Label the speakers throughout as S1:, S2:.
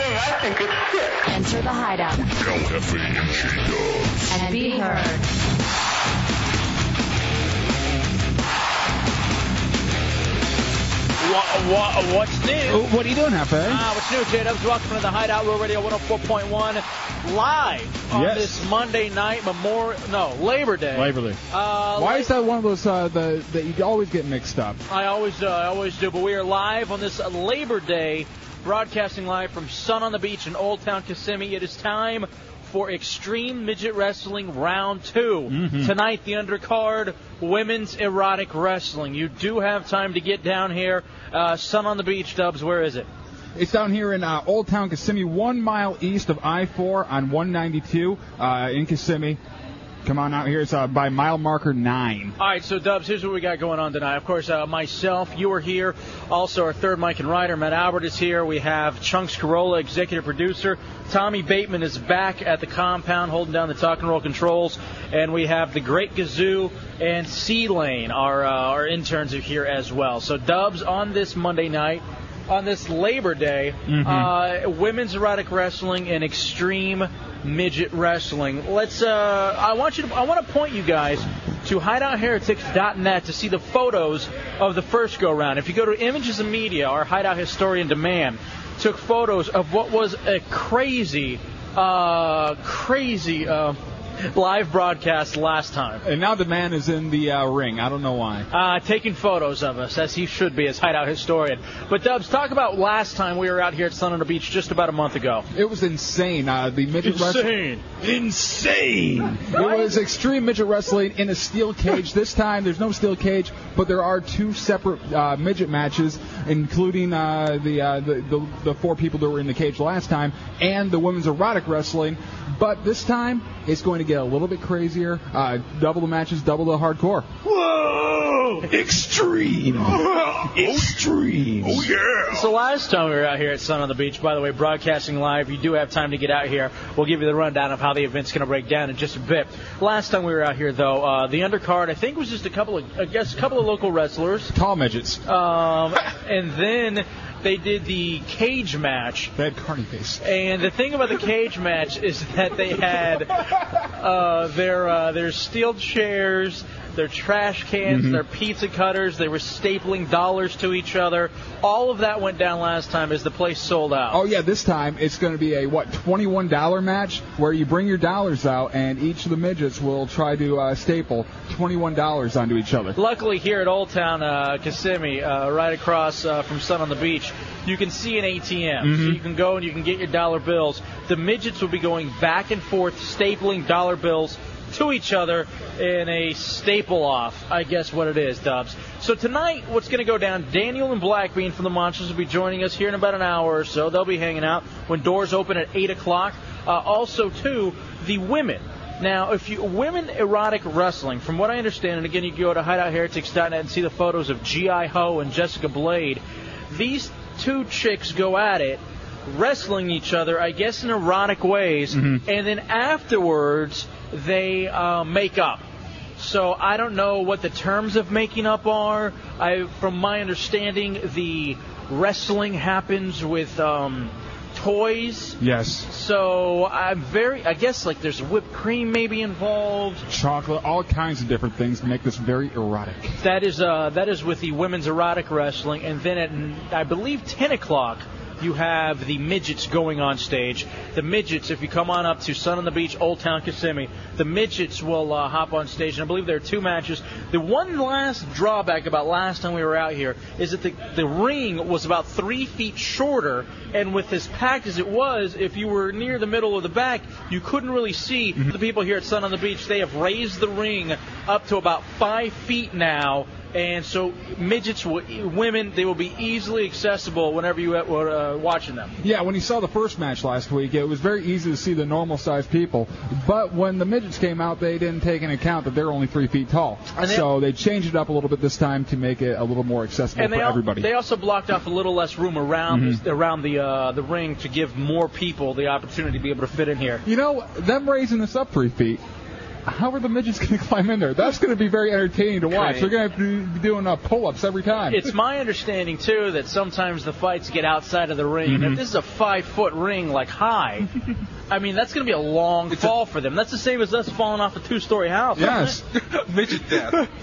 S1: Enter the hideout
S2: El Jefe and J-Dub.
S1: and be heard.
S3: What, what, what's new?
S4: Oh, What are you doing, Hefe?
S3: Uh, what's new, J Dubs? Welcome to the Hideout Row Radio 104.1 live on
S4: Yes.
S3: this Monday night, Memorial, no, Labor Day.
S4: Labor Day.
S3: Uh,
S4: Why is that one of those uh, the, that you always get mixed up?
S3: I always, uh, I always do, but we are live on this Labor Day, broadcasting live from Sun on the Beach in Old Town Kissimmee. It is time for Extreme Midget Wrestling Round 2
S4: Mm-hmm.
S3: tonight. The undercard, women's erotic wrestling. You do have time to get down here. Uh, Sun on the Beach, Dubs. Where is it?
S4: It's down here in uh, Old Town Kissimmee, one mile east of I-4 on 192 uh, in Kissimmee. Come on out here. It's uh, by mile marker nine.
S3: All right, so Dubs, here's what we got going on tonight. Of course, uh, myself, you are here. Also, our third Mike and Ryder, Matt Albert is here. We have Chunks Corolla, executive producer. Tommy Bateman is back at the compound, holding down the talk and roll controls. And we have the Great Gazoo and C Lane, our uh, our interns are here as well. So Dubs on this Monday night. On this Labor Day, uh, women's erotic wrestling and extreme midget wrestling. Let's. Uh, I want you to. I want to point you guys to hideoutheretics.net to see the photos of the first go round. If you go to Images and Media, our hideout historian demand took photos of what was a crazy, uh, crazy uh, live broadcast last time.
S4: And now the man is in the uh, ring. I don't know why.
S3: Uh, taking photos of us, as he should be, as Hideout historian. But Dubs, talk about last time we were out here at Sun on the Beach just about a month ago.
S4: It was insane. Uh, the midget wrestling.
S2: Insane!
S4: It was extreme midget wrestling in a steel cage. This time, there's no steel cage, but there are two separate uh, midget matches, including uh, the, uh, the, the the four people that were in the cage last time, and the women's erotic wrestling. But this time, it's going to get a little bit crazier. Uh, double the matches, double the hardcore.
S2: Whoa! Extreme! Extreme! Oh, yeah!
S3: So last time we were out here at Sun on the Beach, by the way, broadcasting live, you do have time to get out here. We'll give you the rundown of how the event's going to break down in just a bit. Last time we were out here, though, uh, the undercard I think was just a couple of, I guess, a couple of local wrestlers,
S4: Tall midgets.
S3: um, and then they did the cage match.
S4: Bad carny face.
S3: And the thing about the cage match is that they had uh, their uh, their steel chairs, their trash cans,
S4: Mm-hmm.
S3: their pizza cutters. They were stapling dollars to each other. All of that went down last time as the place sold out.
S4: Oh yeah, this time it's going to be a what twenty-one dollar match where you bring your dollars out, and each of the midgets will try to uh, staple twenty-one dollars onto each other.
S3: Luckily, here at Old Town uh, Kissimmee, uh, right across uh, from Sun on the Beach, you can see an ATM.
S4: Mm-hmm.
S3: So you can go and you can get your dollar bills. The midgets will be going back and forth, stapling dollar bills to each other in a staple off, I guess what it is, Dubs. So tonight, what's going to go down, Daniel and Blackbean from the Monsters will be joining us here in about an hour or so. They'll be hanging out when doors open at 8 o'clock. Uh, also, too, the women. Now, if you women erotic wrestling, from what I understand, and again, you can go to hideoutheretics.net and see the photos of G.I. Ho and Jessica Blade. These two chicks go at it, wrestling each other, I guess, in erotic ways, and then afterwards they uh, make up. So I don't know what the terms of making up are. I, from my understanding, the wrestling happens with um, toys.
S4: Yes.
S3: So I'm very, I guess like there's whipped cream maybe involved.
S4: Chocolate, all kinds of different things to make this very erotic.
S3: That is uh, that is with the women's erotic wrestling, and then at I believe 10 o'clock you have the midgets going on stage. The midgets, if you come on up to Sun on the Beach, Old Town Kissimmee, the midgets will uh, hop on stage, and I believe there are two matches. The one last drawback about last time we were out here is that the the ring was about three feet shorter, and with as packed as it was, if you were near the middle of the back, you couldn't really see
S4: Mm-hmm.
S3: the people here at Sun on the Beach. They have raised the ring up to about five feet now And so midgets, w- women, they will be easily accessible whenever you are uh, watching them.
S4: Yeah, when you saw the first match last week, it was very easy to see the normal sized people. But when the midgets came out, they didn't take into account that they're only three feet tall.
S3: And they-
S4: so they changed it up a little bit this time to make it a little more accessible
S3: And
S4: for
S3: they, al-
S4: everybody. Mm-hmm.
S3: they also blocked off a little less room around this- around the uh, the ring to give more people the opportunity to be able to fit in here.
S4: you know, them raising this up three feet. How are the midgets going to climb in there? That's going to be very entertaining to watch.
S3: Great.
S4: They're going to have to be doing uh, pull-ups every time.
S3: It's my understanding too that sometimes the fights get outside of the ring. And
S4: Mhm.
S3: if this is a five foot ring, like high, I mean that's going to be a long fall for them. That's the same as us falling off a two story house.
S4: Yes.
S3: midget death.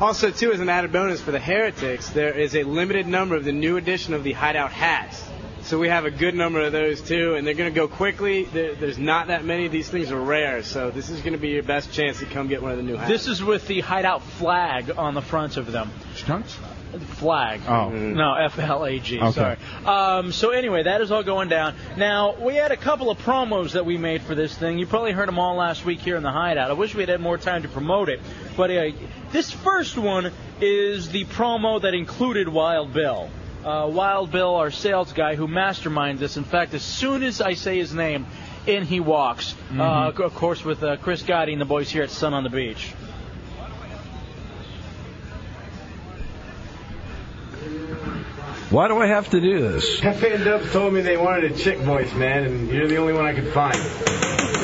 S5: Also, too, as an added bonus for the heretics, there is a limited number of the new edition of the hideout hats. So we have a good number of those too, and they're going to go quickly. There, there's not that many. These things are rare, so this is going to be your best chance to come get one of the new hats.
S3: This is with the hideout flag on the front of them.
S4: Stunts?
S3: Flag.
S4: Oh.
S3: No, F L A G.
S4: Okay.
S3: Sorry. Um, so anyway, that is all going down. Now we had a couple of promos that we made for this thing. You probably heard them all last week here in the Hideout. I wish we had had more time to promote it, but uh, this first one is the promo that included Wild Bill. Uh, Wild Bill, our sales guy who masterminds this. In fact, as soon as I say his name, in he walks. Uh, of course, with uh, Chris Gotti and the boys here at Sun on the Beach.
S6: Why do I have to do this?
S5: Cafe and Dubs told me they wanted a chick voice, man, and you're the only one I could find.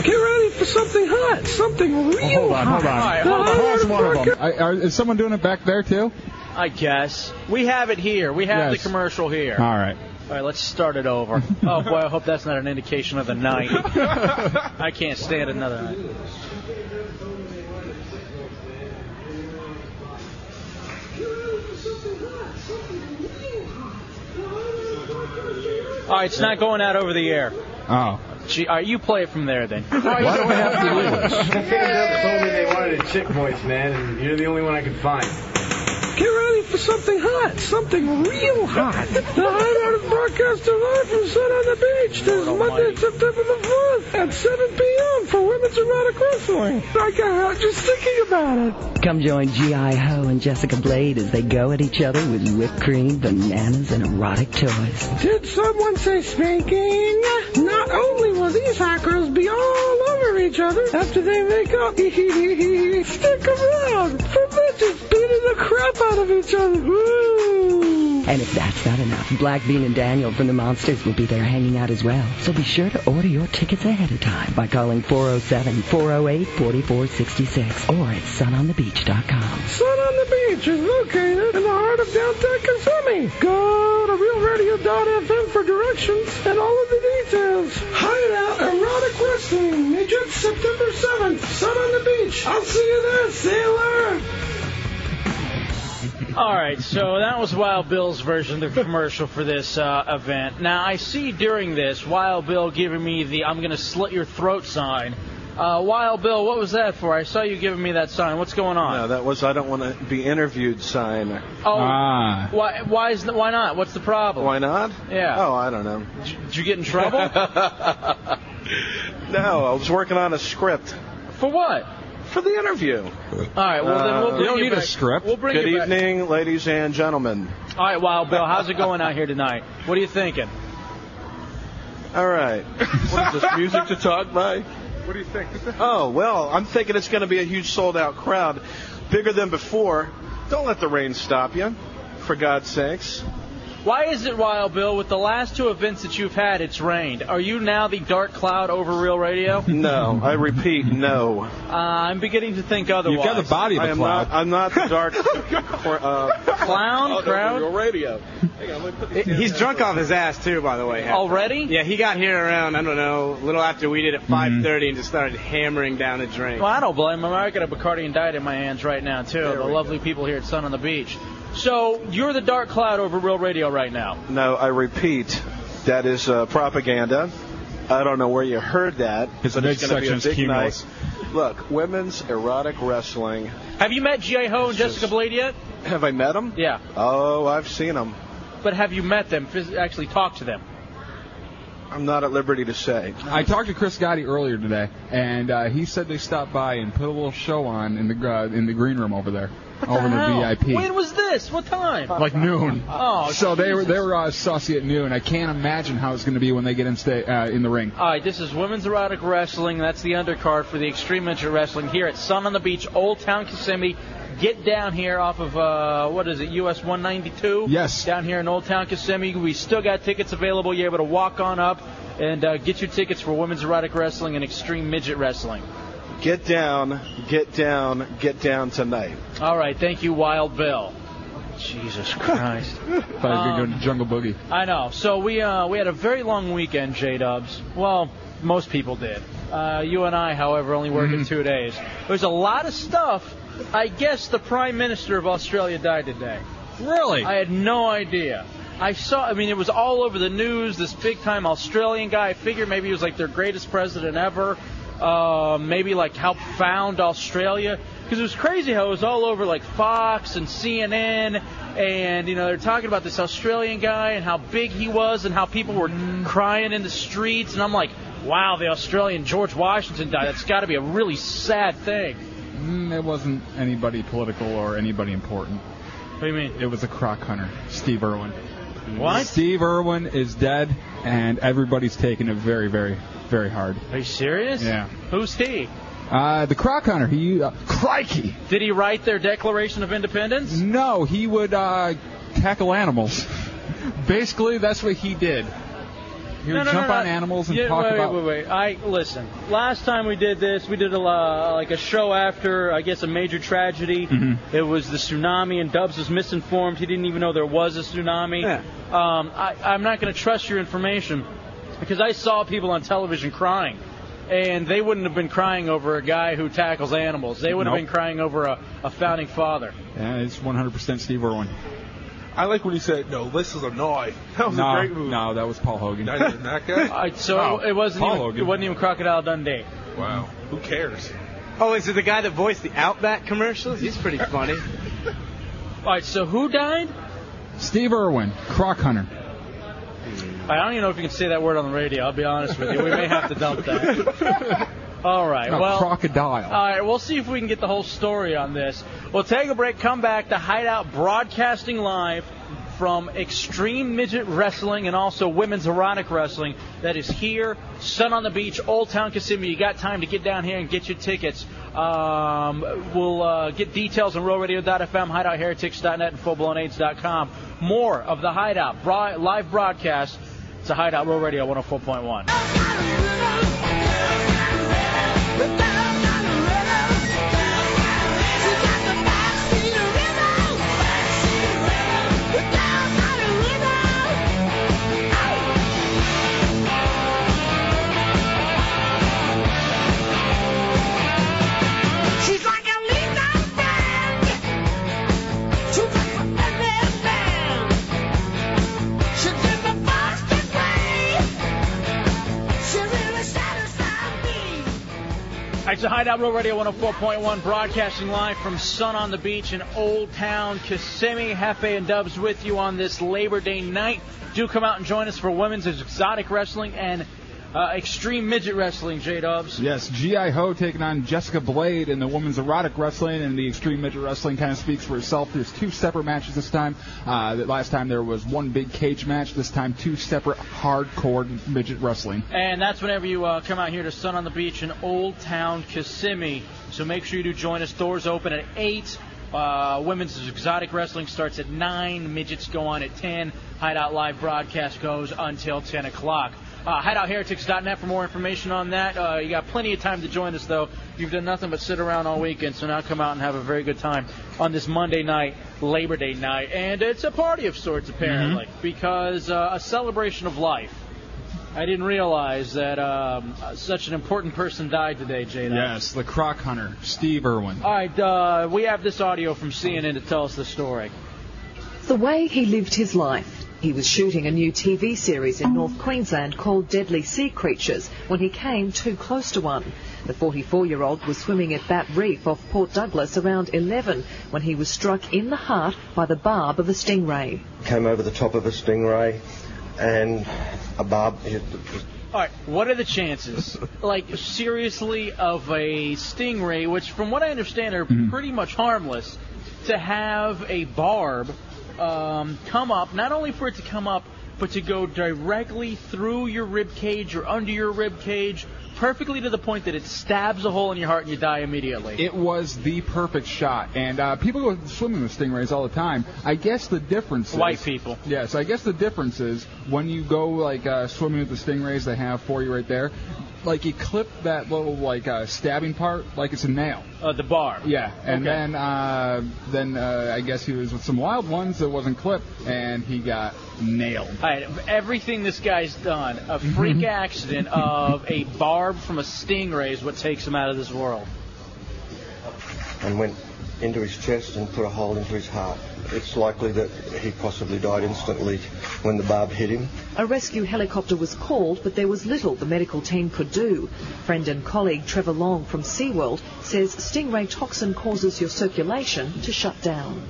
S6: Get ready for something hot, something real
S4: Hold on, hold on.
S6: hot.
S4: Paul's one of them. I, are, is someone doing it back there too?
S3: I guess. We have it here. We have
S4: Yes.
S3: the commercial here.
S4: All right.
S3: All right, let's start it over. oh, boy, I hope that's not an indication of the night. I can't stand another night. All right, it's not going out over the air.
S4: Oh.
S3: Gee, all right, you play it from there then.
S6: Why do I have to do this?
S5: Cafe and Dubs told me they wanted a chick voice, man, and you're the only one I could find.
S6: Get ready for something hot, something real hot. The Hideout is broadcasted live from Sun on the Beach this Monday, September the 4th at 7 p.m. for Women's Erotic Wrestling. I got hot just thinking about it.
S7: Come join G.I. Ho and Jessica Blade as they go at each other with whipped cream, bananas, and erotic toys.
S6: Did someone say spanking? Not oh. only will these hot girls be all over each other after they make up, stick around for bitches beating the crap out of each other. Woo!
S7: And if that's not enough, Black Bean and Daniel from the Monsters will be there hanging out as well. So be sure to order your tickets ahead of time by calling 407-408-4466 or at sunonthebeach.com.
S6: Sun on the Beach is located in the heart of downtown Kissimmee. Go to realradio.fm for directions and all of the details. Hideout Erotic Wrestling, midget September 7th. Sun on the Beach. I'll see you there, sailor.
S3: All right, so that was Wild Bill's version of the commercial for this uh, event. Now, I see during this Wild Bill giving me the I'm going to slit your throat sign. Uh, Wild Bill, what was that for? I saw you giving me that sign. What's going on?
S8: No, Uh, that was I don't want to be interviewed sign.
S3: Oh,
S4: Ah.
S3: why, why, is, why not? What's the problem?
S8: Why not?
S3: Yeah.
S8: Oh, I don't know.
S3: Did you get in trouble?
S8: No, I was working on a script
S3: for what?
S8: for the interview.
S3: All right, well, then we'll
S8: Uh,
S3: bring
S8: you don't
S3: you
S8: need a
S3: back.
S4: script.
S3: We'll bring
S8: Good
S3: you back.
S8: evening, ladies and gentlemen.
S3: All right, Wild Bill, how's it going out here tonight? What are you thinking?
S8: All right. What is this music to talk by?
S4: What do you think?
S8: Oh well, I'm thinking it's going to be a huge sold-out crowd, bigger than before. Don't let the rain stop you, for God's sakes.
S3: Why is it, Wild Bill, with the last two events that you've had, it's rained? Are you now the dark cloud over Real Radio?
S8: No, I repeat, no.
S3: Uh, I'm beginning to think otherwise.
S4: You've got the body of
S8: I
S4: a
S8: am
S4: cloud.
S8: not. I'm not the dark. cor- uh,
S3: Clown, crowd?
S8: Your radio. Hang on, let me put these
S5: He's drunk off his ass too, by the way. Hap.
S3: Already?
S5: Yeah, he got here around I don't know, a little after we did
S9: Mm-hmm.
S5: at 5:30 and just started hammering down a drink.
S3: Well, I don't blame him. I got a Bacardi and Diet in my hands right now, too. the lovely people here at Sun on the Beach. So, you're the dark cloud over Real Radio right now.
S8: No, I repeat, that is uh, propaganda. I don't know where you heard that,
S4: His
S8: but it's going to be a
S4: midsection's
S8: big
S4: cumulus.
S8: night. Look, women's erotic wrestling.
S3: Have you met G.I. Ho and Jessica Blade yet?
S8: Have I met them?
S3: Yeah.
S8: Oh, I've seen them.
S3: But have you met them, phys- actually talked to them?
S8: I'm not at liberty to say.
S4: I talked to Chris Gotti earlier today, and uh, he said they stopped by and put a little show on in the uh, in the green room over there. over in the VIP.
S3: When was this? What time?
S4: like noon.
S3: Oh,
S4: so they were
S3: Jesus.
S4: they were uh, saucy at noon. I can't imagine how it's going to be when they get in sta- uh, in the ring.
S3: All right, this is Women's Erotic Wrestling. That's the undercard for the Extreme Venture Wrestling here at Sun on the Beach, Old Town Kissimmee. Get down here off of, uh, what is it, US 192? Yes. Down here in Old Town Kissimmee. We still got tickets available. You're able to walk on up and uh, get your tickets for Women's Erotic Wrestling and Extreme Midget Wrestling.
S10: Get down, get down, get down tonight.
S3: All right, thank you, Wild Bill. Jesus Christ.
S4: Thought I was going to go to Jungle Boogie.
S3: I know. So we uh, we had a very long weekend, J Dubs. Well, most people did. Uh, you and I, however, only working two days. There's a lot of stuff. I guess the Prime Minister of Australia died today.
S11: Really?
S3: I had no idea. I saw. I mean, it was all over the news. This big-time Australian guy. I figured maybe he was like their greatest president ever. Uh, maybe like helped found Australia. Because it was crazy how it was all over like Fox and CNN, and you know they're talking about this Australian guy and how big he was and how people were crying in the streets. And I'm like, wow, the Australian George Washington died. That's got to be a really sad thing.
S4: Mm, it wasn't anybody political or anybody important.
S3: What do you mean?
S4: It was a croc hunter, Steve Irwin.
S3: What?
S4: Steve Irwin is dead, and everybody's taking it very, very, very hard.
S3: Are you serious?
S4: Yeah.
S3: Who's he?
S4: Uh, the croc hunter, he uh, crikey.
S3: Did he write their Declaration of Independence?
S4: No, he would uh, tackle animals. Basically, that's what he did. He would jump on animals and
S3: Yeah,
S4: talk
S3: wait,
S4: about.
S3: Wait, wait, wait. I listen. Last time we did this, we did a, uh, like a show after, I guess, a major tragedy.
S4: Mm-hmm.
S3: It was the tsunami, and Dubs was misinformed. He didn't even know there was a tsunami. Um, I, I'm not going to trust your information because I saw people on television crying, and they wouldn't have been crying over a guy who tackles animals. They would have
S4: Nope.
S3: been crying over a, a founding father.
S4: Yeah, it's 100% Steve Irwin.
S9: I like when he said, "No, this is a knife."
S4: no, No, that was Paul Hogan.
S9: That guy?
S3: All right, so
S9: Wow.
S3: it wasn't
S9: Paul
S3: even,
S9: Hogan.
S3: it wasn't even Crocodile Dundee.
S9: Wow. Who cares?
S5: Oh, is it the guy that voiced the Outback commercials? He's pretty funny.
S3: All right, so who died?
S4: Steve Irwin, croc hunter.
S3: I don't even know if you can say that word on the radio. I'll be honest with you. We may have to dump that. All right.
S4: No,
S3: Well.
S4: crocodile.
S3: all right, we'll see if we can get the whole story on this. We'll take a break, come back to Hideout broadcasting live from Extreme Midget Wrestling and also Women's Erotic Wrestling. That is here, Sun on the Beach, Old Town Kissimmee. You got time to get down here and get your tickets. Um, we'll uh, get details on RoRadio.fm, HideoutHeretics.net, and FullBlownAids.com. More of the Hideout bro- live broadcast. It's a Hideout Row Radio 104.1.
S2: She's like a lead-up band. She's like a lead band. She's in the Boston way. She really satisfied me.
S3: All right, so Hideout Row Radio 104.1 broadcasting live from Sun on the Beach in Old Town Kissimmee. Hefe and Dubs with you on this Labor Day night. Do come out and join us for women's exotic wrestling and uh, extreme midget wrestling, J Dubs.
S4: Yes, G.I. Ho taking on Jessica Blade in the women's erotic wrestling and the extreme midget wrestling kind of speaks for itself. There's two separate matches this time. Uh, that last time there was one big cage match. This time two separate hardcore midget wrestling.
S3: And that's whenever you uh, come out here to Sun on the Beach in Old Town Kissimmee. So make sure you do join us. Doors open at 8. Uh, women's exotic wrestling starts at 9. Midgets go on at 10. Hideout Live broadcast goes until 10 o'clock. Uh, hideoutheretics.net for more information on that. Uh, you got plenty of time to join us, though. You've done nothing but sit around all weekend, so now come out and have a very good time on this Monday night, Labor Day night. And it's a party of sorts, apparently, because uh, a celebration of life. I didn't realize that um, such an important person died today, Jada.
S4: Yes, the croc hunter, Steve Irwin.
S3: All right, uh, we have this audio from CNN to tell us the story.
S7: The way he lived his life. He was shooting a new TV series in North Queensland called Deadly Sea Creatures when he came too close to one. The 44 year old was swimming at Bat Reef off Port Douglas around 11 when he was struck in the heart by the barb of a stingray.
S12: Came over the top of a stingray and a barb.
S3: All right, what are the chances, like seriously, of a stingray, which, from what I understand, are pretty much harmless, to have a barb um, come up, not only for it to come up, but to go directly through your rib cage or under your rib cage, perfectly to the point that it stabs a hole in your heart and you die immediately.
S4: It was the perfect shot, and uh, people go swimming with stingrays all the time. I guess the difference. Is,
S3: White people.
S4: Yeah, so I guess the difference is when you go like uh, swimming with the stingrays they have for you right there, like you clip that little like uh, stabbing part like it's a nail.
S3: Uh, the barb.
S4: Yeah, and
S3: Okay.
S4: then uh, then uh, I guess he was with some wild ones that wasn't clipped, and he got nailed.
S3: All right, of everything this guy's done, a freak accident of a barb from a stingray is what takes him out of this world.
S12: and went into his chest and put a hole into his heart. It's likely that he possibly died instantly when the barb hit him.
S7: A rescue helicopter was called, but there was little the medical team could do. Friend and colleague Trevor Long from SeaWorld says stingray toxin causes your circulation to shut down.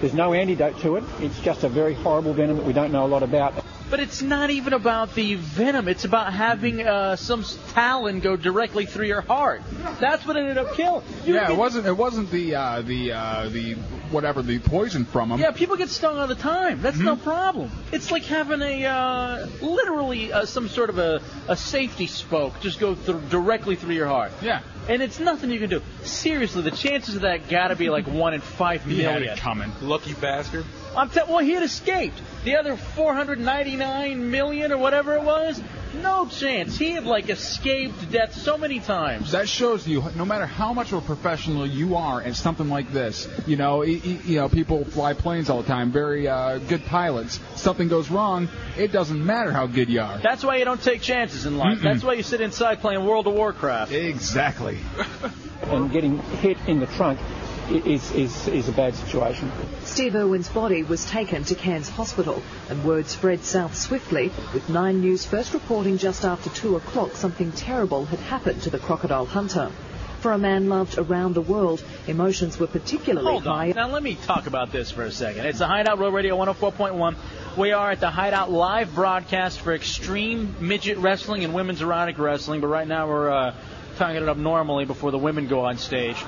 S11: There's no antidote to it. It's just a very horrible venom that we don't know a lot about.
S3: But it's not even about the venom. It's about having uh, some s- talon go directly through your heart. That's what ended up killing. You
S4: yeah, it
S3: get-
S4: wasn't it wasn't the uh, the uh, the whatever the poison from him. Hmm.
S3: Yeah, people get stung all the time. That's no problem. It's like having a uh, literally uh, some sort of a, a safety spoke just go thr directly through your heart.
S4: Yeah.
S3: And it's nothing you can do. Seriously, the chances of that got to be like one in five
S9: He
S3: million.
S9: had it coming. Lucky bastard.
S3: I'm t- well, he had escaped. The other 499 million or whatever it was, no chance. He had like escaped death so many times.
S4: That shows you, no matter how much of a professional you are at something like this, you know, e- e- you know, people fly planes all the time, very uh, good pilots. Something goes wrong, it doesn't matter how good you are.
S3: That's why you don't take chances in life.
S4: Mm-mm.
S3: That's why you sit inside playing World of Warcraft.
S4: Exactly.
S11: And getting hit in the trunk i- is, is, is a bad situation.
S7: Steve Irwin's body was taken to Cairns Hospital, and word spread south swiftly, with Nine News first reporting just after 2 o'clock something terrible had happened to the crocodile hunter. For a man loved around the world, emotions were particularly
S3: Hold
S7: high.
S3: on. Now let me talk about this for a second. It's the Hideout Road Radio 104.1. We are at the Hideout live broadcast for Extreme Midget Wrestling and Women's Erotic Wrestling, but right now we're uh, tying it up normally before the women go on stage.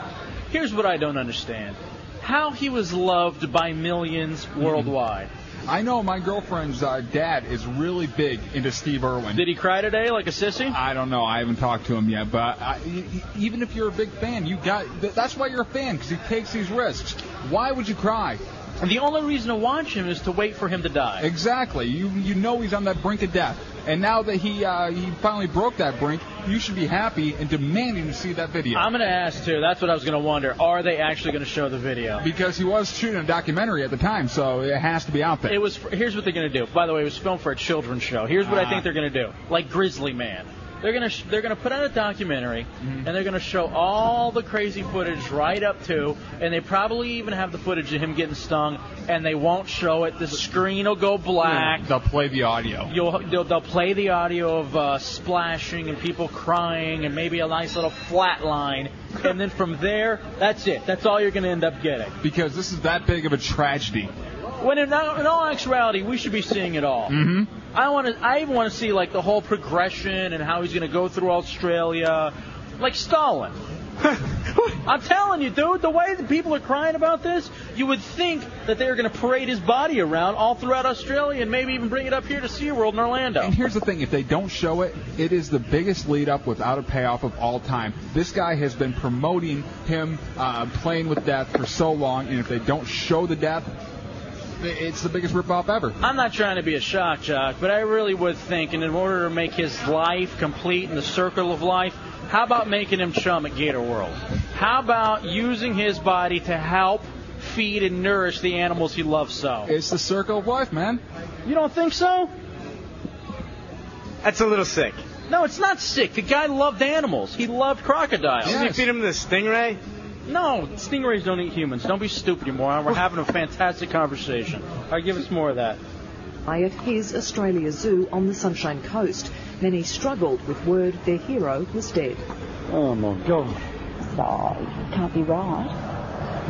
S3: Here's what I don't understand: how he was loved by millions worldwide.
S4: I know my girlfriend's uh, dad is really big into Steve Irwin. Did
S3: he cry today like a sissy?
S4: I don't know. I haven't talked to him yet, but I, e- e- even if you're a big fan, you got th- that's why you're a fan because he takes these risks. Why would you cry?
S3: And the only reason to watch him is to wait for him to die.
S4: Exactly. You you know he's on that brink of death, and now that he uh, he finally broke that brink, you should be happy and demanding to see that video.
S3: I'm gonna ask too. That's what I was gonna wonder. Are they actually gonna show the video?
S4: because he was shooting a documentary at the time, so it has to be out there.
S3: It was. Here's what they're gonna do. By the way, it was filmed for a children's show. Here's what I
S4: Ah.
S3: think they're gonna do. Like Grizzly Man, they're gonna sh- they're gonna put out a documentary, and
S4: Mm-hmm.
S3: they're gonna show all the crazy footage right up to, and they probably even have the footage of him getting stung, and they won't show it. The screen will go black.
S4: They'll play the audio.
S3: You'll, they'll, they'll play the audio of uh, splashing and people crying and maybe a nice little flat line. And then from there, that's it. That's all you're going to end up getting.
S4: Because this is that big of a tragedy.
S3: When in, all- in all actuality, we should be seeing it all. Mm-hmm. I want to. I even want to see like the whole progression and how he's going to go through Australia, like Stalin. I'm telling you, dude, the way that people are crying about this, you would think that they were going to parade his body around all throughout Australia and maybe even bring it up here to SeaWorld in Orlando.
S4: And here's the thing: if they don't show it, it is the biggest lead up without a payoff of all time. This guy has been promoting him uh, playing with death for so long, and if they don't show the death, i- it's the biggest ripoff ever.
S3: I'm not trying to be a shock jock, but I really would think, and in order to make his life complete in the circle of life, how about making him chum at Gator World? How about using his body to help feed and nourish the animals he loves so?
S4: It's the circle of life, man.
S3: You don't think so?
S5: That's a little sick.
S3: No, it's not sick. The guy loved animals. He loved crocodiles.
S5: Did you feed him the stingray?
S3: No, stingrays don't eat humans. Don't be stupid, you moron. We're having a fantastic conversation. All right, give us more of that.
S7: by at his Australia Zoo on the Sunshine Coast. Many struggled with word their hero was dead.
S13: Oh my God. Oh, can't be right.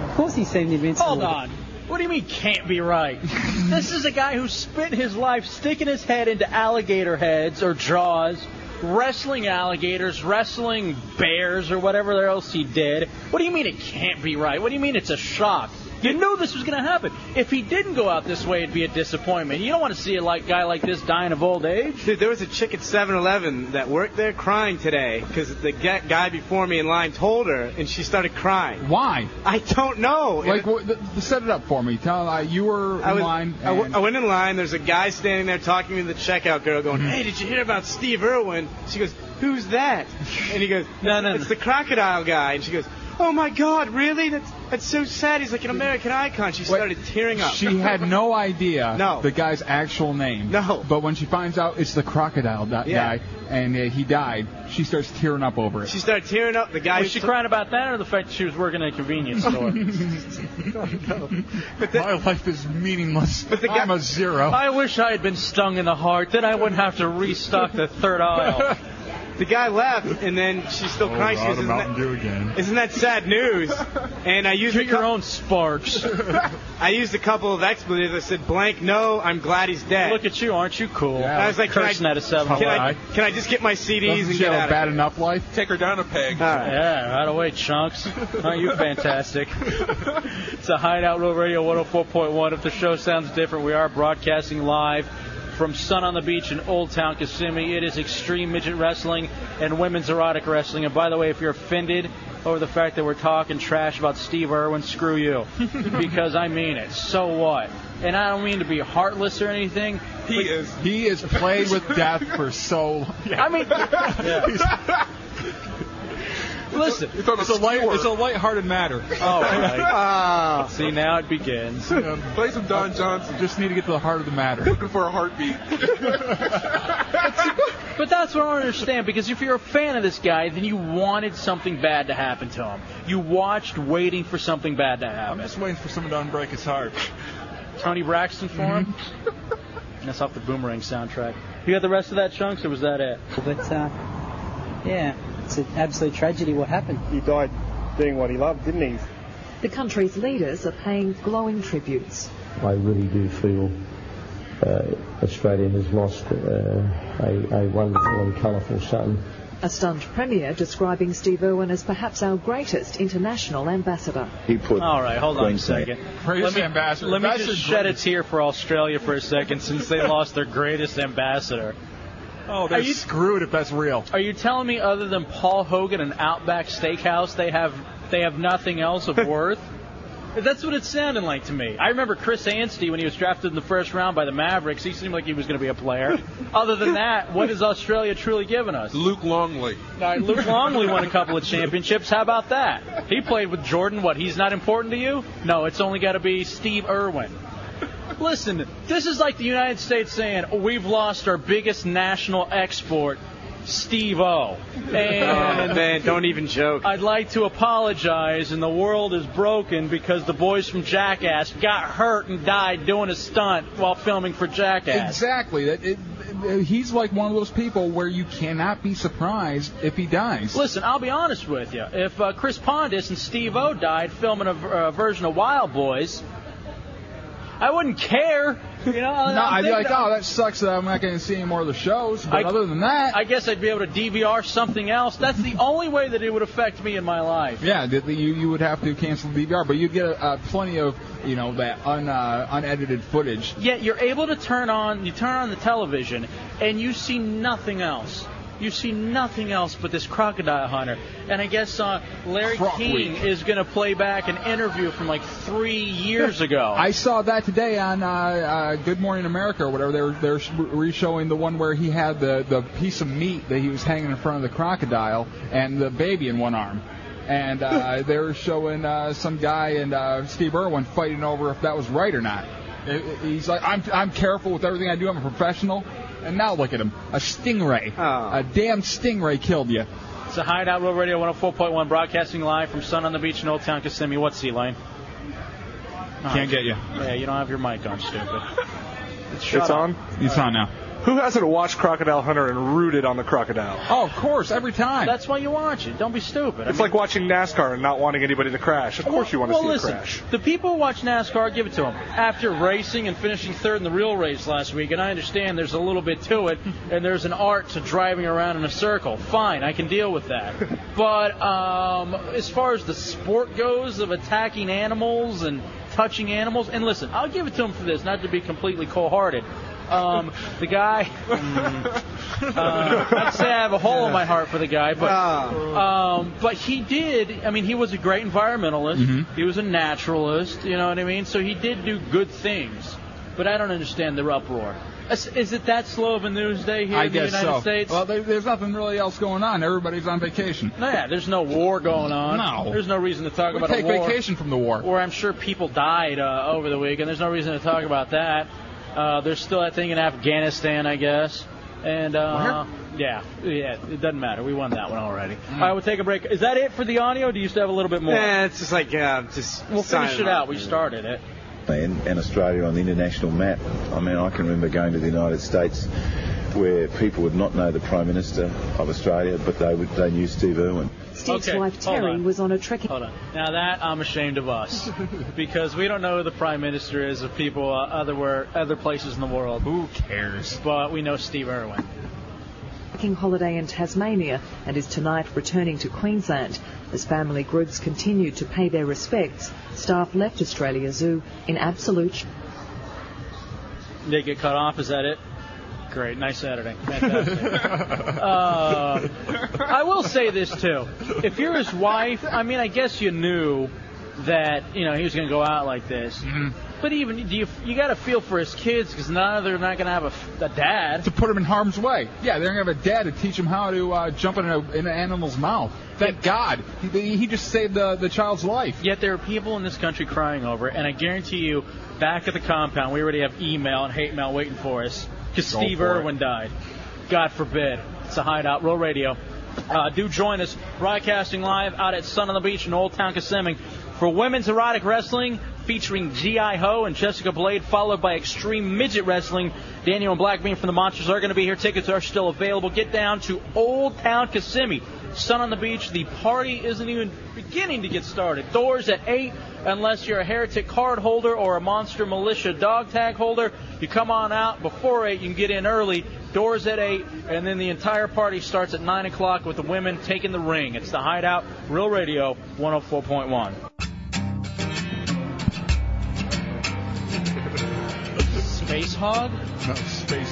S13: Of course he's seen the invincible.
S3: Hold on. What do you mean can't be right? this is a guy who spent his life sticking his head into alligator heads or jaws, wrestling alligators, wrestling bears or whatever else he did. What do you mean it can't be right? What do you mean it's a shock? You knew this was going to happen. If he didn't go out this way, it'd be a disappointment. You don't want to see a like guy like this dying of old age.
S5: Dude, there was a chick at 7-Eleven that worked there crying today because the ga- guy before me in line told her, and she started crying.
S4: Why?
S5: I don't know.
S4: Like, what, th- th- set it up for me. Tell uh, you were
S5: I,
S4: in
S5: was,
S4: line.
S5: I, w-
S4: and-
S5: I went in line. There's a guy standing there talking to the checkout girl, going,
S4: Mhm.
S5: "Hey, did you hear about Steve Irwin?" She goes, "Who's that?" And he goes, "No, no, it's the crocodile guy." And she goes, "Oh my God, really? That's that's so sad. He's like an American icon." She started tearing up.
S4: She had no idea
S5: No.
S4: the guy's actual name. No. But when she finds out it's the crocodile that
S5: Yeah.
S4: guy and uh, he died, she starts tearing up over it.
S5: She started tearing up. The guy
S3: was she crying about that, or the fact that she was working at a convenience store?
S4: My life is meaningless. But the guy, I'm a zero.
S3: I wish I had been stung in the heart. Then I wouldn't have to restock the third aisle.
S5: The guy left, and then she's
S4: Oh,
S5: still crying. She goes, isn't that,
S4: Dew again.
S5: isn't that sad news? And I used
S3: your own sparks.
S5: I used a couple of expletives. I said, "Blank, no, I'm glad he's dead."
S3: Look at you, aren't you cool?
S5: I was like, can
S3: cursing
S5: I,
S3: at a 7
S5: can I, can I just get my CDs
S3: Doesn't
S5: and
S3: she
S5: get
S3: have a
S5: out?
S3: bad
S4: enough life.
S5: Take her down a peg.
S3: Yeah, right away, chunks. Aren't you fantastic? it's a Hideout Road Radio 104.1. If the show sounds different, we are broadcasting live from Sun on the Beach in Old Town Kissimmee. It is Extreme Midget Wrestling and Women's Erotic Wrestling. And by the way, if you're offended over the fact that we're talking trash about Steve Irwin, screw you. because I mean it. So what? And I don't mean to be heartless or anything. He
S4: is. He is played with death for so long.
S3: I mean, Listen,
S4: it's a light, it's a lighthearted matter.
S3: All right. See, now it begins.
S4: Ah. Play some Don Johnson. Just need to get to the heart of the matter. Looking for a heartbeat.
S3: But that's what I don't understand because if you're a fan of this guy, then you wanted something bad to happen to him. You watched waiting for something bad to happen. I'm just waiting for someone to unbreak his heart. Tony Braxton for him? that's off the Boomerang soundtrack. You got the rest of that, Chunks, or was that it?
S14: But uh, yeah, it's an absolute tragedy what happened. He died doing what he loved, didn't he?
S7: The country's leaders are paying glowing tributes.
S15: I really do feel uh, Australia has lost uh, a, a wonderful and colourful son.
S7: A stunned premier describing Steve Irwin as perhaps our greatest international ambassador.
S15: He put
S3: All right, hold on a second.
S4: Praise
S3: let me,
S4: the ambassador.
S3: Let me
S4: That's
S3: just
S4: a
S3: shed a tear for Australia for a second since they lost their greatest ambassador.
S4: Oh, they're
S3: Are you-
S4: screwed if that's real.
S3: Are you telling me other than Paul Hogan and Outback Steakhouse, they have they have nothing else of worth? That's what it sounded like to me. I remember Chris Anstey when he was drafted in the first round by the Mavericks. He seemed like he was going to be a player. Other than that, what has Australia truly given us?
S9: Luke Longley.
S3: All right, Luke Longley won a couple of championships. How about that? He played with Jordan. What? He's not important to you? No, it's only got to be Steve Irwin. Listen, this is like the United States saying we've lost our biggest national export, Steve O. And
S5: Oh, man, don't even joke.
S3: I'd like to apologize, and the world is broken because the boys from Jackass got hurt and died doing a stunt while filming for Jackass.
S4: Exactly. That it, it- he's like one of those people where you cannot be surprised if he dies.
S3: Listen, I'll be honest with you. If uh, Chris Pondis and Steve O died filming a, a version of Wild Boys, I wouldn't care. You know,
S4: No,
S3: I'm
S4: I'd be
S3: thinking-
S4: like, oh, that sucks that I'm not going to see any more of the shows. But other than that,
S3: I guess I'd be able to DVR something else. That's the only way that it would affect me in my life.
S4: yeah, that- that you you would have to cancel the DVR, but you'd get uh, plenty of you know that un, uh, unedited footage.
S3: Yet you're able to turn on you turn on the television and you see nothing else. You see nothing else but this crocodile hunter. And I guess uh, Larry
S4: Croc
S3: King
S4: week.
S3: is going to play back an interview from like three years ago.
S4: I saw that today on uh, uh, Good Morning America or whatever. They were they're re-showing the one where he had the the piece of meat that he was hanging in front of the crocodile and the baby in one arm. And uh, they were showing uh, some guy and uh, Steve Irwin fighting over if that was right or not. It- it- He's like, I'm I'm careful with everything I do. I'm a professional. And now look at him, a stingray, a damn stingray killed you.
S3: It's a Hideout Road Radio 104.1 broadcasting live from Sun on the Beach in Old Town Kissimmee. What's C Lane?
S4: Can't get you.
S3: Yeah, you don't have your mic on, stupid. shut
S10: It's
S3: up.
S10: on.
S4: It's on now.
S10: Who hasn't watched Crocodile Hunter and rooted on the crocodile?
S4: Oh, of course, every time.
S3: That's why you watch it. Don't be stupid. I
S10: It's
S3: mean-
S10: like watching NASCAR and not wanting anybody to crash. Of course, you want to
S3: well,
S10: see
S3: listen,
S10: a crash.
S3: The people who watch NASCAR, give it to them. After racing and finishing third in the real race last week, and I understand there's a little bit to it, and there's an art to driving around in a circle. Fine, I can deal with that. But um, as far as the sport goes of attacking animals and touching animals. And listen, I'll give it to him for this, not to be completely cold-hearted. Um, the guy, mm, uh, I'd say I have a hole in my heart for the guy, but um, but he did. I mean, he was a great environmentalist. He was a naturalist. You know what I mean? So he did do good things. But I don't understand the uproar. Is, is it that slow of a news day here
S4: I
S3: in the
S4: guess
S3: United
S4: so.
S3: States?
S4: Well, there, there's nothing really else going on. Everybody's on vacation.
S3: No, yeah, there's no war going on.
S4: No.
S3: There's no reason to talk
S4: We
S3: about
S4: take
S3: a war.
S4: vacation from the war.
S3: Where I'm sure people died uh, over the weekend. There's no reason to talk about that. Uh, there's still that thing in Afghanistan, I guess. And uh, yeah, yeah, it doesn't matter. We won that one already.
S5: Hmm.
S3: All right, we'll take a break. Is that it for the audio? Or do you still have a little bit more?
S5: Yeah, it's just like uh, just.
S3: We'll finish
S5: sign
S3: it
S5: off.
S3: out. We started it.
S16: and, and Australia on the international map. I mean, I can remember going to the United States where people would not know the Prime Minister of Australia, but they would they knew Steve Irwin.
S7: Steve's
S3: Okay,
S7: wife
S3: hold
S7: Terry
S3: on.
S7: was on a trekking.
S3: Hold on. Now that I'm ashamed of us because we don't know who the prime minister is of people uh, other where other places in the world. Who cares? But we know Steve Irwin.
S7: working holiday in Tasmania and is tonight returning to Queensland. As family groups continued to pay their respects, staff left Australia Zoo in absolute sh-
S3: They get cut off. Is that it? Great. Nice editing. Fantastic. uh, I will say this too. If you're his wife, I mean, I guess you knew that you know he was going to go out like this.
S4: Mm-hmm.
S3: But even do you you got to feel for his kids because none of them are not going to have a, f- a dad.
S4: To put them in harm's way. Yeah, they're going to have a dad to teach them how to uh, jump in, a, in an animal's mouth. Thank God. He, he just saved the, the child's life.
S3: Yet there are people in this country crying over it, and I guarantee you, back at the compound, we already have email and hate mail waiting for us because
S17: Go
S3: Steve
S17: for it.
S3: Irwin died. God forbid. It's a hideout, Roll Radio. Uh, do join us broadcasting live out at Sun on the Beach in Old Town Kissimmee for women's erotic wrestling featuring G.I. Ho and Jessica Blade, followed by extreme midget wrestling. Daniel and Blackbean from the Monsters are going to be here. Tickets are still available. Get down to Old Town Kissimmee. Sun on the beach. The party isn't even beginning to get started. Doors at 8, unless you're a heretic card holder or a monster militia dog tag holder. You come on out before 8, you can get in early. Doors at 8, and then the entire party starts at 9 o'clock with the women taking the ring. It's the Hideout, Real Radio 104.1. Space Hog?
S4: No, space.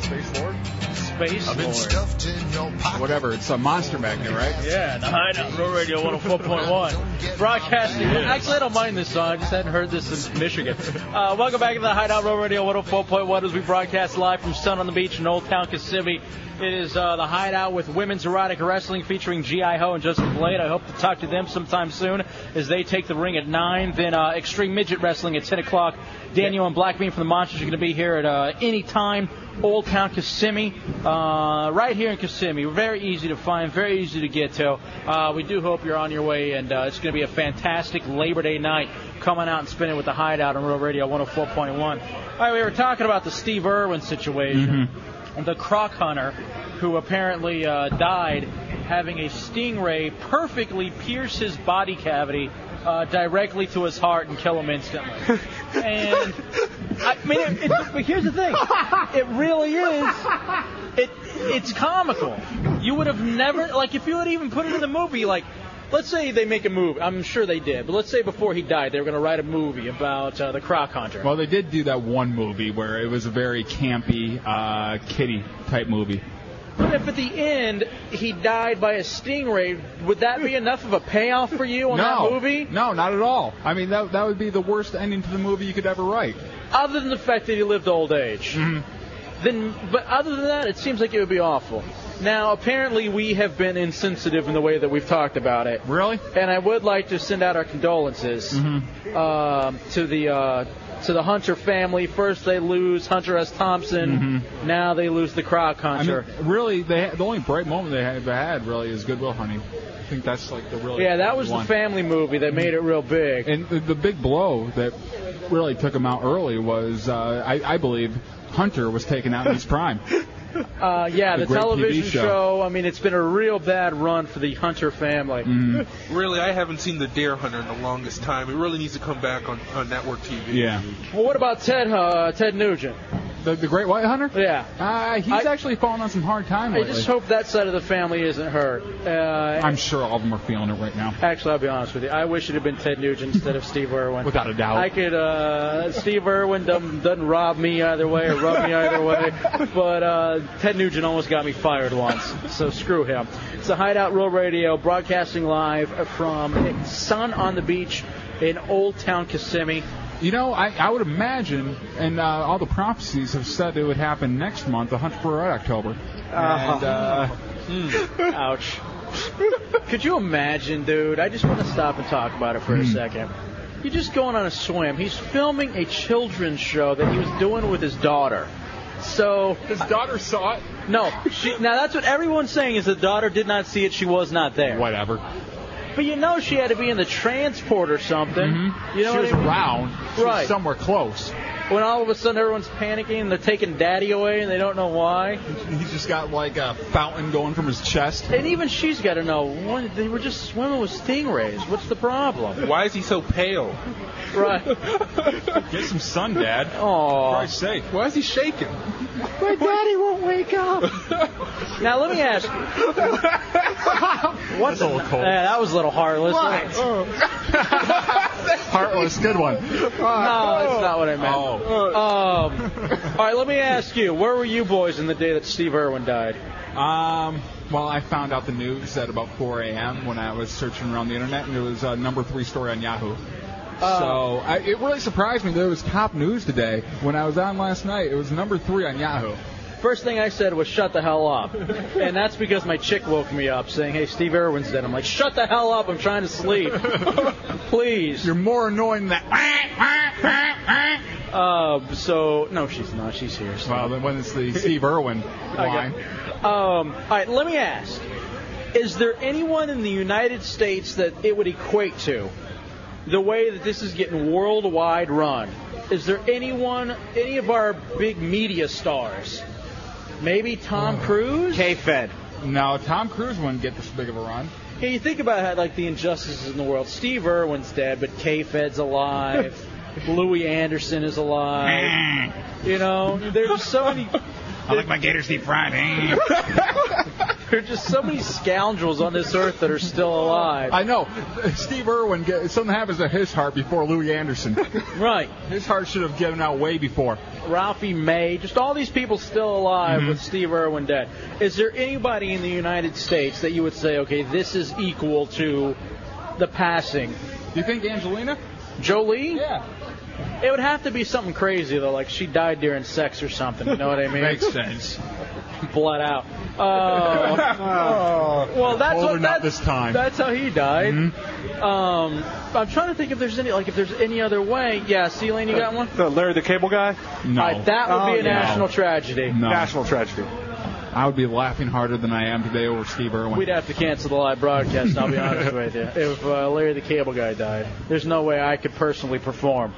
S4: Space Lord?
S3: Space Lord.
S4: in your pocket. Whatever, it's a monster magnet, right?
S3: Yeah, the Hideout Road Radio 104.1. Broadcasting. Actually, I don't mind this song. I just hadn't heard this since Michigan. Uh, welcome back to the Hideout Road Radio 104.1 as we broadcast live from Sun on the Beach in Old Town Kissimmee. It is uh, the Hideout with women's erotic wrestling featuring G.I. Ho and Justin Blade. I hope to talk to them sometime soon as they take the ring at 9. Then uh, Extreme Midget Wrestling at 10 o'clock. Daniel and Blackbean from the Monsters are going to be here at uh, any time. Old Town Kissimmee, uh, right here in Kissimmee. Very easy to find, very easy to get to. Uh, we do hope you're on your way, and uh, it's going to be a fantastic Labor Day night. Coming out and spending with the Hideout on Real Radio 104.1. All right, we were talking about the Steve Irwin situation, the croc hunter who apparently uh, died having a stingray perfectly pierce his body cavity uh, directly to his heart and kill him instantly. and I mean, it, it, but here's the thing: it really is. It it's comical. You would have never like if you had even put it in the movie. Like, let's say they make a movie. I'm sure they did, but let's say before he died, they were going to write a movie about uh, the croc hunter.
S4: Well, they did do that one movie where it was a very campy, uh, kitty type movie.
S3: But if at the end he died by a stingray, would that be enough of a payoff for you on
S4: no,
S3: Oh, that movie?
S4: No, not at all. I mean, that, that would be the worst ending to the movie you could ever write.
S3: Other than the fact that he lived to old age.
S4: Mm-hmm.
S3: Then, but other than that, it seems like it would be awful. Now, apparently, we have been insensitive in the way that we've talked about it.
S4: Really? Mm-hmm.
S3: And I would like to send out our condolences um, to the uh, to the Hunter family. First, they lose Hunter S. Thompson. Now they lose the Croc
S4: Mm-hmm. I
S3: Hunter.
S4: mean, really, they, the only bright moment they have had really is Goodwill Hunting. I think that's like the really
S3: yeah, that was
S4: one.
S3: the family movie that made it real big.
S4: And the, the big blow that really took him out early was, uh, I, I believe, Hunter was taken out in his prime.
S3: Uh, yeah,
S4: The
S3: the,
S4: great
S3: television
S4: TV
S3: show.
S4: show.
S3: I mean, it's been a real bad run for the Hunter family.
S4: Mm-hmm. Mm.
S9: Really, I haven't seen the Deer Hunter in the longest time. It really needs to come back on, on network TV.
S3: Well, what about Ted uh, Ted Nugent?
S4: The, the great white hunter?
S3: Yeah.
S4: Uh, he's
S3: I-
S4: actually fallen on some hard time
S3: I
S4: lately.
S3: just hope that side of the family isn't hurt. Uh,
S4: I'm sure all of them are feeling it right now.
S3: Actually, I'll be honest with you. I wish it had been Ted Nugent instead of Steve Irwin.
S4: Without a doubt.
S3: I could. Uh, Steve Irwin doesn't, doesn't rob me either way or rub me either way. But uh, Ted Nugent almost got me fired once, so screw him. It's the Hideout Real Radio, broadcasting live from Sun on the Beach in Old Town Kissimmee.
S4: You know, I, I would imagine, and uh, all the prophecies have said it would happen next month, the hunt for Red October. And, uh,
S3: Mm, ouch. Could you imagine, dude? I just want to stop and talk about it for a second. You're just going on a swim. He's filming a children's show that he was doing with his daughter. So his
S4: daughter saw it.
S3: No, she, now that's what everyone's saying is the daughter did not see it. She was not there.
S4: Whatever.
S3: But you know she had to be in the transport or something. You know
S4: Mm-hmm. She
S3: what
S4: was
S3: I mean?
S4: around. She was
S3: right
S4: somewhere close.
S3: When all of a sudden everyone's panicking and they're taking daddy away and they don't know why.
S4: He just got like a fountain going from his chest.
S3: And even she's got to know. One, they were just swimming with stingrays. What's the problem?
S9: Why is he so pale?
S3: Right.
S4: Get some sun, Dad.
S3: Oh.
S4: Christ's sake.
S9: Why is he shaking?
S3: My daddy won't wake up. now let me ask you. What's
S4: That's a little cold.
S3: Yeah, that was a little heartless.
S9: Oh.
S4: Heartless, good one. Oh.
S3: No, that's not what I meant. Um, all right, let me ask you. Where were you boys in the day that Steve Irwin died?
S4: Um, well, I found out the news at about 4 a.m. when I was searching around the internet, and it was uh, number three story on Yahoo.
S3: Uh.
S4: so I, it really surprised me that it was top news today. When I was on last night, it was number three on Yahoo.
S3: First thing I said was shut the hell up, and that's because my chick woke me up saying, "Hey, Steve Irwin's dead." I'm like, "Shut the hell up! I'm trying to sleep, please." You're
S4: more annoying than.
S3: Uh, so no, she's not. She's here.
S4: Well, then when it's the Steve Irwin
S3: Okay.
S4: line.
S3: Um, all right, let me ask. Is there anyone in the United States that it would equate to the way that this is getting worldwide run? Is there anyone, any of our big media stars? Maybe Tom Cruise? K
S5: Fed.
S4: Uh, No, Tom Cruise wouldn't get this big of a run.
S3: Yeah, you think about how, like the injustices in the world. Steve Irwin's dead, but K Fed's alive. Louis Anderson is alive. you know, there's so many
S4: Hmm. I like my Gators deep fried.
S3: There are just so many scoundrels on this earth that are still alive.
S4: I know. Steve Irwin, get, something happens to his heart before Louis Anderson.
S3: right.
S4: His heart should have given out way before.
S3: Ralphie May, just all these people still alive
S4: Mm-hmm.
S3: with Steve Irwin dead. Is there anybody in the United States that you would say, okay, this is equal to the passing?
S4: You think Angelina?
S3: Jolie?
S4: Yeah.
S3: It would have to be something crazy though, like she died during sex or something. You know what I mean?
S4: Makes sense.
S3: Blood out. Oh. well, that's
S4: Older
S3: what
S4: not
S3: that's,
S4: this time. Mm-hmm.
S3: That's how he died. Um, I'm trying to think if there's any like if there's any other way. Yeah, see, Lane, you got one.
S10: The Larry the Cable Guy? Oh,
S4: No.
S3: All right, that would be a
S4: no.
S3: national tragedy.
S4: No.
S10: National tragedy.
S4: I would be laughing harder than I am today over Steve Irwin.
S3: We'd have to cancel the live broadcast. I'll be honest with you. If uh, Larry the Cable Guy died, there's no way I could personally perform.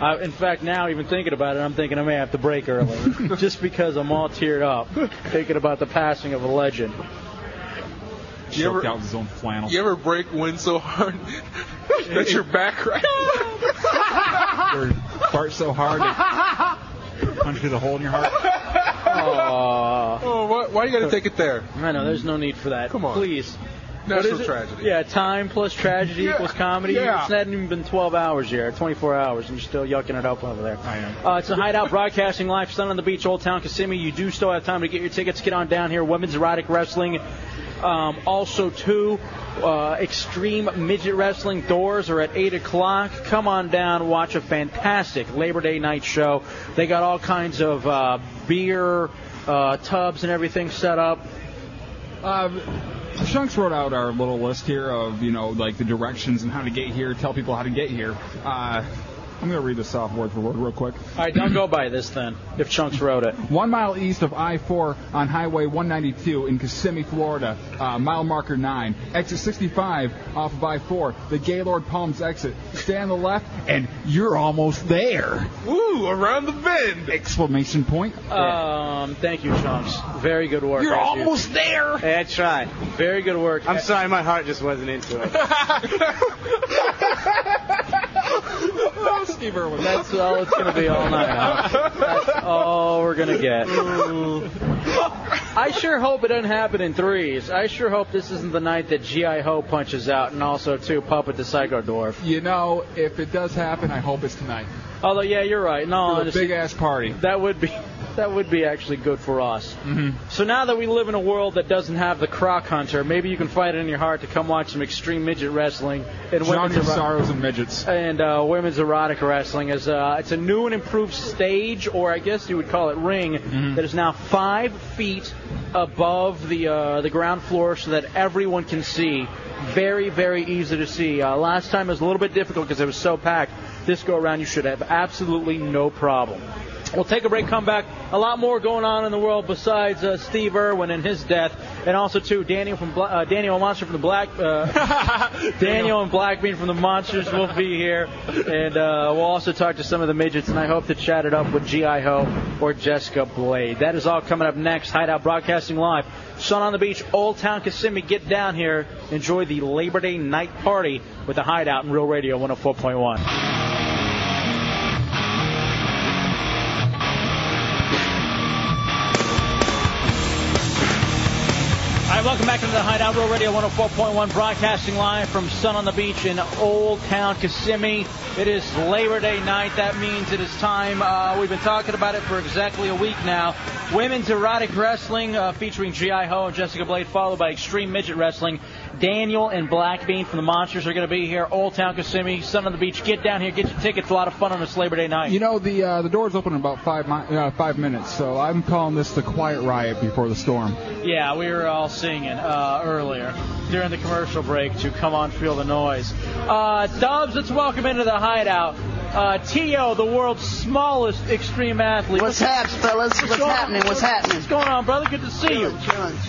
S3: I, in fact, now even thinking about it, I'm thinking I may have to break early, just because I'm all teared up thinking about the passing of a legend.
S4: Choked out in his own flannel.
S9: You ever break wind so hard that your back cracks?
S4: Or fart so hard it punch through the hole in your heart.
S9: oh, why, why you gotta take it there?
S3: I know there's no need for that.
S9: Come on.
S3: please.
S9: National
S3: What is it?
S9: tragedy.
S3: Yeah, time plus tragedy
S9: Yeah.
S3: equals comedy.
S9: Yeah.
S3: It's not even been 12 hours here, 24 hours, and you're still yucking it up over there. I am. Uh, it's a hideout broadcasting live, sun on the beach, Old Town Kissimmee. You do still have time to get your tickets. Get on down here. Women's erotic wrestling. Um, also, too, uh, extreme midget wrestling doors are at 8 o'clock. Come on down, watch a fantastic Labor Day night show. They got all kinds of uh, beer uh, tubs and everything set up.
S4: Uh, Shanks wrote out our little list here of, you know, like the directions and how to get here, tell people how to get here. Uh, I'm going to read this off word for word real quick.
S3: All right, don't go by this then. If Chunks wrote it,
S4: One mile east of I 4 on Highway 192 in Kissimmee, Florida, uh, mile marker 9, exit 65 off of I 4, the Gaylord Palms exit. Stay on the left, and you're almost there!
S9: Woo, around the bend!
S4: Exclamation point.
S3: um, thank you, Chunks. Very good work.
S4: You're
S3: as
S4: almost there.
S3: Hey, I tried. Very good work.
S5: I'm sorry, my heart just wasn't into it.
S4: Steve Irwin.
S3: That's all it's going to be all night. huh? That's
S8: Oh,
S3: all we're going to get. I sure hope it doesn't happen in threes. I sure hope this isn't the night that G.I. Ho punches out and also, too, Puppet the Psycho Dwarf.
S4: You know, if it does happen, I hope it's tonight.
S3: Although, yeah, you're right. No,
S4: For the big ass party. Mm-hmm.
S3: That would be that would be actually good for us. So now that we live in a world that doesn't have the croc hunter, maybe you can find it in your heart to come watch some extreme midget wrestling and
S4: Drown
S3: women's
S4: your
S3: ero-
S4: sorrows and midgets.
S3: and uh, women's erotic wrestling. Is uh, it's a new and improved stage, or I guess you would call it ring, that is now five feet above the uh, the ground floor, so that everyone can see. Very very easy to see. Uh, last time it was a little bit difficult because it was so packed. This go around, you should have absolutely no problem. We'll take a break, come back. A lot more going on in the world besides uh, Steve Irwin and his death, and also too Daniel from Bla- uh, Daniel Monster from the Black uh, Daniel and Blackbean from the Monsters will be here, and uh, we'll also talk to some of the midgets. And I hope to chat it up with G.I. Ho or Jessica Blade. That is all coming up next. Hideout Broadcasting Live, Sun on the Beach, Old Town Kissimmee. Get down here, enjoy the Labor Day night party with the Hideout and Real Radio 104.1. All right, welcome back to the Hideout Real Radio 104.1, broadcasting live from Sun on the Beach in Old Town Kissimmee. It is Labor Day night. That means it is time. Uh, we've been talking about it for exactly a week now. Women's erotic wrestling uh, featuring G.I. Ho and Jessica Blade, followed by Extreme Midget Wrestling. Daniel and Blackbean from the Monsters are going to be here. Old Town Kissimmee, Sun on the Beach. Get down here, get your tickets. A lot of fun on this Labor Day night.
S4: You know the uh, the doors open in about five mi- uh, five minutes, so I'm calling this the quiet riot before the storm.
S3: Yeah, we were all singing uh, earlier during the commercial break to come on, feel the noise. Uh, Dubs, let's welcome into the hideout. Uh, Tio, the world's smallest extreme athlete. What's happening, fellas?
S18: What's happening? What's happening?
S3: What's going on, brother? Good to see you.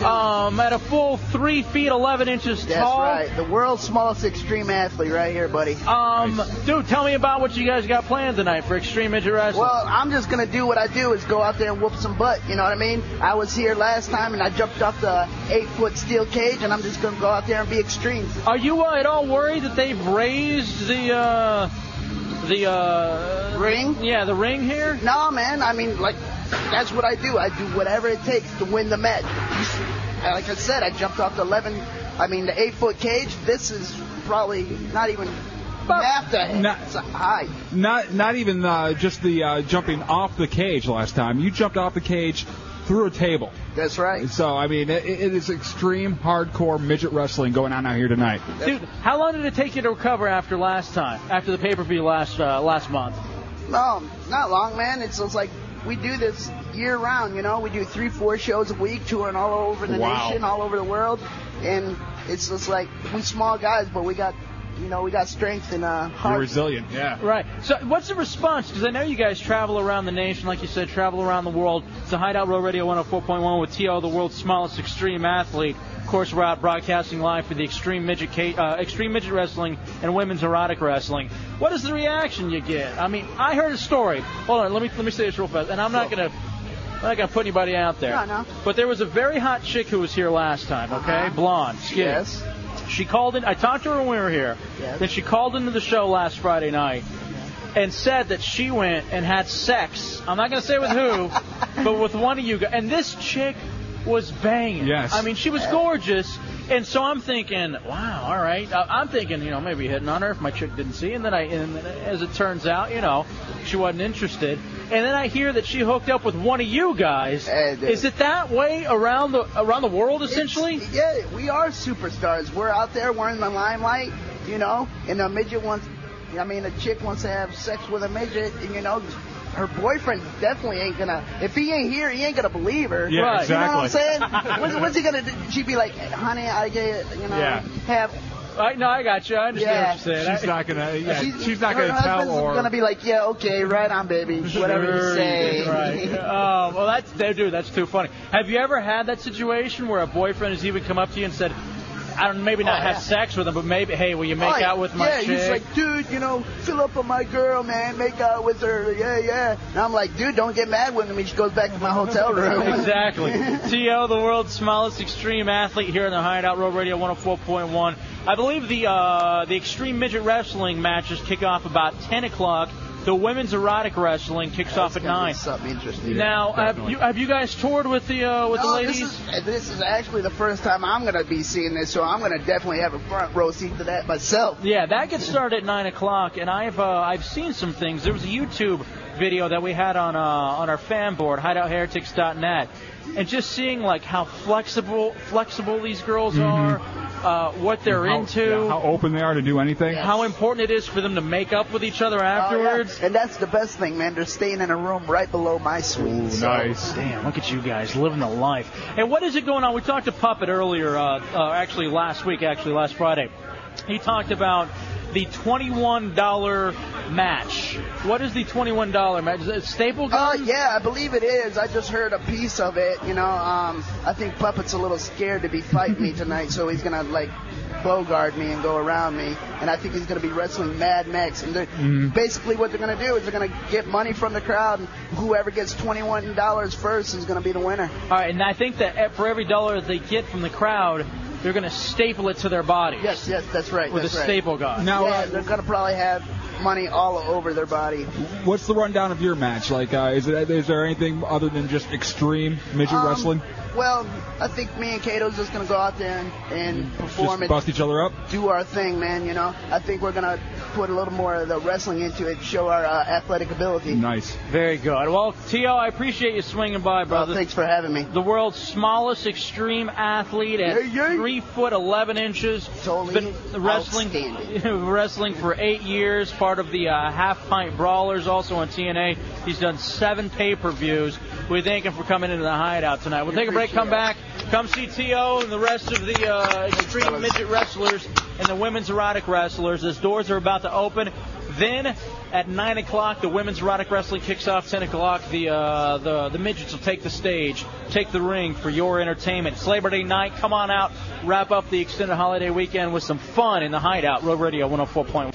S3: Um, at a full three feet eleven inches
S18: That's
S3: tall.
S18: right. The world's smallest extreme athlete right here, buddy.
S3: Um, dude, tell me about what you guys got planned tonight for Extreme Midget Wrestling.
S18: Well, I'm just gonna do what I do is go out there and whoop some butt. You know what I mean? I was here last time and I jumped off the eight foot steel cage and I'm just gonna go out there and be extreme.
S3: Are you uh, at all worried that they've raised the uh, the uh,
S18: ring?
S3: Yeah, the ring here.
S18: No, man. I mean, like that's what I do. I do whatever it takes to win the match. And Like I said, I jumped off the eleven. I mean, the eight foot cage. This is probably not even half the it's a high.
S4: Not not even uh, just the uh, jumping off the cage last time. You jumped off the cage through a table.
S18: That's right.
S4: So I mean, it, it is extreme hardcore midget wrestling going on out here tonight.
S3: Dude, how long did it take you to recover after last time, after the pay-per-view last uh, last month?
S18: No, not long, man. It's just like we do this year round. You know, we do three, four shows a week, touring all over the
S3: Wow.
S18: nation, all over the world, and it's just like we small guys, but we got, you know, we got strength and uh, heart.
S4: resilient, yeah.
S3: Right. So, what's the response? Because I know you guys travel around the nation, like you said, travel around the world. It's the Hideout Row Radio 104.1 with T.O., the world's smallest extreme athlete. Of course, we're out broadcasting live for the Extreme Midget, Ca- uh, Extreme Midget Wrestling and Women's Erotic Wrestling. What is the reaction you get? I mean, I heard a story. Hold on, let me let me say this real fast, and I'm not gonna. I'm not gonna put anybody out there.
S18: No, no.
S3: But there was a very hot chick who was here last time. Okay,
S18: Uh-huh.
S3: blonde, skinny.
S18: Yes.
S3: She called in. I talked to her when we were here.
S18: Yes.
S3: Then she called into the show last Friday night and said that she went and had sex. I'm not going to say with who, but with one of you guys. And this chick was banging.
S4: Yes.
S3: I mean, she was gorgeous. And so I'm thinking, wow, all right. I- I'm thinking, you know, maybe hitting on her if my chick didn't see. And then I, and then as it turns out, you know, she wasn't interested. And then I hear that she hooked up with one of you guys.
S18: dude.
S3: Is it that way around the around the world essentially?
S18: Yeah, we are superstars. We're out there, we're in the limelight, you know, and a midget wants, I mean, a chick wants to have sex with a midget, and you know, her boyfriend definitely ain't gonna, if he ain't here, he ain't gonna believe her.
S2: Yeah, Right.
S18: You know what I'm saying?
S2: exactly.
S18: what's, what's he gonna do? She'd be like, honey, I get, it," you know,
S4: Yeah.
S18: have.
S3: I, no, I got you. I understand
S18: yeah.
S3: what you're saying.
S4: She's not gonna. Yeah,
S18: She's-
S4: she's, not
S18: her
S4: gonna tell
S18: husband's
S4: or.
S18: gonna be like, yeah, okay, right on, baby, whatever you say.
S3: Right. Oh, well, that's dude, that's too funny. Have you ever had that situation where a boyfriend has even come up to you and said, I don't maybe not have sex with him, but maybe hey, will you make
S18: Right.
S3: out with my
S18: Oh, yeah,
S3: chick?
S18: he's like, dude, you know, fill up on my girl, man, make out with her, yeah, yeah. And I'm like, dude, don't get mad with me. She goes back to my hotel room.
S3: exactly. T.O., the world's smallest extreme athlete here in the Hideout Road Radio 104.1. I believe the uh, the extreme midget wrestling matches kick off about 10 o'clock. The women's erotic wrestling kicks off at
S18: gonna be
S3: nine.
S18: something interesting.
S3: Now,
S18: Yeah,
S3: have you, have you guys toured with the uh, with
S18: No,
S3: the ladies?
S18: This is, this is actually the first time I'm going to be seeing this, so I'm going to definitely have a front row seat to that myself.
S3: Yeah, that gets started at nine o'clock, and I've uh, I've seen some things. There was a YouTube video that we had on uh, on our fan board, hideoutheretics.net, and just seeing like how flexible flexible these girls are, uh, what they're
S4: How-
S3: into,
S4: yeah, how open they are to do anything.
S3: how important it is for them to make up with each other afterwards.
S18: Oh, And that's the best thing, man. They're staying in a room right below my suite. so-
S3: Damn, look at you guys living the life. And what is it going on? We talked to Puppet earlier, uh, uh, actually last week, actually last Friday. He talked about the $21 match. What is the $21 match? Is it staple
S18: Uh,
S3: gun?
S18: yeah, I believe it is. I just heard a piece of it. You know, um, I think Puppet's a little scared to be fighting me tonight, so he's gonna like bogard me and go around me. And I think he's gonna be wrestling Mad Max. And they're
S3: Mm-hmm.
S2: Mhm.
S18: basically what they're gonna do is they're gonna get money from the crowd, and whoever gets twenty-one dollars first is gonna be the winner.
S3: All right, and I think that e- for every dollar that they get from the crowd, they're going to staple it to their bodies.
S18: Yes, yes, that's right.
S3: With
S18: that's
S3: a
S18: right.
S3: staple gun.
S18: yeah,
S4: uh,
S18: they're gonna probably have money all over their body.
S4: What's the rundown of your match? Like, uh, is, it, is there anything other than just extreme midget
S18: Um,
S4: wrestling?
S18: Well, I think me and Kato's just gonna go out there and, and perform
S4: Mm-hmm. Just
S18: it.
S4: bust each other up?
S18: do our thing, man. You know, I think we're gonna put a little more of the wrestling into it, show our uh, athletic ability.
S4: Nice.
S3: Very good. Well, T.O., I appreciate you swinging by, brother.
S18: thanks for having me.
S3: The world's smallest extreme athlete at three foot eleven inches. Totally been wrestling, wrestling for eight years. Part of the uh, Half Pint Brawlers, also on TNA. He's done seven pay-per-views. We thank him for coming into the hideout tonight. We'll take a break. Come back. Come see T.O. and the rest of the uh, extreme midget wrestlers and the women's erotic wrestlers. As doors are about to open, then at 9 o'clock, the women's erotic wrestling kicks off. 10 o'clock, the, uh, the the midgets will take the stage, take the ring for your entertainment. It's Labor Day night. Come on out. Wrap up the extended holiday weekend with some fun in the hideout. Road Radio 104.1.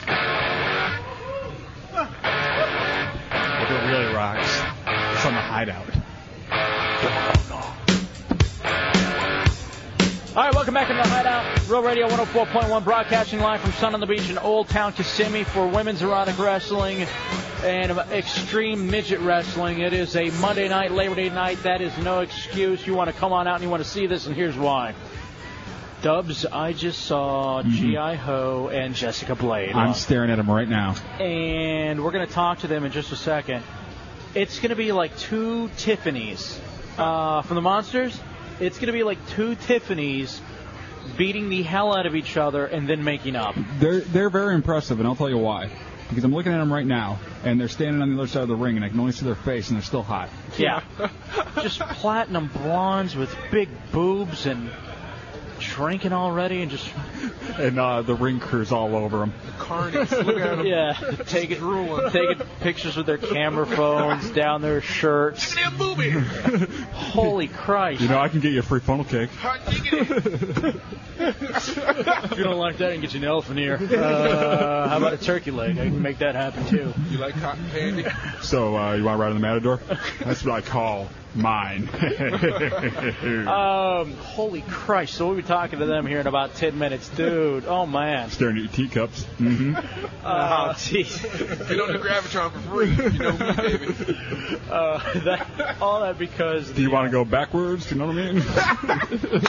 S4: If it really rocks, it's on the hideout.
S3: All right, welcome back to the Hideout. Real Radio 104.1 broadcasting live from Sun on the Beach in Old Town Kissimmee for women's erotic wrestling and extreme midget wrestling. It is a Monday night, Labor Day night. That is no excuse. You want to come on out and you want to see this, and here's why. Dubs, I just saw G.I. Ho and Jessica Blade.
S4: I'm staring at him right now.
S3: and we're going to talk to them in just a second. It's going to be like two Tiffany's uh, from the Monsters. It's going to be like two Tiffany's beating the hell out of each other and then making up.
S4: They're they're very impressive, and I'll tell you why. Because I'm looking at them right now, and they're standing on the other side of the ring, and I can only see their face, and they're still hot.
S3: Yeah. just platinum blondes with big boobs and drinking already and just
S4: And uh, the ring crew's all over them.
S3: carnage. yeah, taking taking pictures with their camera phones down their shirts. Holy Christ!
S4: You know, I can get you a free funnel cake.
S3: if you don't like that, I can get you an elephant ear. Uh, how about a turkey leg? I can make that happen too.
S9: You like cotton candy?
S4: So uh, you want to ride on the Matador? That's what I call mine.
S3: Um, holy Christ! So we'll be talking to them here in about ten minutes, dude. Oh man.
S4: Staring at your teacups. Mm-hmm.
S3: Oh jeez.
S9: Uh, If you don't do Gravitron for free, you know me, baby.
S3: Uh, that, all that because
S4: Do you want to go backwards? Do you know what I mean?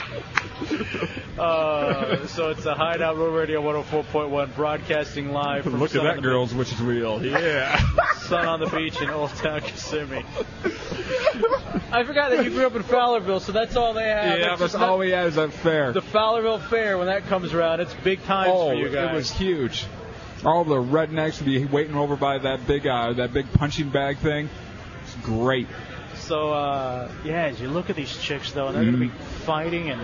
S3: uh, so it's the Hideout Road Radio 104.1 broadcasting live from
S4: Look at
S3: Sun
S4: that
S3: on
S4: girl's witch's wheel. Yeah.
S3: the, Sun on the Beach in Old Town Kissimmee. I forgot that you grew up in Fowlerville, so that's all they have.
S4: Yeah,
S3: that's
S4: that's all we had is that fair.
S3: The Fowlerville Fair when that comes around, it's big times
S4: oh,
S3: for you guys.
S4: it was huge. All the rednecks would be waiting over by that big uh, that big punching bag thing. It's great.
S3: So uh, yeah, as you look at these chicks though, and they're going to be fighting and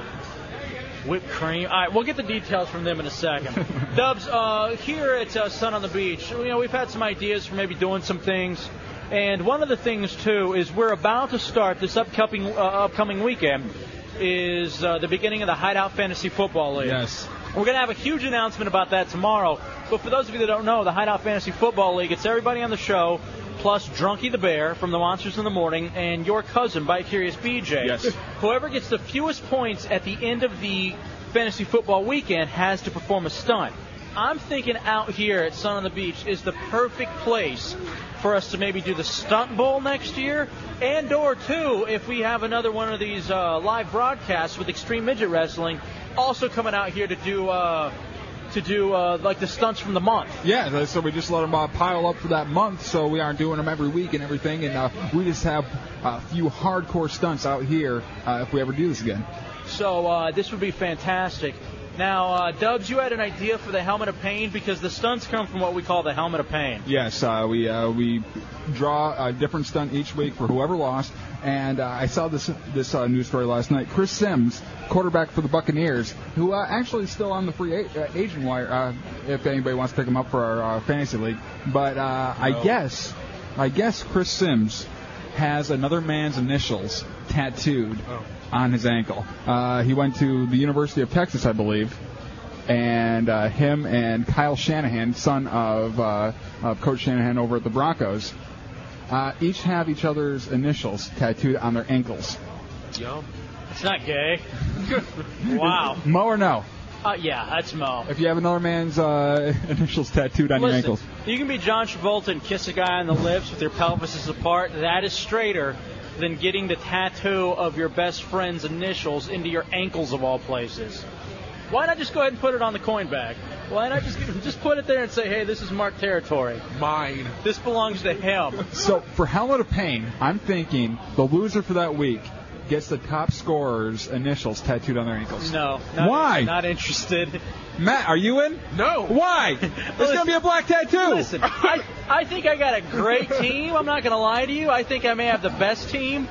S3: whipped cream. All right, we'll get the details from them in a second. Dubs, uh, here at uh, Sun on the Beach, you know we've had some ideas for maybe doing some things, and one of the things too is we're about to start this upcoming uh, upcoming weekend. is uh, the beginning of the Hideout Fantasy Football League.
S4: Yes.
S3: We're going to have a huge announcement about that tomorrow. But for those of you that don't know, the Hideout Fantasy Football League, it's everybody on the show, plus Drunky the Bear from the Monsters in the Morning, and your cousin, Bite Curious BJ.
S4: Yes.
S3: Whoever gets the fewest points at the end of the fantasy football weekend has to perform a stunt. I'm thinking out here at Sun on the Beach is the perfect place for us to maybe do the stunt bowl next year, and or two, if we have another one of these uh, live broadcasts with Extreme Midget Wrestling, also coming out here to do uh, to do uh, like the stunts from the month.
S4: Yeah, th- so we just let them uh, pile up for that month, so we aren't doing them every week and everything, and uh, we just have a few hardcore stunts out here uh, if we ever do this again.
S3: So uh, this would be fantastic. Now, uh, Dubs, you had an idea for the helmet of pain because the stunts come from what we call the helmet of pain.
S4: Yes, uh, we uh, we draw a different stunt each week for whoever lost. And uh, I saw this this uh, news story last night. Chris Sims, quarterback for the Buccaneers, who uh, actually is still on the free a- uh, agent wire. Uh, if anybody wants to pick him up for our uh, fantasy league, but uh, I
S6: No.
S4: guess I guess Chris Sims has another man's initials tattooed on his ankle. Uh, he went to the University of Texas, I believe and uh, him and Kyle Shanahan, son of, uh, of Coach Shanahan over at the Broncos, uh, each have each other's initials tattooed on their ankles.
S3: Yo. It's not gay. wow.
S4: Mo or no?
S3: Uh, yeah, that's Mo.
S4: If you have another man's uh, initials tattooed on your
S3: Listen,
S4: ankles.
S3: You can be John Travolta and kiss a guy on the lips with your pelvises apart. That is straighter than getting the tattoo of your best friend's initials into your ankles of all places. Why not just go ahead and put it on the coin bag? Why not just just put it there and say, hey, this is marked territory. Mine. This belongs to him.
S4: So for Helmet of Pain, I'm thinking the loser for that week gets the top scorer's initials tattooed on their ankles.
S3: No. Not,
S4: Why?
S3: Not interested.
S4: Matt, are you in? No. Why? There's gonna be a black tattoo.
S3: Listen, I, I think I got a great team. I'm not going to lie to you. I think I may have the best team.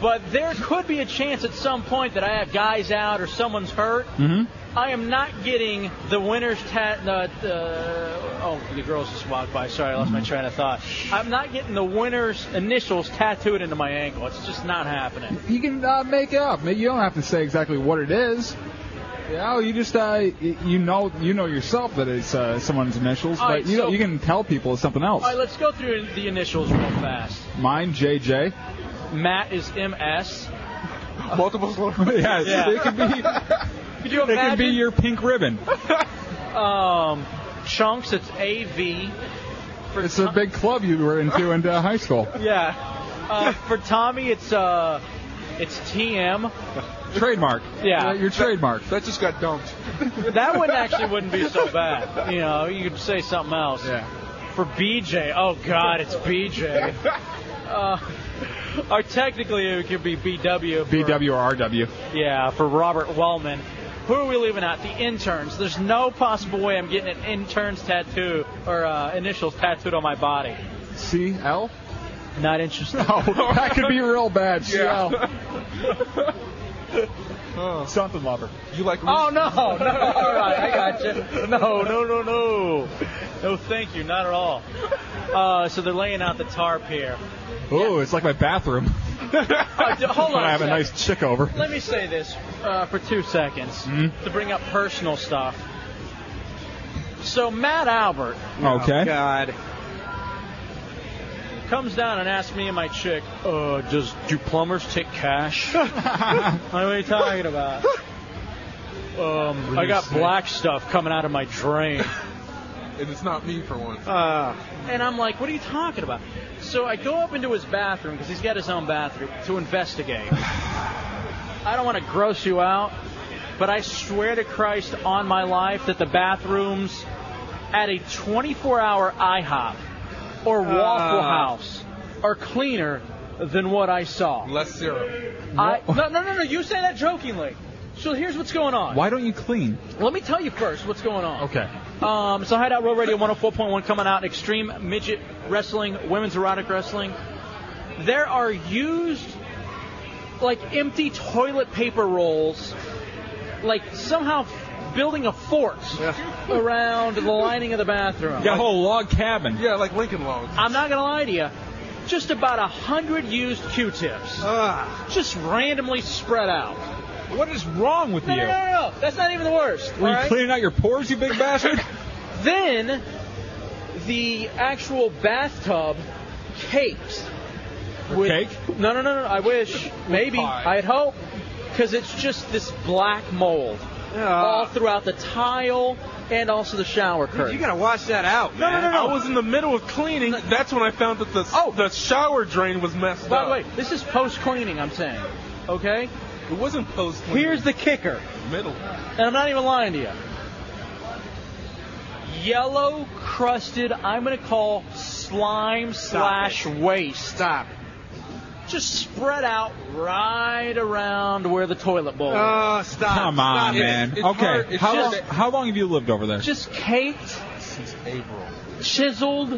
S3: But there could be a chance at some point that I have guys out or someone's hurt.
S4: Mm-hmm.
S2: Mhm.
S3: I am not getting the winner's tat. Uh, uh, oh, the girls just walked by. Sorry, I lost my train of thought. I'm not getting the winner's initials tattooed into my ankle. It's just not happening.
S4: You can uh, make it up. You don't have to say exactly what it is. You know, you just uh, y- you know you know yourself that it's uh, someone's initials,
S3: All
S4: but
S3: right,
S4: you
S3: so-
S4: you can tell people it's something
S3: All
S4: else.
S3: right, let's go through the initials real fast.
S4: Mine JJ.
S3: Matt is MS.
S4: Multiple. yes,
S3: Yeah.
S4: it could be.
S3: Could you
S4: It could be
S3: imagine?
S4: your pink ribbon.
S3: Um, chunks, it's AV.
S4: It's a big club you were into in uh, high school.
S3: Yeah. Uh, for Tommy, it's uh, it's TM.
S4: Trademark.
S3: Yeah.
S4: Your trademark.
S9: That just got dumped.
S3: That one actually wouldn't be so bad. You know, you could say something else. Yeah. For BJ, oh God, it's BJ. Uh, or technically, it could be BW. For,
S4: BW or RW.
S3: Yeah, for Robert Wellman. Who are we leaving out? The interns. There's no possible way I'm getting an intern's tattoo or uh, initials tattooed on my body.
S4: CL.
S3: Not interested.
S4: Oh, that could be real bad.
S3: Yeah.
S4: CL. Something lover.
S9: You like?
S3: Oh no, no, all right, I got you. No, no, no, no, no, thank you, not at all. Uh, so they're laying out the tarp here.
S4: Ooh, it's like my bathroom.
S3: Uh, d- hold
S4: when
S3: on,
S4: I have a
S3: sec.
S4: nice chick over.
S3: Let me say this uh, for two seconds
S4: Mhm.
S3: to bring up personal stuff. So Matt Albert
S4: Oh, Okay.
S5: God.
S3: comes down and asks me and my chick, uh, does do plumbers take cash? what are you talking about? Um, I got black stuff coming out of my drain.
S9: And it's not me for once.
S3: and I'm like, what are you talking about? So I go up into his bathroom because he's got his own bathroom to investigate. I don't want to gross you out, but I swear to Christ on my life that the bathrooms at a 24 hour IHOP or Waffle
S9: Ah.
S3: House are cleaner than what I saw.
S9: Less syrup.
S3: I, no, no, no, no, you say that jokingly. So here's what's going on.
S4: Why don't you clean?
S3: Let me tell you first what's going on.
S4: Okay.
S3: Um, so Hideout Row Radio 104.1 coming out. Extreme Midget Wrestling, Women's Erotic Wrestling. There are used, like, empty toilet paper rolls, like, somehow f- building a fort around the lining of the bathroom.
S4: Got a whole log cabin.
S9: Yeah, like Lincoln logs.
S3: I'm not gonna lie to you. Just about a hundred used Q-tips, just randomly spread out.
S4: Ah. What is wrong with
S3: No,
S4: you?
S3: no, no, no, no. That's not even the worst.
S4: Were
S3: all
S4: you
S3: right?
S4: cleaning out your pores, you big bastard?
S3: Then the actual bathtub caked. With, Cake? No, no, no, no. I wish. Maybe. I'd hope. Because it's just this black mold all throughout the tile and also the shower curtain.
S5: You gotta wash that out.
S9: No, no, no,
S5: man.
S9: no. I was in the middle of cleaning. That's when I found that the oh. the shower drain was messed
S3: By
S9: up.
S3: the way, this is post cleaning, I'm saying. Okay?
S9: It wasn't post cleaning.
S3: Here's the kicker.
S9: Middle.
S3: And I'm not even lying to you. Yellow crusted, I'm going to call slime slash waste. Stop. Just spread out right around where the toilet bowl
S5: Oh,
S3: is.
S5: stop.
S4: Come on, man. okay, how, long,
S3: just,
S4: how long have you lived over there?
S3: just caked. Since April. Chiseled.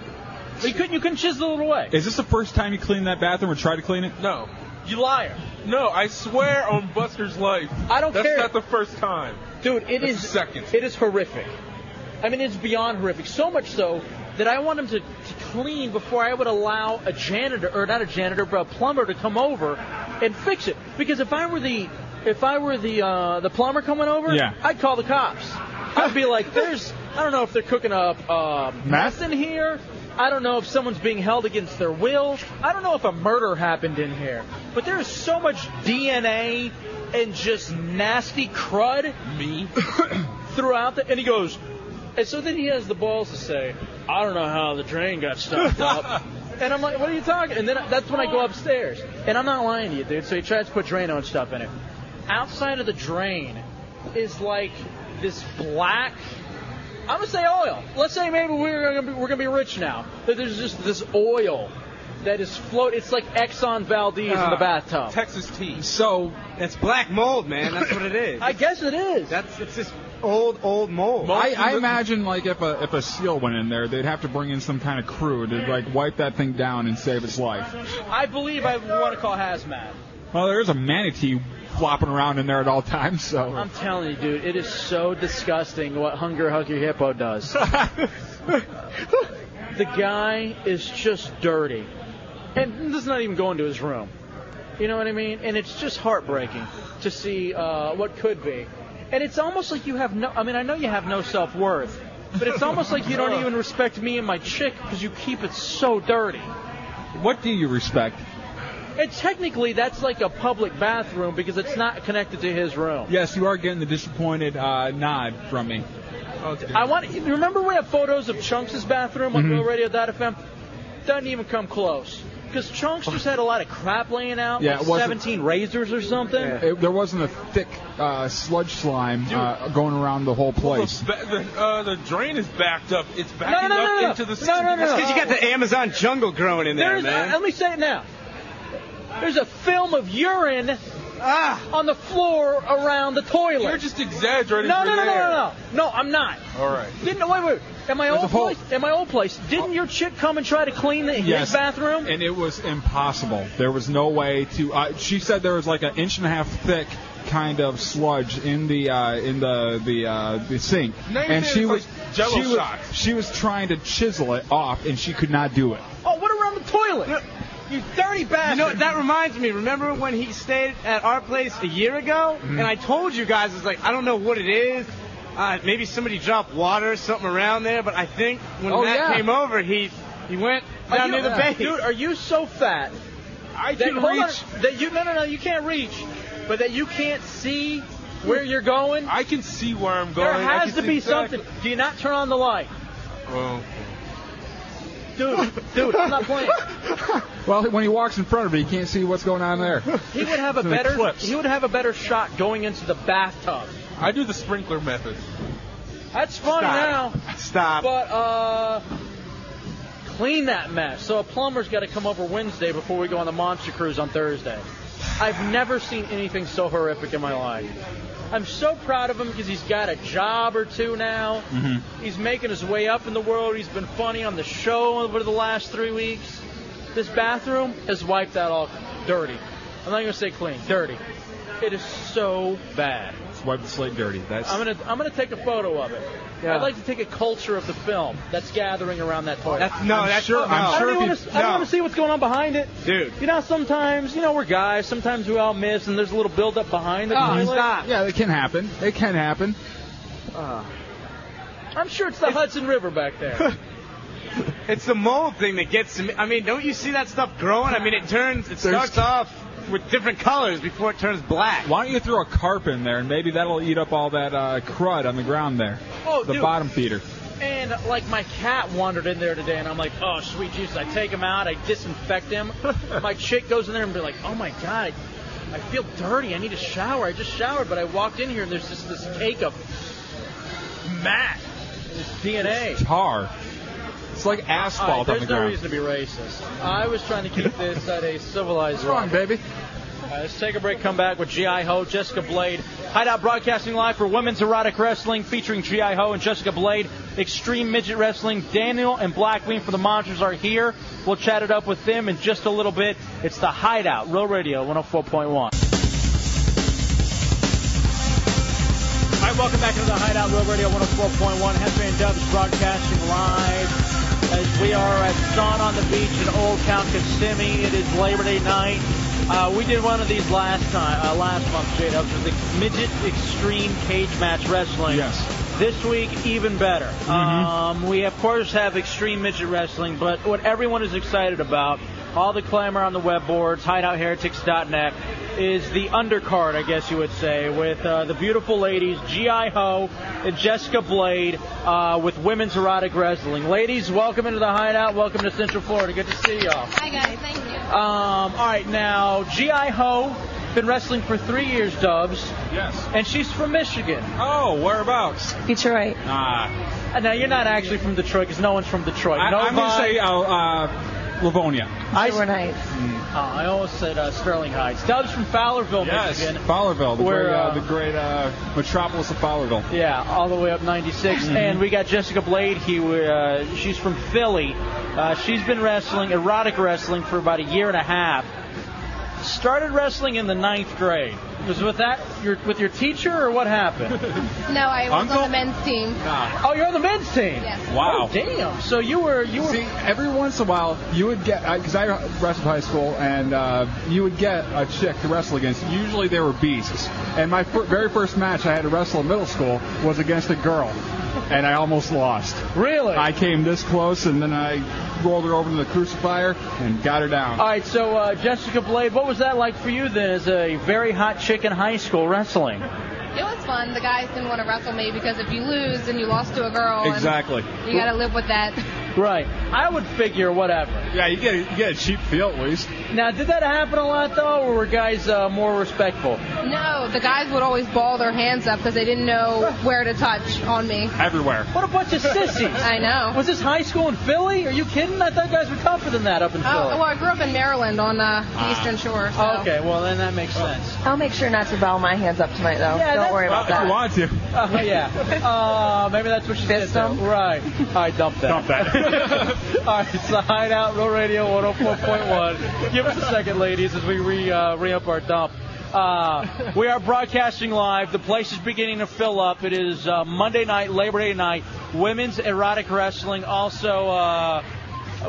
S3: You couldn't, you couldn't chisel it away.
S4: Is this the first time you cleaned that bathroom or tried to clean it?
S9: No.
S3: You liar.
S9: No, I swear on Buster's life.
S3: I don't
S9: That's
S3: care.
S9: That's not the first time.
S3: Dude, it
S9: That's
S3: is-
S9: the second.
S3: It is horrific. I mean, it's beyond horrific. So much so that I want him to, to clean before I would allow a janitor, or not a janitor, but a plumber to come over and fix it. Because if I were the if I were the uh, the plumber coming over,
S4: Yeah.
S3: I'd call the cops. I'd be like, "There's, I don't know if they're cooking up uh, meth in here. I don't know if someone's being held against their will. I don't know if a murder happened in here. But there is so much DNA and just nasty crud." Me throughout the, and he goes, and so then he has the balls to say, I don't know how the drain got stopped up. And I'm like, what are you talking? And then that's when I go upstairs. And I'm not lying to you, dude. So he tries to put Drano and stuff in it. Outside of the drain is like this black. I'm gonna say oil. Let's say maybe we're gonna be, we're gonna be rich now. But there's just this oil that is float. It's like Exxon Valdez
S5: Ah.
S3: in the bathtub.
S9: Texas tea.
S4: So
S5: it's black mold, man. That's what it is.
S3: I guess it is.
S5: That's it's just old, old mold.
S4: I, I imagine like if a if a seal went in there, they'd have to bring in some kind of crew to like wipe that thing down and save its life.
S3: I believe I want to call hazmat.
S4: Well, there's a manatee flopping around in there at all times, so.
S3: I'm telling you, dude, it is so disgusting what Hunger Hug Your Hippo does. the guy is just dirty. And does not even go into his room. You know what I mean? And it's just heartbreaking to see uh, what could be. And it's almost like you have no, I mean, I know you have no self worth, but it's almost like you don't even respect me and my chick because you keep it so dirty.
S4: What do you respect?
S3: And technically, that's like a public bathroom because it's not connected to his room.
S4: Yes, you are getting the disappointed uh, nod from me.
S3: I want. you Remember we have photos of Chunks' bathroom on mm Radio.fm. Doesn't even come close. Because Chunks just had a lot of crap laying out.
S4: Yeah,
S3: like
S4: it wasn't-
S3: 17 razors or something.
S4: It, there wasn't a thick uh, sludge slime uh, going around the whole place.
S9: Ba- the, uh, the drain is backed up. It's backing
S3: no, no,
S9: up
S3: no, no.
S9: into the
S3: No, no, no,
S5: That's because you got the Amazon jungle growing in there,
S3: There's-
S5: man.
S3: uh, let me say it now. There's a film of urine on the floor around the toilet.
S9: You're just exaggerating.
S3: no,
S9: for
S3: no, no, no,
S9: the air.
S3: no, no. No, I'm not.
S9: All right.
S3: Didn't wait, wait. At my
S4: There's a
S3: old
S4: hole.
S3: place, at my old place, didn't your chick come and try to clean the, his bathroom?
S4: And it was impossible. There was no way to. Uh, she said there was like an inch and a half thick kind of sludge in the uh, in the the uh, the sink,
S9: Now you're
S4: and
S9: saying
S4: she
S9: it's
S4: was,
S9: like Jell-O
S4: she was
S9: shots.
S4: she was trying to chisel it off, and she could not do it.
S3: Oh, what around the toilet? You dirty bastard.
S5: You know, that reminds me. Remember when he stayed at our place a year ago?
S3: Mm-hmm.
S5: And I told you guys, it's like, I don't know what it is. Uh, maybe somebody dropped water or something around there, but I think when
S3: Oh,
S5: Matt
S3: yeah.
S5: came over, he he went
S3: Are
S5: down
S3: you-
S5: near the
S3: yeah.
S5: base.
S3: Dude, are you so fat?
S9: I
S3: that,
S9: can
S3: hold on,
S9: reach.
S3: that you no no no you can't reach, but that you can't see where you're going.
S9: I can see where I'm going.
S3: There
S9: I
S3: has
S9: can
S3: to
S9: see Oh.
S3: be
S9: exactly-
S3: something. Do you not turn on the light,
S9: Well,
S3: dude? Dude, I'm not playing.
S4: Well, when he walks in front of it, he can't see what's going on there.
S3: He would have a
S4: It's an
S3: better
S4: eclipse.
S3: he would have a better shot going into the bathtub.
S9: I do the sprinkler method.
S3: That's fun
S9: Stop.
S3: now.
S5: Stop.
S3: But uh, clean that mess. So a plumber's got to come over Wednesday before we go on the monster cruise on Thursday. I've never seen anything so horrific in my life. I'm so proud of him because he's got a job or two now.
S2: Mhm.
S3: He's making his way up in the world. He's been funny on the show over the last three weeks. This bathroom has wiped out all dirty. I'm not going to say clean, dirty. It is so bad.
S4: Let's wipe the slate dirty. That's
S3: I'm gonna I'm gonna take a photo of it.
S4: Yeah.
S3: I'd like to take a culture of the film that's gathering around that toilet.
S5: That's- no, I'm that's- sure- no. I'm
S3: I
S5: sure
S3: don't
S5: if
S3: want
S5: you-
S3: to. I don't
S5: no.
S3: want to see what's going on behind it,
S5: Dude.
S3: You know, sometimes you know we're guys. Sometimes we all miss, and there's a little buildup behind the toilet.
S4: Yeah, it can happen. It can happen.
S5: Ah.
S3: I'm sure it's the Hudson River back there.
S5: It's the mold thing that gets to me. I mean, don't you see that stuff growing? I mean, it turns, it
S4: There's-
S5: starts off with different colors before it turns black.
S4: Why don't you throw a carp in there, and maybe that'll eat up all that uh, crud on the ground there.
S3: Oh,
S4: the
S3: dude.
S4: bottom feeder.
S3: And like my cat wandered in there today, and I'm like, oh sweet Jesus! I take him out, I disinfect him. my chick goes in there and be like, oh my god, I feel dirty. I need a shower. I just showered, but I walked in here and there's just this cake of mat, this DNA.
S4: It's tar. It's like
S3: All right,
S4: asphalt on
S3: there's
S4: the
S3: no
S4: ground.
S3: reason to be racist. I was trying to keep this at a civilized. What's
S4: wrong, baby?
S3: let's take a break. Come back with GI Ho, Jessica Blade. Hideout broadcasting live for Women's Erotic Wrestling, featuring GI Ho and Jessica Blade. Extreme Midget Wrestling. Daniel and Blackwing from the Monsters are here. We'll chat it up with them in just a little bit. It's the Hideout, Real Radio 104.1. All right, welcome back into the Hideout Real Radio 104.1. Hefe and Dubs broadcasting live as we are at Sun on the Beach in Old Town Kissimmee. It is Labor Day night. Uh, we did one of these last time, uh, last month, J Dubs, was the Midget Extreme Cage Match Wrestling. Yes. This week, even better. Um, we, of course, have Extreme Midget Wrestling, but what everyone is excited about, all the clamor on the web boards, hideoutheretics.net, is the undercard, I guess you would say, with uh, the beautiful ladies, G.I. Ho and Jessica Blade, uh, with women's erotic wrestling. Ladies, welcome into the hideout. Welcome to Central Florida. Good to see y'all.
S6: Hi guys, thank you.
S3: Um, all right, now G.I. Ho been wrestling for three years, Dubs. Yes. And she's from Michigan. Oh, whereabouts?
S6: Detroit.
S3: Ah. Now you're not actually from Detroit, because no one's from Detroit.
S4: I,
S3: no
S4: am gonna say uh, uh, Livonia.
S3: Iowa Heights. Uh, I almost said uh, Sterling Heights. Dubs from Fowlerville, Michigan.
S4: Fowlerville, the
S3: Where,
S4: great, uh,
S3: uh,
S4: the great uh, metropolis of Fowlerville.
S3: Yeah, all the way up 96.
S4: Mhm.
S3: And we got Jessica Blade. He, uh, she's from Philly. Uh, she's been wrestling, erotic wrestling, for about a year and a half. Started wrestling in the ninth grade. Was with that your with your teacher or what happened?
S6: Mm-hmm. No, I was
S3: Uncle?
S6: on the men's team.
S3: Oh, you're on the men's team.
S6: Yes.
S4: Wow.
S3: Oh, damn. So you were you were
S4: See, every once in a while, you would get because I wrestled high school, and uh, you would get a chick to wrestle against. Usually, they were beasts. And my fir- very first match I had to wrestle in middle school was against a girl, and I almost lost.
S3: Really?
S4: I came this close, and then I rolled her over to the crucifier and got her down.
S3: All right, so uh, Jessica Blade, what was that like for you then as a very hot chick in high school wrestling?
S6: It was fun. The guys didn't want to wrestle me because if you lose, then you lost to a girl. and
S3: Exactly.
S6: You got to live with that.
S3: Right. I would figure whatever.
S4: Yeah, you get a, you get a cheap feel at least.
S3: Now, did that happen a lot though, or were guys uh, more respectful?
S6: No, the guys would always ball their hands up because they didn't know where to touch on me.
S4: Everywhere.
S3: What a bunch of sissies!
S6: I know.
S3: Was this high school in Philly? Are you kidding? I thought guys were tougher than that up in
S6: Oh,
S3: Philly.
S6: well, I grew up in Maryland on uh, the
S3: Ah.
S6: Eastern Shore. So.
S3: Oh, okay, well then that makes sense.
S19: I'll make sure not to bow my hands up tonight, though.
S3: Yeah,
S19: Don't
S3: that's-
S19: worry about that.
S4: want to.
S3: Oh yeah. Uh, maybe that's what she did. though. Right. All right, dump that. Dump that. All right, it's the Hideout, Real Radio 104.1. Give us a second, ladies, as we re uh, re up our dump. Uh, we are broadcasting live. The place is beginning to fill up. It is uh, Monday night, Labor Day night. Women's erotic wrestling. Also, uh,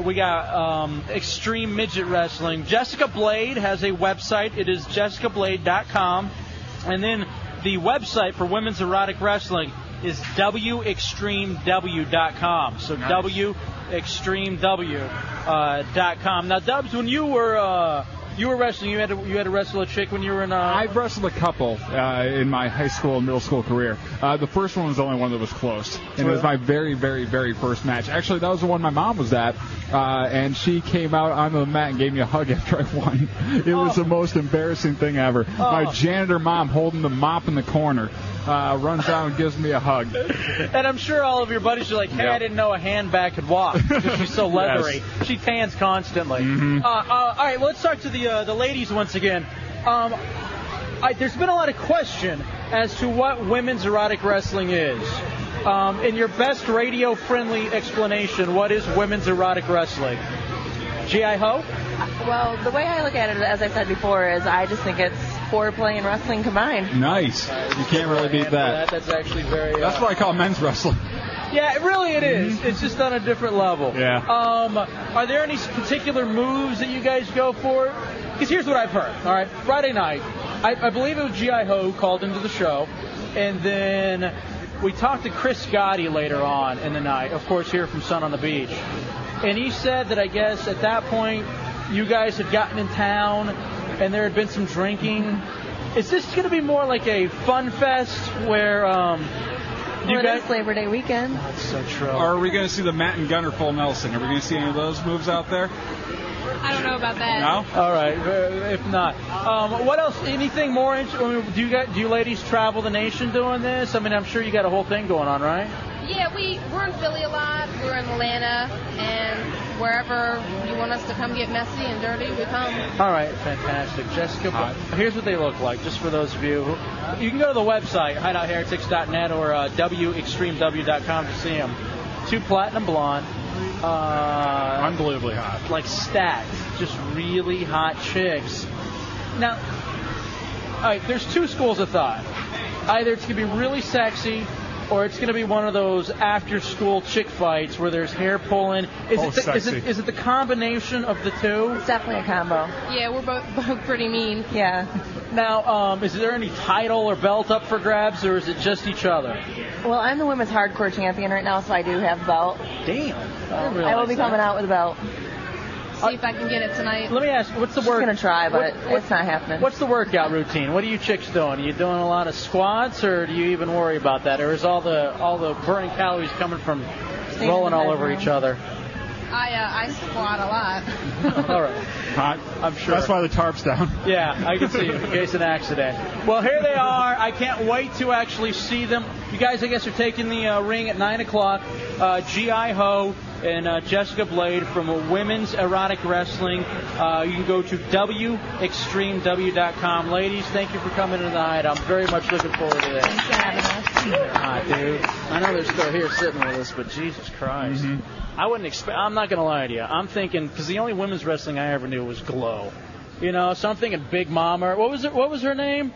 S3: we got um, extreme midget wrestling. Jessica Blade has a website. It is jessicablade.com. And then the website for women's erotic wrestling is wextremew.com. So wextremew.com. uh, Now, Dubs, when you were uh, you were wrestling, you had to, you had to wrestle a chick when you were in. Uh,
S4: I've wrestled a couple uh, in my high school and middle school career. Uh, the first one was the only one that was close, and it was my very, very, very first match. Actually, that was the one my mom was at, uh, and she came out onto the mat and gave me a hug after I won. It was
S3: Oh.
S4: the most embarrassing thing ever. My janitor mom holding the mop in the corner uh, runs out and gives me a hug.
S3: and I'm sure all of your buddies are like, "Hey, I didn't know a handbag could walk because she's so leathery. She tans constantly." Uh, uh, all right, let's talk to the uh, the ladies once again. Um, I, there's been a lot of question as to what women's erotic wrestling is. Um, in your best radio-friendly explanation, what is women's erotic wrestling? G.I. Ho?
S19: Well, the way I look at it, as I said before, is I just think it's foreplay and wrestling combined.
S4: Nice. You can't really beat that.
S3: That's actually very. Mm-hmm. Uh,
S4: That's what I call men's wrestling.
S3: Yeah, it really it is. It's just on a different level.
S4: Yeah.
S3: Um, are there any particular moves that you guys go for? Because here's what I've heard. All right, Friday night, I, I believe it was G.I. Ho who called into the show, and then we talked to Chris Gotti later on in the night. Of course, here from Sun on the Beach, and he said that I guess at that point you guys had gotten in town, and there had been some drinking. Is this going to be more like a fun fest where um, you
S19: Well, it
S3: guys?
S19: is Labor Day weekend.
S3: So true.
S4: Are we going to see the Matt and Gunner full Nelson? Are we going to see any of those moves out there?
S6: I don't know about that.
S4: No.
S3: All right. uh, If not, um, what else? Anything more? int- I mean, do you got? Do you ladies travel the nation doing this? I mean, I'm sure you got a whole thing going on, right?
S6: Yeah, we we're in Philly a lot. We're in Atlanta, and wherever you want us to come get messy and dirty, we come.
S3: All right, fantastic. Jessica, here's what they look like, just for those of you. Who, you can go to the website, hideoutheretics.net or uh, wextremew.com to see them. Two platinum blonde. Uh,
S4: Unbelievably hot.
S3: Like stacked. Just really hot chicks. Now, all right, there's two schools of thought. Either it's going to be really sexy or it's going to be one of those after school chick fights where there's hair pulling. Is,
S19: Oh,
S3: it, the, is, it,
S19: sexy.
S3: is it the combination of the two?
S19: It's definitely a combo.
S6: Yeah, we're both, both pretty mean.
S19: Yeah.
S3: Now, um, is there any title or belt up for grabs, or is it just each other?
S19: Well, I'm the women's hardcore champion right now, so I do have a belt.
S3: Damn.
S19: I will be coming out with a belt.
S6: See if I can get it tonight.
S3: Let me ask, what's the work?
S19: Gonna try, but
S3: What- what-
S19: it's not happening.
S3: What's the workout routine? What are you chicks doing? Are you doing a lot of squats, or do you even worry about that, or is all the all the burning calories coming from
S6: Staying in
S3: rolling
S6: the
S3: all over
S6: bedroom.
S3: each other?
S6: I uh, I squat a lot.
S3: all right.
S4: Hot.
S3: I'm sure.
S4: That's why the tarp's down.
S3: Yeah, I can see it in case of an accident. Well, here they are. I can't wait to actually see them. You guys, I guess, are taking the uh, ring at 9 o'clock. Uh, G.I. Ho and uh, Jessica Blade from Women's Erotic Wrestling. Uh, you can go to WExtremeW.com. Ladies, thank you for coming tonight. I'm very much looking forward to this. Ah, dude. I know they're still here sitting with us, but Jesus Christ.
S4: Mm-hmm.
S3: I wouldn't expect. I'm not going to lie to you. I'm thinking because the only women's wrestling I ever knew was Glow. You know, so I'm thinking Big Mama. or- What was it? What was her name?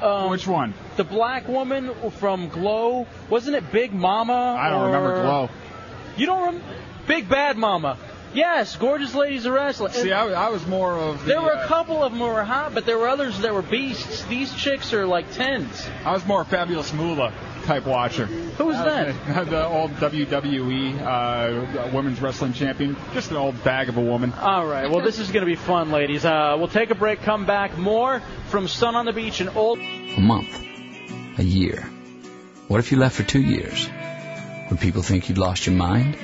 S3: Um,
S4: Which one?
S3: The black woman from Glow. Wasn't it Big Mama?
S4: I don't remember
S3: or-
S4: Glow.
S3: You don't remember? Big Bad Mama. Yes, gorgeous ladies of wrestling.
S4: See, I, I was more of. The,
S3: there were a
S4: uh,
S3: couple of them who were hot, but there were others that were beasts. These chicks are like tens.
S4: I was more Fabulous Moolah type watcher.
S3: Who was that?
S4: the old WWE uh, women's wrestling champion. Just an old bag of a woman.
S3: All right. Well, this is going to be fun, ladies. Uh, we'll take a break. Come back. More from Sun on the Beach and Old.
S20: a month, a year? What if you left for two years? Would people think you'd lost your mind?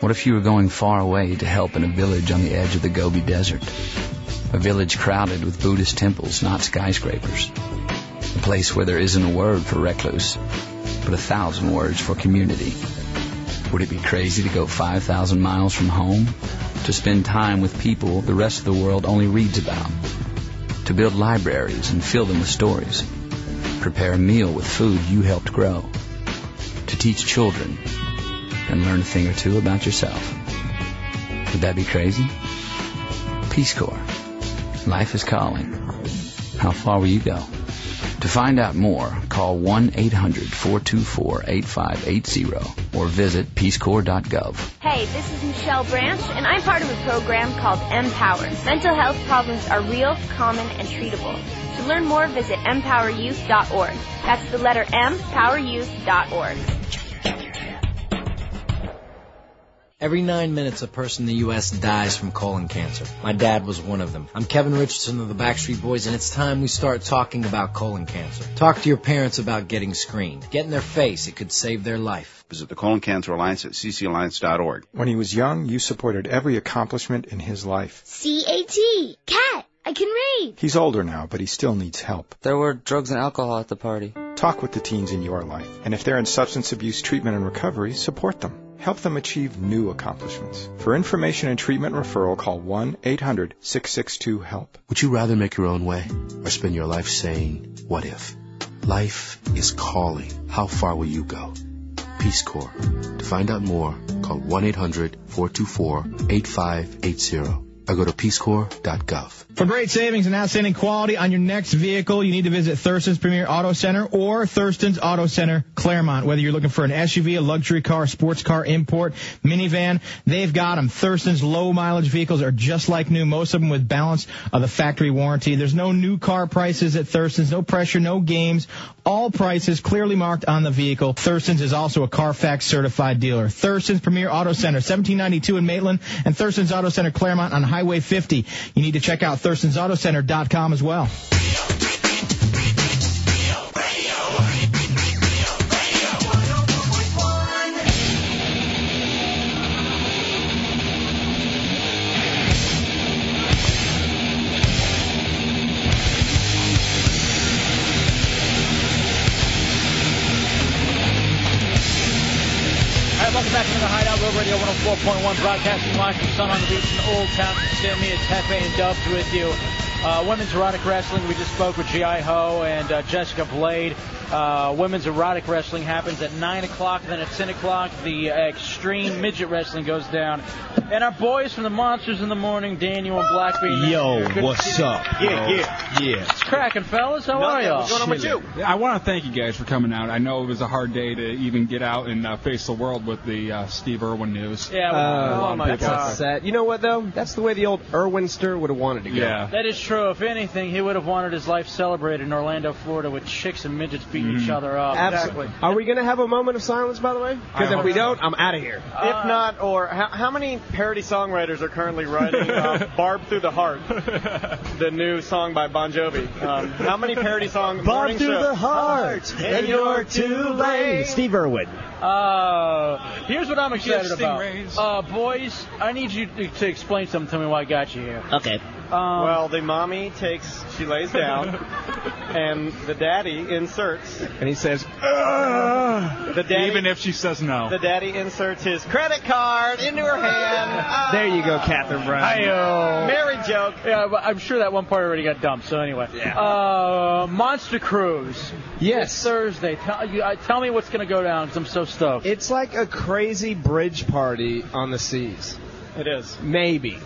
S20: What if you were going far away to help in a village on the edge of the Gobi Desert? A village crowded with Buddhist temples, not skyscrapers. A place where there isn't a word for recluse, but a thousand words for community. Would it be crazy to go 5,000 miles from home to spend time with people the rest of the world only reads about? to build libraries and fill them with stories, prepare a meal with food you helped grow, to teach children, and learn a thing or two about yourself. Would that be crazy? Peace Corps. Life is calling. How far will you go? To find out more, call 1-800-424-8580 or visit peacecorps.gov.
S21: Hey, this is Michelle Branch, and I'm part of a program called Empower. Mental health problems are real, common, and treatable. To learn more, visit empoweryouth.org. That's the letter M, poweryouth.org.
S22: Every nine minutes, a person in the U.S. dies from colon cancer. My dad was one of them. I'm Kevin Richardson of the Backstreet Boys, and it's time we start talking about colon cancer. Talk to your parents about getting screened. Get in their face, it could save their life.
S23: Visit the Colon Cancer Alliance at ccalliance.org.
S24: When he was young, you supported every accomplishment in his life.
S25: C-A-T, cat. I can read.
S24: He's older now, but he still needs help. There were drugs and alcohol at the party. Talk with the teens in your life, and if they're in substance abuse treatment and recovery, support them. Help them achieve new accomplishments. For information and treatment referral, call 1 800 662 HELP.
S26: Would you rather make your own way or spend your life saying, What if? Life is calling. How far will you go? Peace Corps. To find out more, call 1 800 424 8580.
S20: or go to peacecorps.gov.
S27: For great savings and outstanding quality on your next vehicle, you need to visit Thurston's Premier Auto Center or Thurston's Auto Center Claremont. Whether you're looking for an SUV, a luxury car, sports car, import, minivan, they've got them. Thurston's low mileage vehicles are just like new, most of them with balance of the factory warranty. There's no new car prices at Thurston's, no pressure, no games. All prices clearly marked on the vehicle. Thurston's is also a Carfax certified dealer. Thurston's Premier Auto Center, 1792 in Maitland, and Thurston's Auto Center Claremont on Highway 50. You need to check out thurstonsautocenter.com as well.
S3: All right, welcome back into the Hideout Road Radio 104.1, broadcasting live from Sun on the Beach in Old Town, Kissimmee. It's Hefe and Dubs with you. Uh, women's erotic wrestling, we just spoke with G.I. Ho and uh, Jessica Blade. Uh, women's erotic wrestling happens at 9 o'clock, then at 10 o'clock, the extreme midget wrestling goes down. And our boys from the Monsters in the Morning, Daniel and Blackbeard.
S28: Yo,
S3: Good to
S28: what's
S3: see you.
S28: up?
S3: Yeah,
S28: bro?
S3: yeah.
S28: Yeah.
S3: It's cracking, fellas. How are y'all?
S4: Yeah, I want to thank you guys for coming out. I know it was a hard day to even get out and uh, face the world with the uh, Steve Irwin news.
S3: Yeah, well,
S4: Uh,
S3: oh my
S4: that's
S3: God.
S4: upset.
S8: You know what though? That's the way the old Irwinster would have wanted to go.
S4: Yeah.
S3: That is true. If anything, he would have wanted his life celebrated in Orlando, Florida, with chicks and midgets beating
S4: Mm-hmm.
S3: each other up.
S8: Absolutely. Are we going to have a moment of silence, by the way? Because if we don't, I'm out of here.
S3: Uh,
S29: If not, or how, how many parody songwriters are currently writing uh, "Barb Through the Heart," the new song by Bon Jovi? Um, how many parody songs?
S5: Bomb
S29: morning
S5: through
S29: show-
S5: the heart, and you're too late.
S29: Steve Irwin.
S3: Uh, here's what I'm
S29: Do you have
S3: excited about.
S29: stingrays?
S3: Uh, boys, I need you to, to explain something to me why I got you here.
S29: Okay.
S3: Um,
S29: well, the mommy takes, she lays down, and the daddy inserts.
S4: And he says,
S29: The daddy-
S4: even if she says no.
S29: The daddy inserts his credit card into her hand.
S4: There you go, Catherine
S3: Ayo.
S29: Married joke.
S3: Uh, Yeah, but I'm sure that one part already got dumped. So anyway, uh, Monster Cruise. Yes. Thursday. Tell, you, uh, tell me what's going to go down 'cause I'm so stoked.
S8: It's like a crazy bridge party on the seas.
S29: It is.
S8: Maybe.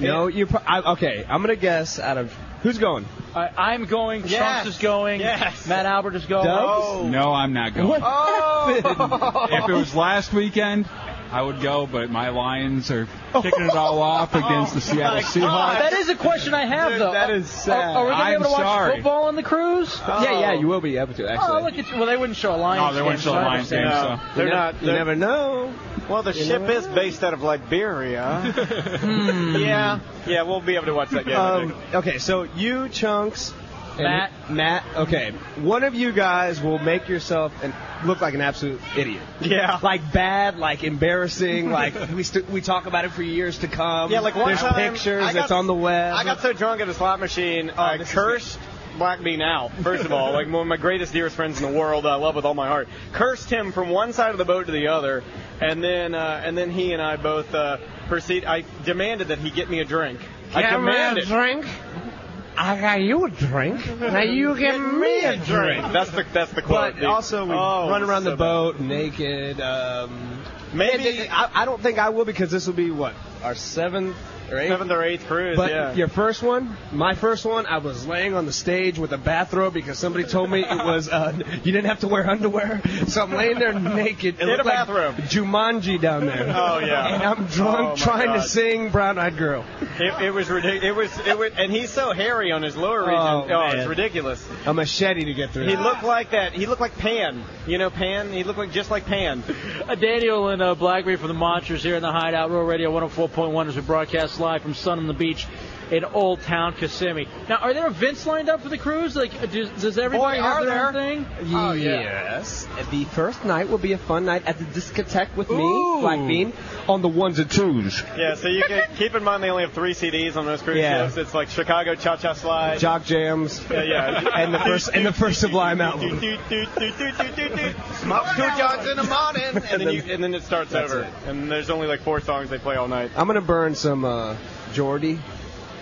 S8: No, you. Pro- I, okay, I'm gonna guess out of who's going.
S3: I, I'm going. Trunks is going.
S8: Yes.
S3: Matt Albert is going.
S8: Oh,
S4: Dubs? No, I'm not going.
S3: What
S4: if it was last weekend, I would go, but my Lions are kicking it all off against the Seattle Seahawks.
S3: That is a question I have,
S4: Dude,
S3: though.
S4: Oh that is sad.
S3: Are, are we gonna be
S4: I'm
S3: oh, able to watch
S4: sorry.
S3: football on the cruise?
S8: Oh. Yeah,
S29: Oh.
S8: yeah, you will be able to actually.
S3: Oh, look at you. Well, they wouldn't show a Lions
S8: No, they wouldn't
S3: game,
S8: show a
S3: so I
S8: Lions
S3: understand.
S8: game,
S29: No, they're
S8: You never-
S29: not.
S8: you
S29: They're,
S8: never know.
S29: Well, the
S8: You
S29: ship
S8: never
S29: is based out of Liberia. Hmm. Yeah, yeah, we'll be able to watch that game. I
S8: Um,
S29: think.
S8: okay, so you chunks. and
S29: Matt.
S8: Matt. Okay, one of you guys will make yourself and look like an absolute idiot.
S29: Yeah.
S8: Like bad, like embarrassing, like we st- we talk about it for years to come.
S29: yeah, like one
S8: There's
S29: time
S8: pictures.
S29: I got-
S8: it's on the web.
S29: I got so drunk at a slot machine, I cursed Black Bean out. First of all, like one of my greatest, dearest friends in the world, that I love with all my heart. Cursed him from one side of the boat to the other, and then uh, and then he and I both uh, proceed. I demanded that he get me a drink. I
S5: Get me a
S29: demanded.
S5: drink?
S29: I got you a drink.
S5: Now you give me a drink.
S29: That's the that's the quote.
S8: But
S29: dude.
S8: also, we
S29: Oh,
S8: run around
S29: so
S8: the
S29: bad.
S8: boat naked. Um,
S29: Maybe-
S8: I, I don't think I will because this will be what our seventh or eighth.
S29: Seventh or eighth cruise.
S8: But
S29: yeah.
S8: your first one, my first one, I was laying on the stage with a bathrobe because somebody told me it was uh, you didn't have to wear underwear. So I'm laying there naked. It
S29: In a
S8: looked like
S29: bathrobe.
S8: Jumanji down there.
S29: Oh, yeah.
S8: And I'm
S29: Oh,
S8: drunk
S29: my
S8: trying
S29: God.
S8: to sing Brown Eyed Girl.
S29: It, it was ridiculous. It was it was, and he's so hairy on his lower region.
S8: Oh,
S29: Oh,
S8: man.
S29: it's ridiculous.
S8: A machete to get through.
S29: He looked like that. He looked like Pan. You know Pan. He looked like just like Pan.
S3: Uh, Daniel and uh, Blackberry from the Monsters here in the Hideout, Rural Radio 104.1 as we broadcast live from Sun on the Beach in Old Town Kissimmee. Now, are there events lined up for the cruise? Like, uh, does, does everybody
S8: Boy,
S3: have
S8: are
S3: their own
S8: there.
S3: thing? Oh,
S8: Yes. The first night will be a fun night at the discotheque with
S29: Ooh.
S8: me, Black Bean, on the ones and twos.
S29: Yeah. So you can keep in mind they only have three CDs on those cruise
S8: Yeah.
S29: ships. It's like Chicago Cha Cha Slide.
S8: Jock jams.
S29: Yeah, yeah.
S8: And the first and the first Sublime
S29: Do,
S8: album.
S29: do, do, do, do, do, do, do. Smoke two joints in the morning, and then, you, and then it starts
S8: That's
S29: over.
S8: it.
S29: And there's only like four songs they play all night.
S8: I'm gonna burn some uh, Geordie.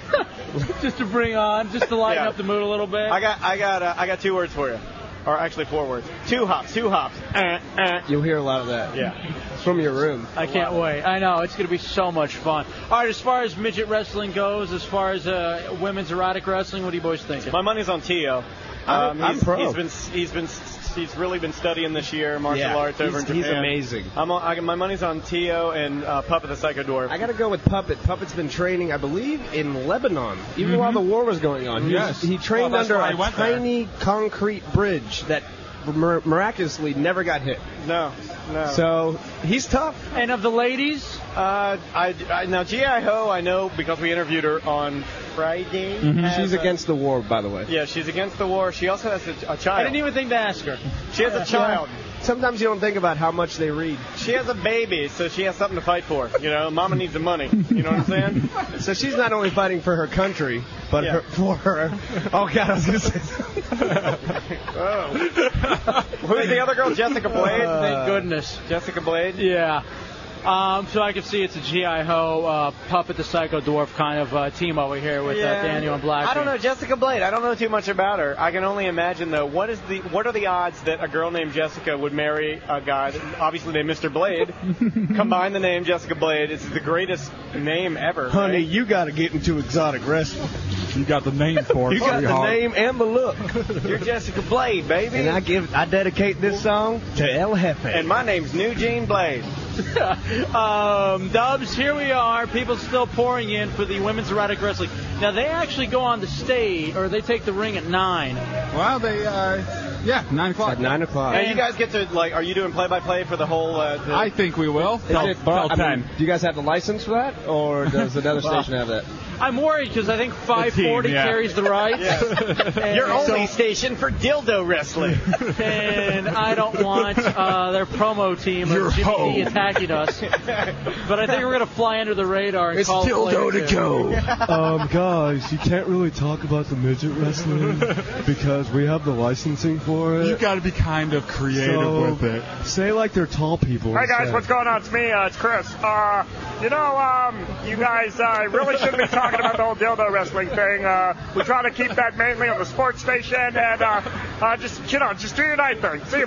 S3: just to bring on, just to lighten
S29: Yeah.
S3: up the mood a little bit.
S29: I got I got uh, I got two words for you. Or actually four words. Two hops, two hops.
S8: Uh,
S29: Eh, eh.
S8: You'll hear a lot of that.
S29: Yeah.
S8: From your room.
S3: I can't wait. I know it's going to be so much fun. All right, as far as midget wrestling goes, as far as uh, women's erotic wrestling, what do you boys think?
S29: My money's on Tio.
S3: I'm- I'm
S29: Um, he's,
S3: pro.
S29: he's been he's been he's really been studying this year martial
S8: Yeah,
S29: arts over
S8: he's-
S29: in
S8: he's
S29: Japan.
S8: amazing.
S29: I'm on, I, my money's on Tio and uh, Puppet the Psycho Dwarf.
S8: I got to go with Puppet. Puppet's been training, I believe, in Lebanon, even
S29: Mm-hmm.
S8: while the war was going on. He
S9: Yes.
S8: was- He trained
S9: Well, that's
S8: under
S9: why he
S8: a
S9: went there.
S8: tiny concrete bridge that mir- miraculously never got hit.
S29: No, no.
S8: So he's tough.
S3: And of the ladies,
S29: uh, I, I now GI Ho I know because we interviewed her on Friday.
S3: Mm-hmm.
S29: Mm-hmm. As
S8: She's
S29: a-
S8: against the war, by the way.
S29: Yeah, she's against the war. She also has a, a child.
S8: I didn't
S29: even think to ask her. She has a child.
S8: Sometimes you don't think about how much they read.
S29: She has a baby, so she has something to fight for. You know, Mama needs the money. You know what I'm saying?
S8: So she's not only fighting for her country, but
S29: Yeah.
S8: her, for her. Oh God, I was gonna say.
S29: Who's the other girl? Jessica Blade.
S3: Thank goodness.
S29: Jessica Blade.
S3: Yeah. Um, so I can see it's a GI Ho uh, puppet the Psycho Dwarf kind of uh, team over here with uh, Daniel and Black.
S29: I don't know Jessica Blade. I don't know too much about her. I can only imagine though. What is the what are the odds that a girl named Jessica would marry a guy that obviously named Mr. Blade? Combine the name Jessica Blade. It's the greatest name ever.
S8: Honey, you got to get into exotic wrestling.
S11: You got the name for it.
S8: You got the
S11: sweetheart.
S8: name and the look.
S29: You're Jessica Blade, baby.
S8: And I give, I dedicate this song to El Jefe.
S29: And my name's New Jean Blade.
S3: um, Dubs, here we are. People still pouring in for the women's erotic wrestling. Now they actually go on the stage, or they take the ring at nine.
S4: Wow, they uh, yeah, nine o'clock.
S8: At nine o'clock.
S29: Now you guys get to like, are you doing play by play for the whole? Uh, the,
S8: I
S4: think we will.
S8: Is it- I mean, do you guys have the license for that, or does another
S3: Well,
S8: station have that?
S3: I'm worried because I think 540
S8: yeah.
S3: carries the rights. And-
S29: Your only station for dildo wrestling.
S3: and I don't want uh, their promo team
S29: Your
S3: of Jimmy
S29: hoe.
S3: D attacking us. But I think we're gonna fly under the radar and call it later.
S12: um, guys, you can't really talk about the midget wrestling because we have the licensing for it.
S11: You got to be kind of creative
S12: So,
S11: with it.
S12: Say like they're tall people.
S13: Hey guys,
S12: instead.
S13: what's going on? It's me, uh, it's Chris. Uh, you know, um, you guys uh, really shouldn't be talking about the whole dildo wrestling thing. Uh, we try to keep that mainly on the sports station, and uh, uh, just you know, just do your night thing. See you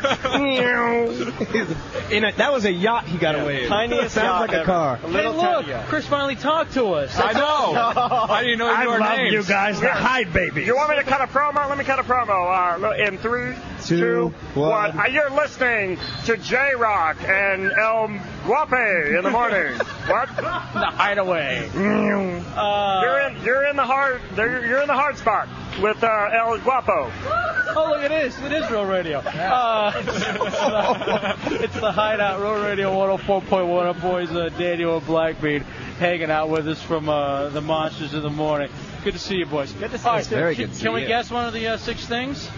S13: about.
S8: In a, that was a yacht he got away in.
S13: Tiniest yacht
S8: Sounds like
S13: ever.
S8: a car.
S13: A little
S3: hey, look, Chris finally talked to us.
S13: I know. Oh, I didn't know
S3: I
S13: your
S3: love
S13: names.
S3: you guys, the
S13: Yeah.
S3: hide babies.
S13: You want me to cut a promo? Let me cut a promo. Uh, look, in three,
S12: Two,
S13: one.
S12: one.
S13: Uh, you're listening to J Rock and El Guape in the morning. what? Mm.
S3: The Hideaway. Uh,
S13: you're in. You're in the hard. there- You're in the hard spot with uh, El Guapo.
S3: Oh, look, it is. It is Real Radio. Uh,
S8: Uh,
S3: it's, the, it's the Hideout, Real Radio 104.1. Our boys, uh, Daniel and Blackbeard, hanging out with us from uh, the Monsters of the Morning. Good to see you, boys. Good to see
S8: you. Very good to
S3: Can,
S8: see
S3: can we
S8: you.
S3: guess one of the uh, six things?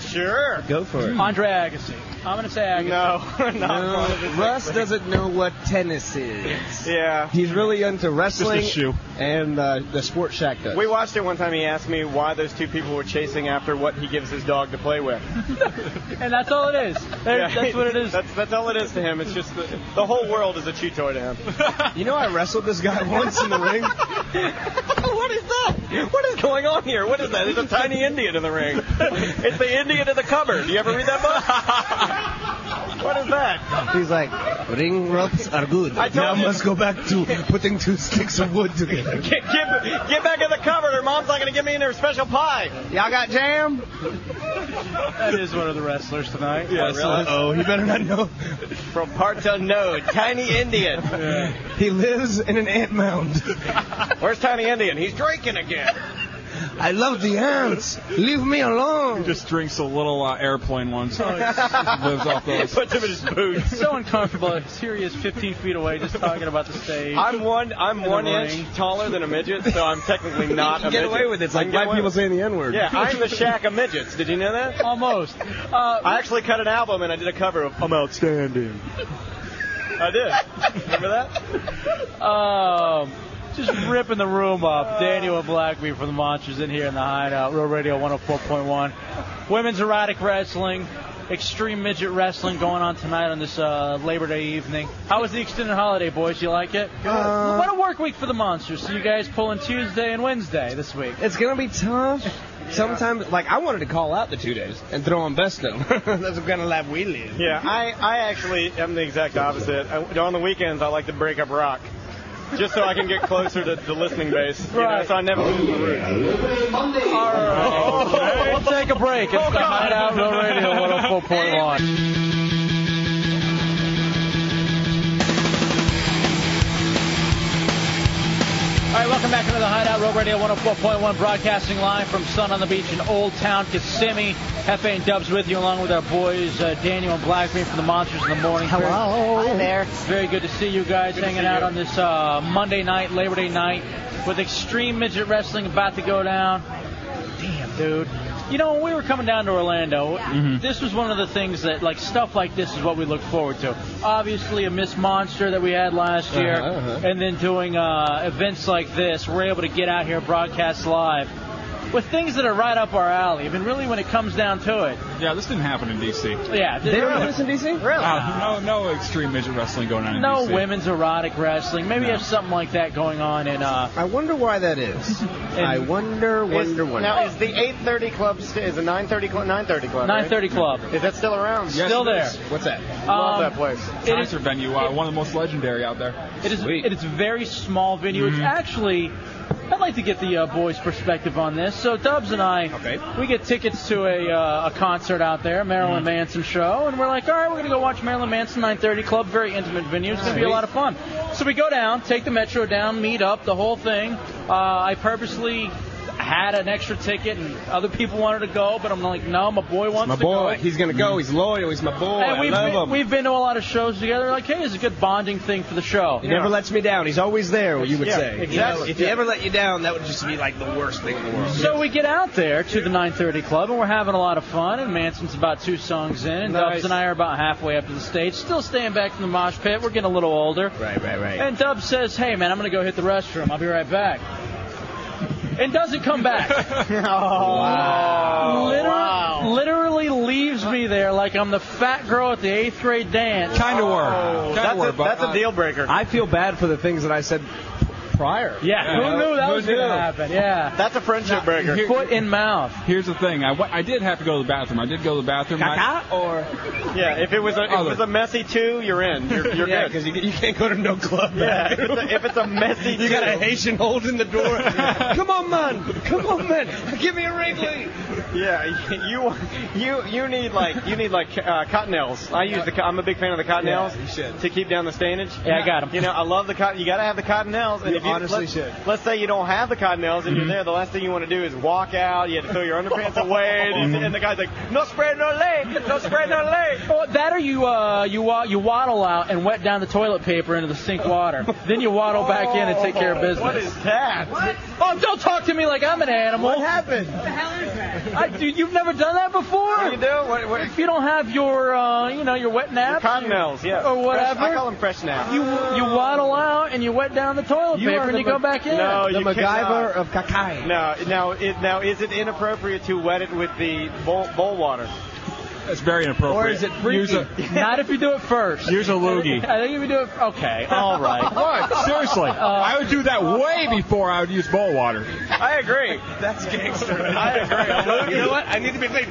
S29: Sure.
S8: Go for it.
S3: Andre Agassi. I'm going to say Agassi.
S29: No,
S8: No, Russ doesn't know what tennis is.
S29: Yeah.
S8: He's really into wrestling
S29: Just a shoe.
S8: and uh, the Sport Shack does.
S29: We watched it one time. He asked me why those two people were chasing after what he gives his dog to play with.
S3: and that's all it is. There-
S29: Yeah.
S3: That's what it is.
S29: That's, that's all it is to him. It's just the, the whole world is a chew toy to him.
S8: You know, I wrestled this guy once in the ring.
S29: what is that? What is going on here? What is that? There's a tiny Indian in the ring. It's the Indian in the cupboard. You ever read that book? what is that?
S8: He's like, ring ropes are good.
S29: I told
S8: now
S29: you-
S8: must go back to putting two sticks of wood together.
S29: Get, get, get back in the cupboard, or Mom's not gonna give me any of her special pie.
S8: Y'all got jam?
S3: That is one of the wrestlers tonight.
S29: Yes. Uh-oh,
S8: oh, he better not know.
S29: From parts unknown, Tiny Indian.
S8: He lives in an ant mound.
S29: Where's Tiny Indian? He's drinking again.
S8: I love the ants. Leave me alone.
S11: He just drinks the little uh, airplane ones. lives off those.
S29: Puts him in his boots.
S3: so uncomfortable. Here he is, 15 feet away, just talking about the stage.
S29: I'm one. I'm
S3: In the
S29: one inch
S3: ring.
S29: taller than a midget, so I'm technically not a
S8: get
S29: midget.
S8: away with it. It's
S29: I
S8: like
S29: can get
S8: white
S29: away
S8: people
S29: with it.
S8: saying the N word.
S29: Yeah, I'm the Shack of midgets. Did you know that?
S3: Almost.
S29: I actually cut an album and I did a cover of "I'm Outstanding." I did. Remember that?
S3: Um, just ripping the room up. Daniel and Blackbeard from the Monsters in here in the Hideout. Real Radio 104.1. Women's erotic wrestling, extreme midget wrestling going on tonight on this uh, Labor Day evening. How was the extended holiday, boys? You like it? what a work week for the Monsters. So you guys pulling Tuesday and Wednesday this week.
S8: It's gonna be tough. sometimes, like, I wanted to call out the two days and throw on Besto. That's the kind of lab we live.
S29: Yeah, I, I actually am the exact opposite. I, on the weekends, I like to break up rock. Just so I can get closer to the listening base, you know, so I never lose the route.
S3: We'll take a break. It's the Hideout Real Radio 104.1. All right, welcome back into the Hideout Road Radio 104.1, broadcasting live from Sun on the Beach in Old Town Kissimmee. Hefe and Dubs with you, along with our boys uh, Daniel and Blackbeard from the Monsters in the Morning. Hello, Hi there. Very good to see you guys
S8: Good to
S3: hanging
S8: see
S3: out
S8: you.
S3: on this uh, Monday night, Labor Day night, with Extreme Midget Wrestling about to go down. Damn, dude. You know, when we were coming down to Orlando,
S8: Mm-hmm.
S3: this was one of the things that, like, stuff like this is what we look forward to. Obviously, a Miss Monster that we had last year,
S8: Uh-huh, uh-huh.
S3: and then doing uh, events like this, we're able to get out here, broadcast live, with things that are right up our alley. I mean, really, when it comes down to it,
S4: Yeah, this didn't happen in DC.
S3: Yeah, They didn't- don't do this in
S8: DC? Really?
S4: Uh, no, no extreme midget wrestling going on in
S3: no
S4: DC.
S3: women's erotic wrestling. Maybe there's something like that going on in. Uh,
S8: I wonder why that is. I wonder, wonder, wonder.
S29: Now is the 8:30 club st- is the 9:30 club 9:30 club? right?
S3: 9:30 club. Um,
S29: Is that still around?
S4: Yes, Still it there. is. Um,
S8: What's that?
S4: Love
S29: that place.
S3: it
S4: Concert venue, uh, one of the most legendary out there.
S3: It is, it is a very small venue. It's
S8: Mm-hmm.
S3: actually, I'd like to get the uh, boys' perspective on this. So Dubs and I, we get tickets to a, uh, a concert out there, Marilyn
S8: Mm-hmm.
S3: Manson show, and we're like, all right, we're gonna go watch Marilyn Manson 9:30 Club, very intimate venue. It's gonna be a lot of fun. So we go down, take the metro down, meet up, the whole thing. Uh, I purposely had an extra ticket, and other people wanted to go, but I'm like, no, my boy wants
S8: my
S3: to
S8: boy.
S3: go.
S8: He's gonna go. He's loyal. He's my boy.
S3: And we've,
S8: I love
S3: been,
S8: him.
S3: we've been to a lot of shows together. Like, hey, it's a good bonding thing for the show.
S8: He never lets me down. He's always there. You would
S3: Yeah,
S8: say.
S3: exactly.
S8: If he ever let you down, that would just be like the worst thing in the world.
S3: So we get out there to the 9:30 club, and we're having a lot of fun. And Manson's about two songs in, and
S8: Nice.
S3: Dubs and I are about halfway up to the stage, still staying back from the mosh pit. We're getting a little older.
S8: Right, right, right.
S3: And Dubs says, "Hey, man, I'm gonna go hit the restroom. I'll be right back." And doesn't come back.
S8: Oh, wow.
S3: Liter- Literally leaves me there like I'm the fat girl at the eighth grade dance.
S8: Kinda were.
S3: Oh.
S8: Kinda That's a- were, but, that's a uh, deal
S3: breaker.
S8: I feel bad for the things that I said prior.
S3: Yeah, who knew that
S4: Who
S3: was going
S4: knew?
S3: to happen? Yeah.
S29: That's a friendship
S4: Here-
S3: Foot in mouth.
S4: Here's the thing. I, wa- I did have to go to the bathroom. I did go to the bathroom. I,
S8: or
S29: yeah, if it was a, if it was a messy two, you're in. You're, you're
S8: yeah,
S29: good.
S8: because you, you can't go to no club.
S29: Yeah, if it's a, if it's a messy,
S8: you got a Haitian holding the door. Come on, man. Come on, man. Give me a Wrigley.
S29: Yeah, you you you need like you need like uh, cottonelles. I use the co- I'm a big fan of the cottonelles
S8: Yeah, you should.
S29: to keep down the stainage.
S8: Yeah, I got 'em.
S29: You know, I love the cotton. You gotta have the cottonelles. And
S8: You
S29: if you
S8: honestly
S29: let's,
S8: should.
S29: Let's say you don't have the cottonelles and you're
S8: Mm-hmm.
S29: there, the last thing you want to do is walk out. You had to throw your underpants away, and,
S8: Mm-hmm.
S29: and the guy's like, "No spread, no leg, no spread, no leg."
S3: Well, Oh, that or you uh, you wa- you waddle out and wet down the toilet paper into the sink water. then you waddle back in and take
S6: Oh.
S3: care of business.
S29: What is that?
S3: Oh, don't talk to me like I'm an animal.
S29: What happened?
S3: What the hell is that? I, dude, you've never done that before. you do? If you don't have your, uh, you know, your wet naps,
S29: Cottonelles, yeah.
S3: or whatever,
S29: Fresh, I call them fresh naps.
S3: you you waddle out and you wet down the toilet paper and you go back in.
S29: No, you cannot.
S8: of Kakai.
S29: No, now, it, now is it inappropriate to wet it with the bowl, bowl water?
S4: That's very inappropriate. Use a-
S3: Not if you do it first.
S4: Use a loogie.
S3: I think if you do it, okay, all right.
S4: What? Seriously,
S3: Uh,
S4: I would do that way before I would use bowl water.
S29: I agree.
S8: That's gangster.
S29: I agree.
S8: you know what? I need to be clean.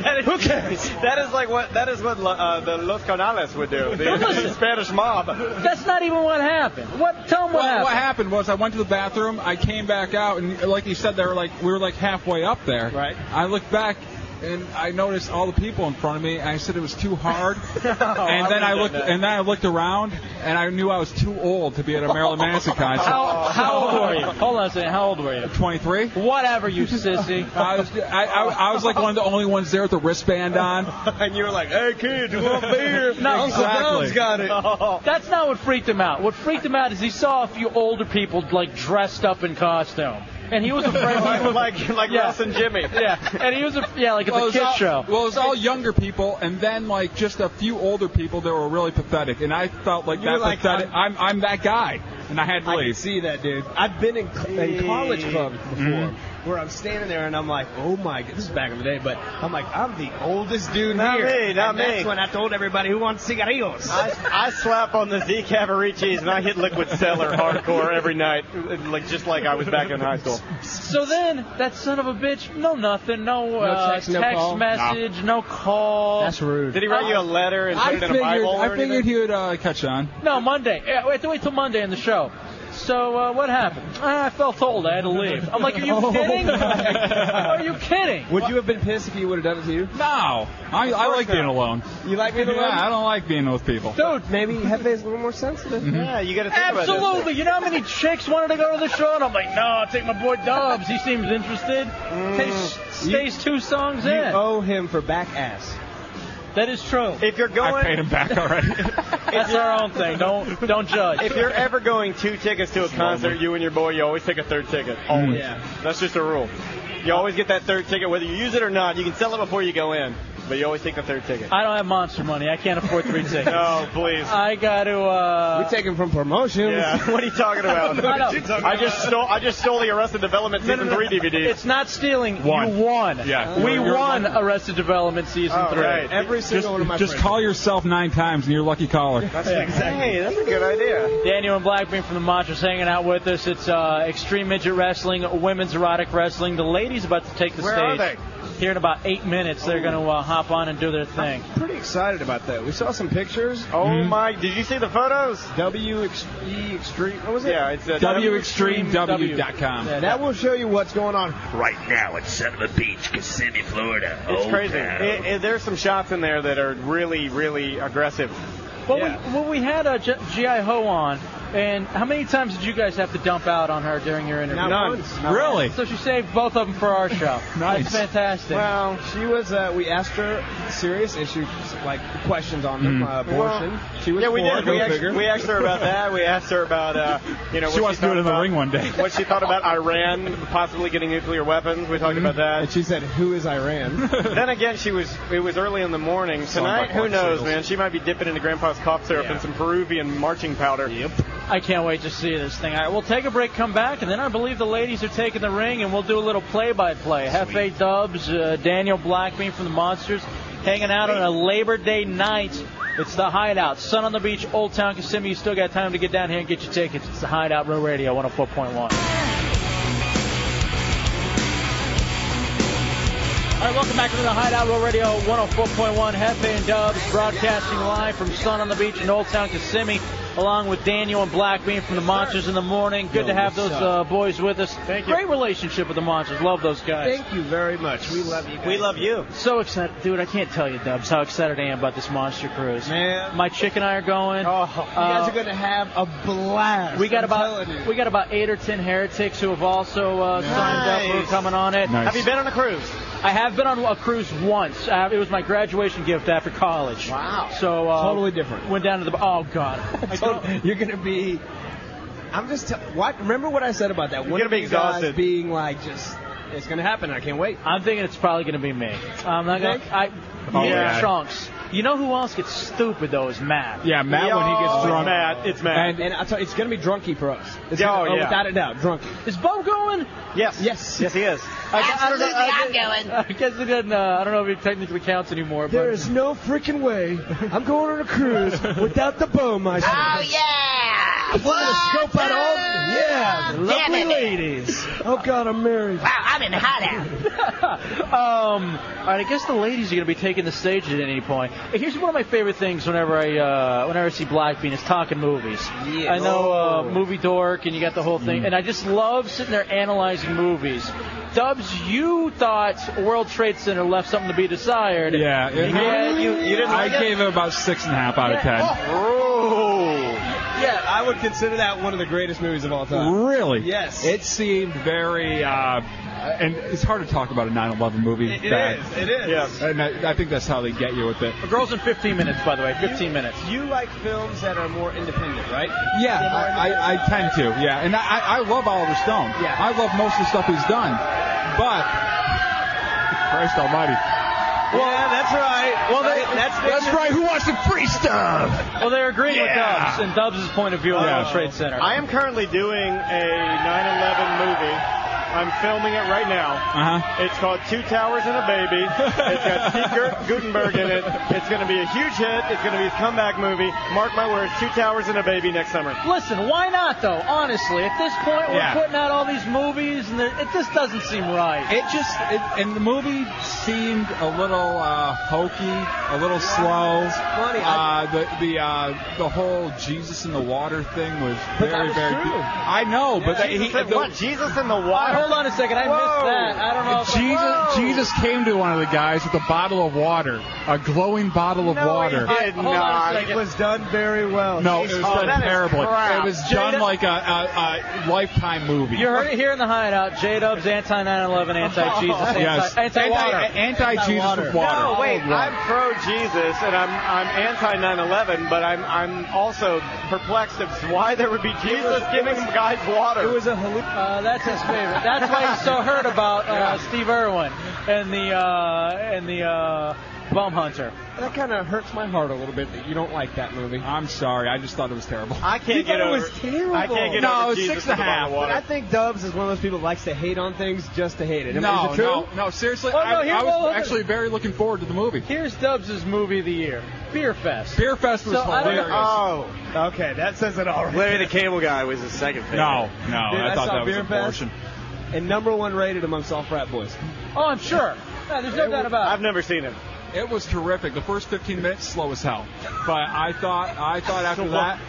S29: that is, Who cares? That is like what that is what uh, the Los Canales would do. The Spanish mob.
S3: That's not even what happened. What? Tell them what
S4: Well,
S3: happened.
S4: What happened was I went to the bathroom. I came back out, and like you said, they were like we were like halfway up there. Right. I looked back. And I noticed all the people in front of me. And I said it was too hard, and then
S3: I
S4: I
S3: would've
S4: looked,
S3: done that.
S4: and then I looked around, and I knew I was too old to be at a Marilyn Manson concert.
S3: How, how old were you? Hold on a second. How old were you?
S4: 23.
S3: Whatever, you sissy.
S4: I was, I, I, I was like one of the only ones there with the wristband on.
S8: and you were like, hey, kid, you want beer?
S3: No,
S8: Uncle Don's got it.
S3: That's not what freaked him out. What freaked him out is he saw a few older people like dressed up in costume, and he was afraid.
S29: like like, like
S3: Yeah.
S29: Russ and Jimmy.
S3: Yeah, and he was a, yeah like it's
S4: Well,
S3: a
S4: it was
S3: kid
S4: all,
S3: show.
S4: Well, it was all younger people, and then like just a few older people that were really pathetic, and I felt like
S8: You
S4: that
S8: were like,
S4: pathetic. I'm, I'm that guy, and I had to
S8: I
S4: leave.
S8: can see that, dude. I've been in, cl- in college clubs before, where I'm standing there and I'm like, oh my god, this is back in the day, but I'm like, I'm the oldest dude
S29: Not
S8: here.
S29: me, not
S8: and
S29: me.
S8: That's when I told everybody who wants cigarillos.
S29: I, I slap on the Z Cavaricis and I hit Liquid Cellar hardcore every night, like just like I was back in high school.
S3: So then, that son of a bitch, no nothing, no, uh,
S29: text,
S3: text,
S29: no call?
S3: message, no call. That's rude.
S29: Did he write you a letter and put
S3: I
S29: it in a
S3: figured-
S29: Bible or
S3: I figured
S29: anything?
S11: He would uh, catch on.
S3: No, Monday. Yeah, I have to wait till Monday in the show. So uh, what happened? Ah, I felt old. I had to leave. I'm like, are
S8: Oh.
S3: you kidding? are you kidding?
S10: Would you have been pissed if you would have done it to you?
S11: No, I, I like being alone.
S10: You like being alone?
S11: Yeah, I don't like being with people.
S10: Dude,
S8: maybe Hefe's a little more sensitive.
S29: Yeah, you got to think about this.
S3: Mm-hmm. Absolutely. You know how many chicks wanted to go to the show, and I'm like, no, I'll take my boy Dubs. He seems interested.
S29: Mm.
S3: Stays,
S8: Mm.
S3: stays two songs
S10: You
S3: in.
S10: owe him for back ass.
S3: That is true.
S29: If you're going,
S3: already. That's our own thing. Don't don't judge.
S29: If you're ever going two tickets to a concert, you and your boy, you always take a third ticket. Always.
S3: Oh, Yeah.
S29: That's just a rule. You always get that third ticket, whether you use it or not. You can sell it before you go in, but you always take the third ticket.
S3: I don't have monster money. I can't afford three tickets.
S29: No, please.
S3: I got to. Uh,
S8: We take him from promotions.
S29: Yeah. What are you talking about?
S3: I don't-
S29: I just stole. I just stole the Arrested Development
S3: No,
S29: season
S3: no, no.
S29: three DVD.
S3: It's not stealing.
S29: One.
S3: You won.
S29: Yeah.
S3: We
S29: You're- you're
S3: won
S29: lucky.
S3: Arrested Development season
S29: Oh,
S3: three.
S29: right. Every
S11: Just, just call yourself nine times and you're a lucky caller.
S29: That's
S3: Yeah.
S29: Hey, that's a good idea.
S3: Daniel and Blackbeard from the Mantras hanging out with us. It's uh, Extreme Midget Wrestling, Women's Erotic Wrestling. The ladies about to take the
S8: Where are
S3: stage. Here in about eight minutes, they're going to uh, hop on and do their thing.
S8: Pretty excited about that. We saw some pictures.
S3: Mm-hmm.
S29: Oh my! Did you see the photos?
S8: W X E Extreme. What was it?
S29: Yeah, it's, uh,
S11: WExtremeW.com.
S8: That will show you what's going on.
S7: Right now at Summit Beach, Kissimmee, Florida. Oh,
S29: It's
S20: Oh,
S7: Old
S29: crazy.
S7: town.
S29: It, it, there's some shots in there that are really, really aggressive.
S3: Well, we, well, we had uh, G- G.I. Ho on, and how many times did you guys have to dump out on her during your interview?
S8: Not None. once. Not
S11: Really?
S8: once.
S3: So she saved both of them for our show. That's fantastic.
S8: Well, she was. Uh, we asked her serious issues, like questions on
S29: Mm-hmm.
S8: them, uh, abortion. she
S29: Mm.
S8: was
S29: yeah, we
S8: for
S29: did.
S8: it,
S29: We
S8: go
S29: asked,
S8: figure.
S29: we asked her about that. We asked her about, uh, you know,
S11: She
S29: what
S11: wants to do
S29: thought
S11: it in the
S29: about-
S11: ring one day.
S29: What she thought about Iran possibly getting nuclear weapons. We talked about that.
S8: And she said, "Who is Iran?"
S11: Mm-hmm.
S29: then again, she was. It was early in the morning.
S8: Song by
S29: Tonight, who
S8: Clark
S29: knows,
S8: Singles.
S29: man? She might be dipping into Grandpa's cough syrup and some Peruvian marching powder. Yep.
S3: I can't wait to see this thing. All right, we'll take a break, come back, and then I believe the ladies are taking the ring, and we'll do a little play-by-play. Hefe Dubs, uh, Daniel Blackbean from the Monsters, hanging out on a Labor Day night. It's the Hideout, Sun on the Beach, Old Town Kissimmee. You still got time to get down here and get your tickets. It's the Hideout, Real Radio 104.1. All right, welcome back to the Hideout Row Radio 104.1. Hefe and Dubs broadcasting live from Sun on the Beach in Old Town Kissimmee, along with Daniel and Blackbean from the Monsters in the Morning. Good
S8: Yo,
S3: to have
S8: what's
S3: those uh, boys with us. Thank you. Great relationship with the Monsters. Love those guys.
S8: Thank you very much. We love you. Guys.
S29: We love you.
S3: So excited, dude! I can't tell you, Dubs, how excited I am about this Monster Cruise. Man, my chick and I are going. Oh,
S8: You guys are gonna have a blast.
S3: we got
S8: I'm
S3: about
S8: telling you.
S3: we got about eight or ten heretics who have also uh, signed up. who are
S29: Nice.
S3: coming on it.
S29: Nice. Have you been on a cruise?
S3: I have been on a cruise once. Uh, it was my graduation gift after college. Wow. So uh,
S8: Totally different.
S3: Went down to the oh god. I don't-
S8: You're gonna be. I'm just. Tell, what? Remember what I said about that?
S3: You're
S8: One
S3: gonna
S8: of
S3: be
S8: you guys
S3: exhausted.
S8: Being like, just it's gonna happen. I can't wait.
S3: I'm thinking it's probably gonna be me. I'm not gonna.
S8: Think?
S3: I,
S8: Oh,
S3: yeah,
S8: yeah.
S3: Trunks. You know who else gets stupid though is Matt.
S8: And, and I tell you, it's gonna be drunky for us. It's
S3: Oh,
S8: gonna,
S3: yeah.
S8: Without a doubt, drunky.
S3: Is Bo going?
S29: Yes.
S8: Yes.
S29: Yes, he is.
S3: Absolutely, I'm going. I guess it doesn't. Uh, I don't know if it technically counts anymore.
S8: There
S3: but
S8: is no freaking way I'm going on a cruise without the bow myself.
S29: Ah,
S2: Oh, yeah.
S8: I'm gonna scope out all. Yeah, the
S2: Damn
S8: lovely
S2: it.
S8: ladies. Oh God, I'm married.
S2: Wow, I'm in the hideout.
S3: Um, all right, I guess the ladies are going to be taking the stage at any point. Here's one of my favorite things whenever I uh, whenever I see Blackbean is talking movies.
S2: Yeah.
S3: I know uh, movie dork, and you got the whole thing, and I just love sitting there analyzing movies. Dubs, you thought World Trade Center left something to be desired.
S11: Yeah,
S3: And yet you, you didn't
S11: I
S3: like it?
S11: gave it about six and a half out of ten.
S8: Oh.
S29: Oh,
S8: Yeah, I would consider that one of the greatest movies of all time.
S11: Really?
S8: Yes.
S11: It seemed very, uh, and it's hard to talk about a 9/11 movie.
S8: It- it
S11: bad.
S8: is, it is. Yes.
S11: And I, I think that's how they get you with it.
S3: Girls in 15 minutes, by the way. 15 minutes.
S8: You like films that are more independent, right?
S11: Yeah, I, I, I tend to. Yeah, and I, I I love Oliver Stone. Yeah. I love most of the stuff he's done, but Christ Almighty.
S8: Well, yeah, that's right.
S3: Well, they-
S8: that's right. Who wants the free stuff?
S3: Well, they're agreeing
S29: Yeah.
S3: with Dubs and Dubs' point of view on World Trade Center.
S29: I am currently doing a 9/11 movie I'm filming it right now. Uh-huh. It's called Two Towers and a Baby. It's got Steve Gu- Gutenberg in it. It's going to be a huge hit. It's going to be his comeback movie. Mark my words, Two Towers and a Baby next summer.
S3: Listen, why not though? Honestly, at this point, we're
S29: Yeah.
S3: putting out all these movies, and the- it just doesn't seem right.
S11: It just it, and the movie seemed a little uh, hokey, a little slow.
S3: funny.
S11: Uh, the the uh, the whole Jesus in the water thing was
S3: But
S11: very
S3: that was
S11: very.
S3: true.
S11: good. I know, but that, he,
S3: Jesus in
S11: the-
S3: what?
S29: Jesus in the
S3: water? Hold on a second, I missed Whoa. that. I don't know if-
S11: Jesus
S3: Whoa.
S11: Jesus came to one of the guys with a bottle of water, a glowing bottle of water.
S8: It was done very well.
S11: No, it was
S4: Oh,
S11: done terribly. It was done like a, a, a lifetime movie.
S3: You heard it here in the hideout. J Dub's anti 9 11, anti Jesus, anti
S11: Yes.
S3: anti water.
S11: Anti- anti-Jesus with water.
S29: No, wait.
S11: Oh, right.
S29: I'm pro Jesus and I'm I'm anti 9/11, but I'm I'm also perplexed as to why there would be Jesus giving guys water. It was
S8: a halluc-
S3: Uh, that's his favorite. That's why he's so hurt about uh, Steve Irwin and the uh, and the uh, bum hunter.
S8: That kind of hurts my heart a little bit that you don't like that movie.
S11: I'm sorry. I just thought it was terrible.
S8: I
S29: can't
S8: you
S29: get
S8: thought
S29: over-
S8: it was terrible.
S29: I can't get
S8: no,
S29: over
S8: it's
S29: Jesus
S8: six and a
S29: with a bottle
S8: half.
S29: of water.
S8: But I think Dubs is one of those people that likes to hate on things just to hate it. I mean,
S11: No,
S8: is it true?
S11: no, no. Seriously,
S8: Oh,
S11: I,
S8: no, here-
S11: I was
S8: well, look at-
S11: actually very looking forward to the movie.
S3: Here's Dubs' movie of the year, Beer Fest.
S11: Beer Fest was
S3: So, I don't-
S11: hilarious.
S3: Oh.
S8: Okay, that says it all right.
S5: Larry the Cable Guy was his second favorite.
S11: No, no,
S8: Dude,
S11: I
S8: I
S11: thought
S8: saw
S11: that was
S8: Beer
S11: a
S8: Fest.
S11: portion.
S8: And number one rated amongst all frat boys.
S3: Oh, I'm sure. No, there's no doubt about it.
S29: I've never seen it.
S11: It was terrific. The first 15 minutes slow as hell, but I thought I thought after
S8: Slow.
S11: that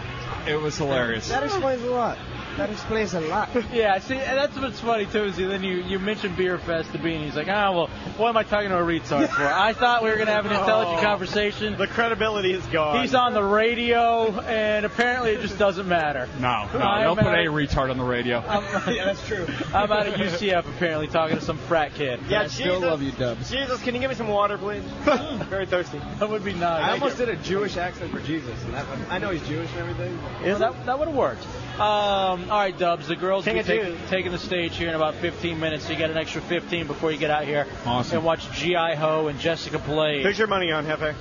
S11: it was hilarious.
S8: That explains a lot. That explains a lot.
S3: Yeah, see, and that's what's funny too is then you you mentioned Beer Fest to Beanie. He's like, ah, well, what am I talking to a retard for? I thought we were gonna have an intelligent
S29: Oh.
S3: conversation.
S29: The credibility is gone.
S3: He's on the radio, and apparently it just doesn't matter.
S11: No, no,
S3: I'm
S11: don't put
S3: out-
S11: a retard on the radio.
S3: yeah, that's true. I'm out at UCF apparently talking to some frat kid.
S29: Yeah, Jesus-
S11: Dubs.
S29: Jesus, can you give me some water, please? Mm, Very thirsty.
S3: That would be nice.
S8: I almost did a Jewish accent for Jesus, and that one, I know he's Jewish and everything.
S3: Well, that that would have worked. Um, all right, Dubs. The girls
S8: King
S3: will be
S8: of
S3: take,
S8: Jews.
S3: taking the stage here in about 15 minutes. So you got an extra 15 before you get out here
S11: Awesome.
S3: and watch GI Ho and Jessica Blade.
S29: Put your money on Hefe.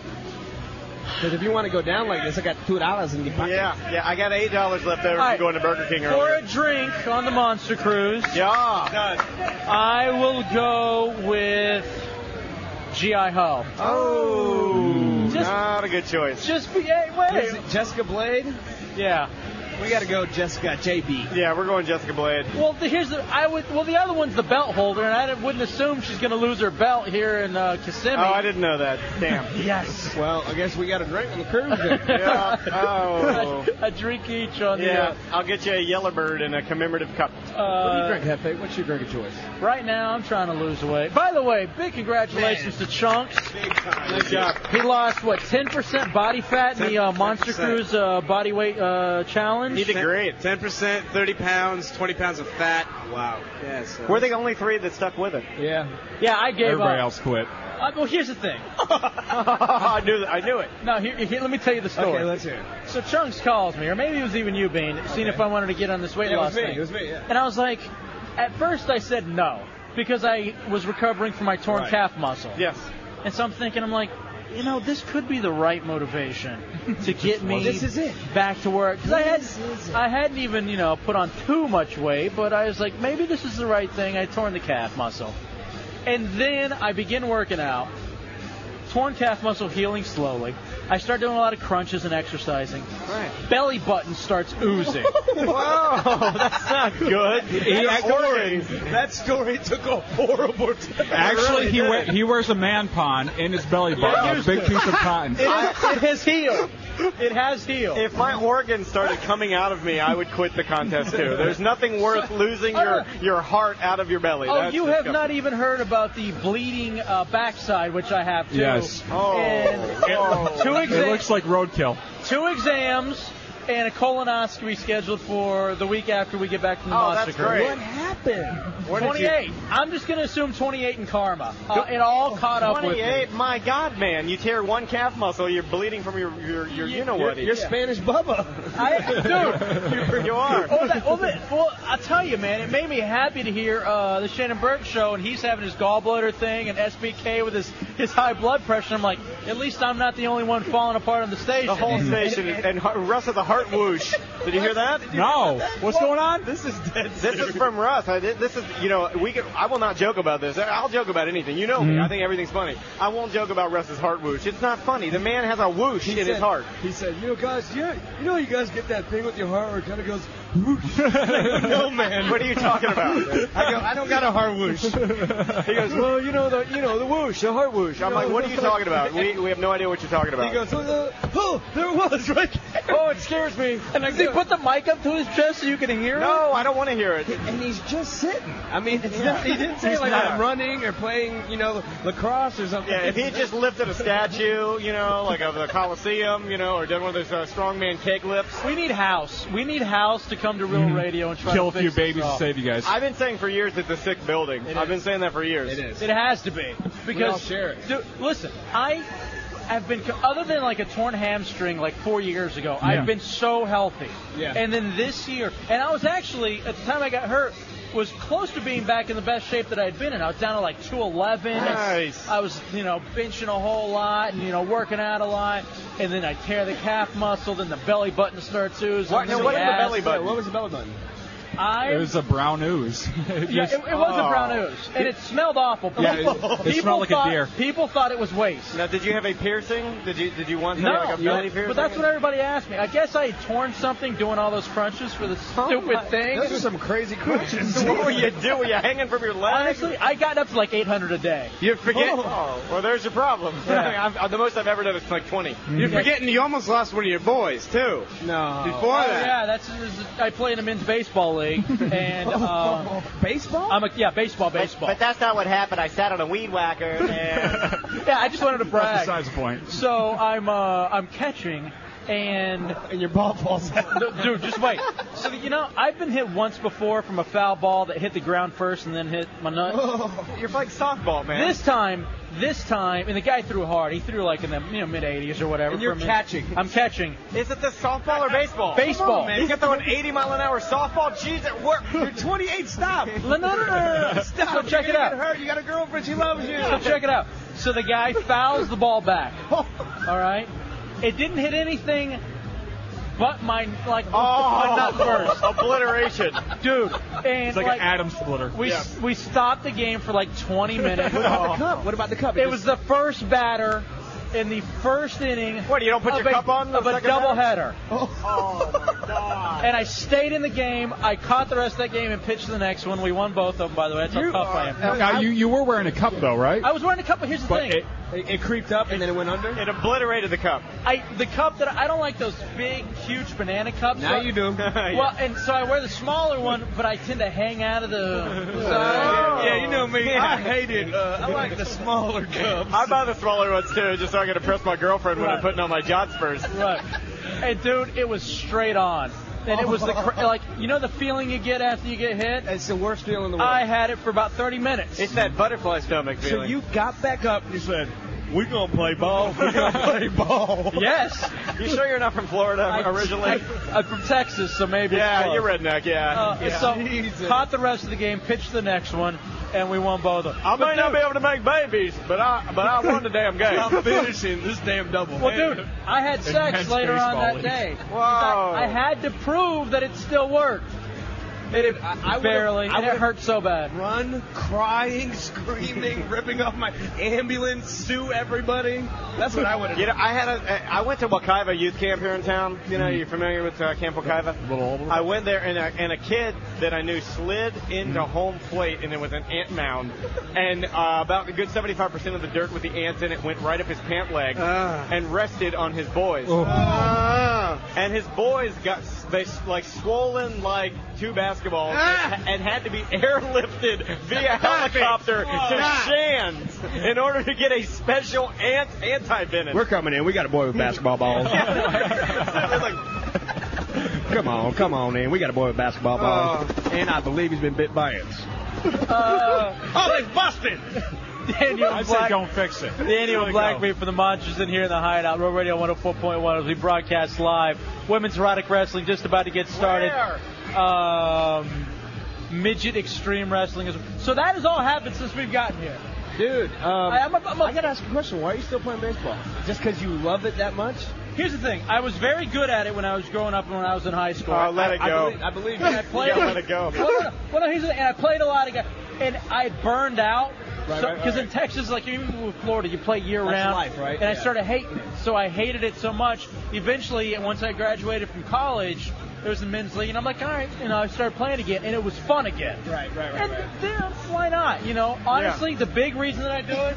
S8: Because if you want to go down like this, I got two dollars in your pocket.
S29: Yeah, yeah. I got eight dollars left over
S3: All right.
S29: from going to Burger King
S3: For
S29: earlier.
S3: a drink on the Monster Cruise.
S29: Yeah.
S3: I will go with G.I. Ho.
S29: Ooh,
S3: Just-
S29: Oh, not a good choice.
S3: Just be, hey, wait.
S8: Is it Jessica Blade?
S3: Yeah.
S8: We got to go Jessica JB.
S29: Yeah, we're going Jessica Blade.
S3: Well, the, here's the I would well the other one's the belt holder, and I wouldn't assume she's going to lose her belt here in uh, Kissimmee.
S29: Oh, I didn't know that. Damn.
S3: Yes.
S8: Well, I guess we got a drink on the cruise. then.
S29: Yeah. Oh.
S3: a, a drink each on
S29: Yeah, I'll get you a Yellowbird and a commemorative cup.
S3: the. Uh,
S8: what do you drink, Hefe? What's your drink of choice?
S3: Right now, I'm trying to lose weight. By the way, big congratulations to Chunks.
S29: Nice job.
S3: He lost what 10% body fat in the uh, Monster
S5: 10%.
S3: Cruise uh, body weight uh, challenge.
S5: He did great. Ten percent, thirty pounds, twenty pounds of fat. Wow. Yes. uh,
S29: We're the only three that stuck with it.
S8: Yeah.
S3: Yeah, I gave
S11: Everybody
S3: up.
S11: else quit.
S3: Uh, well, here's the thing.
S29: I knew that. I knew it.
S3: No, here, here, let me tell you the story.
S8: Okay, let's hear it.
S3: So Chunks calls me, or maybe it was even you, Bean, seeing if I wanted to get on this weight
S8: Yeah, it
S3: loss
S8: was me.
S3: thing.
S8: It was me. Yeah.
S3: And I was like, at first I said no because I was recovering from my torn
S8: Right.
S3: calf muscle.
S29: Yes.
S3: And so I'm thinking, I'm like, you know, this could be the right motivation to get me
S8: This is it.
S3: back to work. Because I had,
S8: This is it.
S3: I hadn't even, you know, put on too much weight, but I was like, maybe this is the right thing. I torn the calf muscle, and then I begin working out. Torn calf muscle healing slowly. I start doing a lot of crunches and exercising.
S29: Right.
S3: Belly button starts oozing.
S29: Whoa, that's not good.
S11: That
S29: Orange.
S8: That story took a horrible turn.
S11: Actually, he we- he wears a man pond in his belly
S29: Yeah,
S11: button, a
S29: used
S11: big
S29: to.
S11: piece of cotton.
S3: it has healed. It has healed.
S29: If my organs started coming out of me, I would quit the contest too. There's nothing worth losing your, your heart out of your belly.
S3: Oh,
S29: That's
S3: you have
S29: disgusting.
S3: not even heard about the bleeding uh, backside, which I have too.
S11: Yes.
S29: Oh.
S3: And
S29: Oh.
S3: two,
S11: It
S3: exa-
S11: looks like roadkill.
S3: two exams and a colonoscopy scheduled for the week after we get back from the
S29: Oh,
S3: monster
S29: that's great.
S8: What
S3: cruise.
S8: happened?
S29: What did you-
S3: 28. I'm just going to assume 28 in karma. Uh, it all caught up with me.
S29: 28, my God, man! You tear one calf muscle, you're bleeding from your your, your you know
S8: You're,
S29: what?
S8: you're Spanish Bubba.
S3: I,
S29: you,
S3: dude,
S29: you
S3: Oh,
S29: are.
S3: that, well, that, well, I'll tell you, man, it made me happy to hear uh, the Shannon Burke show, and he's having his gallbladder thing and SBK with his, his high blood pressure. I'm like, at least I'm not the only one falling apart on the station.
S29: The whole station is- and Har- Russ of the heart whoosh. Did you hear that?
S11: No. What's going on?
S8: This is dead.
S29: This is from Russ. I, this is, you know, we could, I will not joke about this. I'll joke about anything. You know me.
S4: Mhm.
S29: I think everything's funny. I won't joke about Russ's heart whoosh. It's not funny. The man has a whoosh in his heart.
S10: He said, "You know, guys, you know, you know, you guys get that thing with your heart where it kind of goes." whoosh."
S29: no man, what are you talking about?
S10: I go, I don't got a heart whoosh.
S29: He goes, well, you know the, you know the whoosh, the heart whoosh. I'm like, what are you talking about? We, we have no idea what you're talking about.
S10: He goes, oh, oh, there it was, right there. Oh, it scares me. And I
S3: Did he put the mic up to his chest so you can hear it?
S29: No, I don't want to hear it.
S10: And he's just sitting. I mean, it's
S3: Yeah.
S10: not, he didn't say
S3: He's
S10: like
S3: not.
S10: I'm running or playing, you know, lacrosse or something.
S29: Yeah, if he just lifted a statue, you know, like of the Coliseum, you know, or done one of those uh, strongman cake lifts.
S3: We need House. We need House to come to real radio and try
S29: Mm. Kill a
S3: to fix
S29: few babies
S3: this
S29: to
S3: all.
S29: save you guys. I've been saying for years it's a sick building. I've been saying that for years. It is.
S3: It has to be because
S29: We all share it.
S3: Dude, listen, I have been other than like a torn hamstring like four years ago.
S2: Yeah.
S3: I've been so healthy.
S2: Yeah.
S3: And then this year, and I was actually at the time I got hurt was close to being back in the best shape that I had been in. I was down to like 211.
S29: Nice.
S3: I was, you know, benching a whole lot and you know working out a lot. And then I tear the calf muscle, then the belly button starts oozing.
S4: What- now,
S3: then
S4: what
S3: the
S4: is the
S3: ass.
S4: belly button? Yeah, what
S10: was the belly button?
S3: I
S4: It was a brown ooze. It
S3: yeah,
S4: just-
S3: it, it was a brown ooze, and it smelled awful.
S4: Yeah, it-
S3: people,
S4: it
S3: people
S4: smelled like a
S3: thought,
S4: deer.
S3: People thought it was waste.
S29: Now, did you have a piercing? Did you did you want to
S3: No,
S29: have, like a belly piercing?
S3: but that's what everybody asked me. I guess I had torn something doing all those crunches for the stupid
S29: Oh my-
S3: thing.
S29: those are some
S10: crazy
S29: crunches. So what were you doing? Were you hanging from your leg?
S3: Honestly, I got up to like 800 a day.
S29: You forget.
S3: Oh.
S29: Oh, well, there's your problem.
S3: Yeah.
S29: I'm- I'm- the most I've ever done is like 20.
S5: You're forgetting you almost lost one of your boys too.
S10: No.
S5: Before
S3: Oh,
S5: that.
S3: yeah, that's I play in a men's baseball league, and
S29: Oh,
S3: uh,
S10: baseball.
S3: I'm a yeah baseball baseball.
S29: But that's not what happened. I sat on a weed whacker and.
S3: yeah, I just wanted to brag.
S29: besides the point.
S3: So I'm uh, I'm catching, and
S10: and your ball falls out.
S3: dude, just wait. So you know, I've been hit once before from a foul ball that hit the ground first and then hit my nut.
S29: You're like softball, man.
S3: This time, this time, and the guy threw hard. He threw like in the you know mid 80s or whatever.
S29: And you're
S3: for a minute.
S29: catching.
S3: I'm catching.
S29: Is it the softball or baseball?
S3: Baseball.
S29: Come on, man. You can throw an 80 mile an hour softball. Jeez, at work. You're 28. Stop.
S3: No, no, no, no, no.
S29: Stop.
S3: So check
S29: You're
S3: it
S29: gonna
S3: out.
S29: Get hurt. You got a girlfriend. She loves you.
S3: So check it out. So the guy fouls the ball back. All right. It didn't hit anything, but my like
S29: Oh.
S3: my nut first.
S29: obliteration.
S3: Dude, and
S9: It's like,
S3: like
S9: an atom splitter.
S3: We, we stopped the game for like 20 minutes.
S9: What about the
S10: cup? What about the cup?
S3: It, was the first batter in the first inning.
S29: What, you don't put
S3: of
S29: your
S3: a,
S29: cup on the
S3: of a
S29: second batter?
S3: doubleheader?
S29: Oh, my God.
S3: And I stayed in the game. I caught the rest of that game and pitched the next one. We won both of them, by the way. That's how tough I am.
S4: Now, you, you were wearing a cup though, right?
S3: I was wearing a cup, but here's the thing.
S10: It, it creeped up and then it went under.
S29: It obliterated the cup.
S3: I the cup that I don't like those big, huge banana cups.
S10: Now
S3: So-
S10: you do.
S3: Well, and so I wear the smaller one, but I tend to hang out of the. the
S29: Oh.
S3: side.
S29: Yeah, you know me. I hate
S10: it. Uh, I like the smaller cups.
S29: I buy the smaller ones too, just so I can impress my girlfriend when I'm
S3: Right.
S29: putting on my jots first.
S3: Look, and dude, it was straight on. And it was the
S29: Oh.
S3: cr- like you know the feeling you get after you get hit.
S10: It's the worst feeling in the
S3: I had it for about 30 minutes.
S29: It's that butterfly stomach
S10: So
S29: feeling.
S10: you got back up and you said, "We're gonna play ball. We're gonna play ball."
S3: Yes.
S29: You sure you're not from Florida
S3: I-
S29: originally?
S3: I, am from Texas, so maybe. it's
S29: yeah,
S3: close.
S29: you're redneck. Yeah.
S3: Uh,
S29: yeah.
S3: So caught the rest of the game, pitched the next one, and we won both of them.
S29: I may not be able to make babies, but I but I won the damn game.
S3: I'm
S29: finishing this damn double.
S3: Well, dude, I had sex later on that day.
S29: Wow.
S3: I had to prove that it still worked. It, it
S10: would've-
S3: barely,
S10: I
S3: and it
S10: would've-
S3: hurt so bad.
S10: Run, crying, screaming, ripping off my ambulance, sue everybody. That's what I would have
S29: You know, I had a, I went to Wakaiva youth camp here in town. You know, you're familiar with uh, Camp Wakaiva. I went there and a, and a kid that I knew slid into
S2: Mm-hmm.
S29: home plate and there was an ant mound, and uh, about a good 75% of the dirt with the ants in it went right up his pant leg
S2: Ah.
S29: and rested on his boys.
S2: Oh.
S29: Ah. And his boys got s- they s- like swollen like two basketballs and, and had to be airlifted via
S2: Ah. Stop it.
S29: helicopter to
S2: Stop.
S29: Shands in order to get a special ant anti venom.
S8: We're coming in. We got a boy with basketball balls. come on, come on in. We got a boy with basketball balls. Uh, and I believe he's been bit by ants.
S10: Uh,
S3: oh, it's busted! Daniel
S9: I say
S3: Black,
S9: don't fix it.
S3: Daniel
S9: Let it go.
S3: Blackbeard from the Monsters in here in the Hideout, Road Radio 104.1 as we broadcast live. Women's erotic wrestling just about to get started. Um, midget extreme wrestling. Is, so that has all happened since we've gotten here.
S10: Dude, um,
S3: I- I'm a- I'm a-
S10: I gotta ask you a question. Why are you still playing baseball? Just because you love it that much?
S3: Here's the thing. I was very good at it when I was growing up and when I was in high school.
S29: Oh, let it
S3: I- I
S29: go.
S3: believe- I believe,
S29: You
S3: and I played.
S29: gotta let it go.
S3: Well, no, no, well, no, here's the thing. And I played a lot of guys, and I burned out.
S29: Right,
S3: Because
S29: right, right,
S3: in Texas, like even with Florida, you play year
S29: That's
S3: round.
S29: life, right?
S3: And I
S29: Yeah.
S3: started hating it. So I hated it so much. Eventually, and once I graduated from college, there was a men's league, and I'm like, all right, you know, I started playing again, and it was fun again.
S10: Right, right,
S3: And then, why not? You know, honestly, the big reason that I do it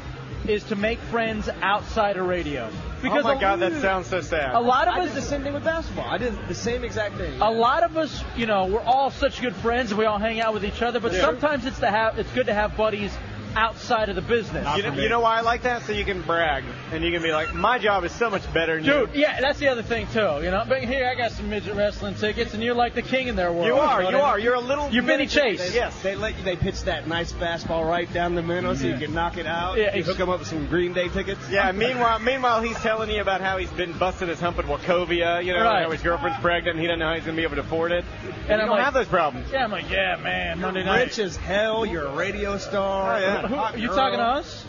S3: is to make friends outside of radio.
S29: oh my
S3: a-
S29: God, that sounds so sad.
S3: A lot of
S8: I
S3: us
S8: did the same thing with basketball. I did the same exact thing.
S3: a lot of us, you know, we're all such good friends and we all hang out with each other, but
S29: Yeah.
S3: sometimes it's to have it's good to have buddies outside of the business.
S29: You know, you know why I like that? So you can brag and you can be like, my job is so much better than
S3: Dude,
S29: you.
S3: yeah, that's the other thing too, you know. But here I got some midget wrestling tickets, and you're like the king in their world.
S29: You are,
S3: know
S29: you
S3: what I
S29: are.
S3: mean?
S29: You're a little.
S3: You're Vinny Chase.
S8: They, yes, they let you, they pitch that nice fastball right down the middle so you can knock it out.
S29: Yeah,
S8: you hook them up with some Green Day tickets.
S29: Yeah. Meanwhile, meanwhile, he's telling you about how he's been busting his hump at Wachovia. You know,
S3: Right.
S29: how his girlfriend's pregnant. and He doesn't know how he's gonna be able to afford it. And, I
S3: I'm
S29: don't
S3: like-
S29: have those problems.
S3: Yeah, I'm like, yeah, man, Monday night.
S8: Rich as hell. You're a radio star.
S3: Oh, yeah. Who-
S8: Hot
S3: you
S8: girl.
S3: talking to us?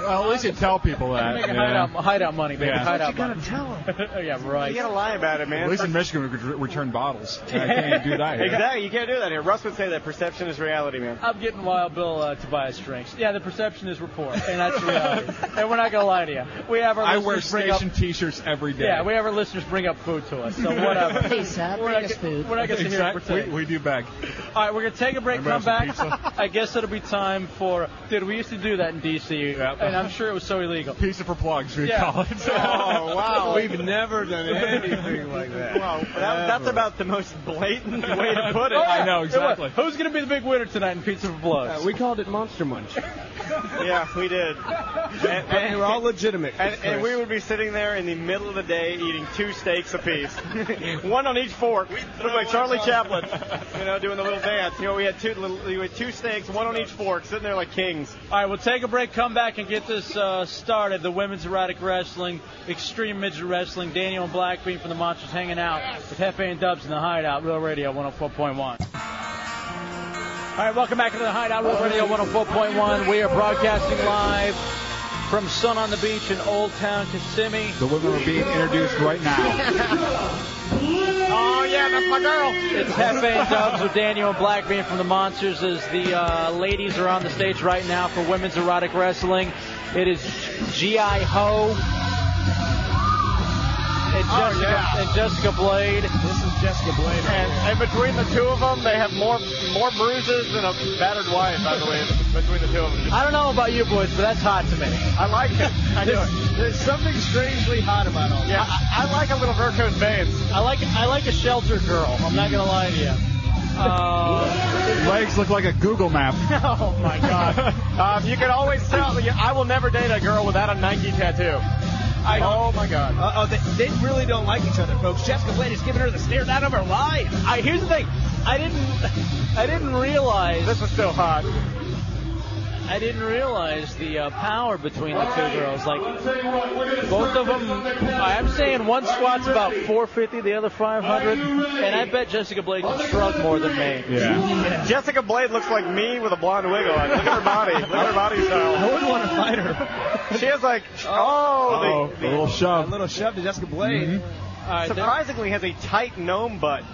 S11: Well, at least you tell people that.
S3: Make a
S11: yeah.
S3: hideout, hideout money, baby.
S11: Yeah.
S3: Hideout
S11: But you
S3: money. tell yeah, right.
S11: At least in Michigan, we could re- return bottles. I can't do that. Here.
S29: Exactly. You can't do that here. Russ would say that perception is reality, man.
S3: I'm getting Wild Bill uh, Tobias drinks. Yeah, the perception is report, and that's reality. and we're not gonna lie to you. We have our
S11: I
S3: listeners
S11: wear
S3: bring up
S11: station T-shirts every day.
S3: Yeah, we have our listeners bring up food to us, so whatever.
S11: Pizza,
S3: we're
S11: bring
S3: not
S11: us
S3: get-
S11: food.
S3: We're not going to hear it
S11: Exactly.
S3: pretend.
S11: We- we do back.
S3: All right, we're going to take a break, come
S11: Everybody
S3: back.
S11: has some
S3: I guess it'll be time for. Dude, we used to do that in D.C., and I'm sure it was so illegal.
S11: Pizza for plugs, we
S3: Yeah.
S11: call it.
S3: Oh, wow.
S11: We've never done
S29: anything like that. Wow, that, that's
S11: Ever.
S29: about the most blatant way to put it.
S3: Oh, yeah. Who's going to be the big winner tonight in Pizza for Bloods?
S29: Uh,
S8: we called it Monster Munch.
S29: yeah, we did. And,
S8: They were all legitimate.
S29: And, and we would be sitting there in the middle of the day eating two steaks apiece, one on each fork. We looked like Charlie Chaplin, you know, doing the little dance. You know, we had two little, we had two steaks, one on each fork, sitting there like kings.
S3: All right, we'll take a break, come back, and get this uh, started. The women's erotic wrestling, extreme midget wrestling, Daniel and Blackbean from the Monsters hanging out with Hefe and Dubs in the Hideout, Real Radio 104.1. All right, welcome back to the Hideout, Real Radio 104.1. We are broadcasting live from Sun on the Beach in Old Town Kissimmee.
S11: The women are being introduced right now.
S29: Oh yeah, that's my girl.
S3: It's Hefe and Dubs with Daniel and Blackbean from the Monsters as the uh, ladies are on the stage right now for women's erotic wrestling. It is G.I. Ho and Jessica,
S8: Oh,
S3: and Jessica Blade.
S8: This is Jessica Blade.
S29: And, and between the two of them, they have more more bruises than a battered wife, I believe. Between the two of them,
S3: I don't know about you boys, but that's hot to me.
S29: I like it. I do it.
S8: There's something strangely hot about all
S29: Yeah, I, I like a little varicose veins.
S3: I like I like a shelter girl. I'm not gonna lie to you.
S11: Uh, Legs look like a Google map.
S3: oh my God.
S29: um, you can always tell. I will never date a girl without a Nike tattoo. I, oh my God.
S8: Uh oh, they, they really don't like each other, folks. Jessica Blade is giving her the stare down of her life.
S3: I here's the thing. I didn't I didn't realize
S29: this was so hot.
S3: I didn't realize the uh, power between the two girls. Like both of them, I'm saying one squat's about 450, the other 500, and I bet Jessica Blade can shrug more than me.
S29: Yeah. Jessica Blade looks like me with a blonde wig on. Look at her body. Look at her body style. I
S8: would want to fight her.
S29: She has like oh, the, the
S11: little shove.
S8: A little shove to Jessica Blade.
S29: surprisingly has a tight gnome butt.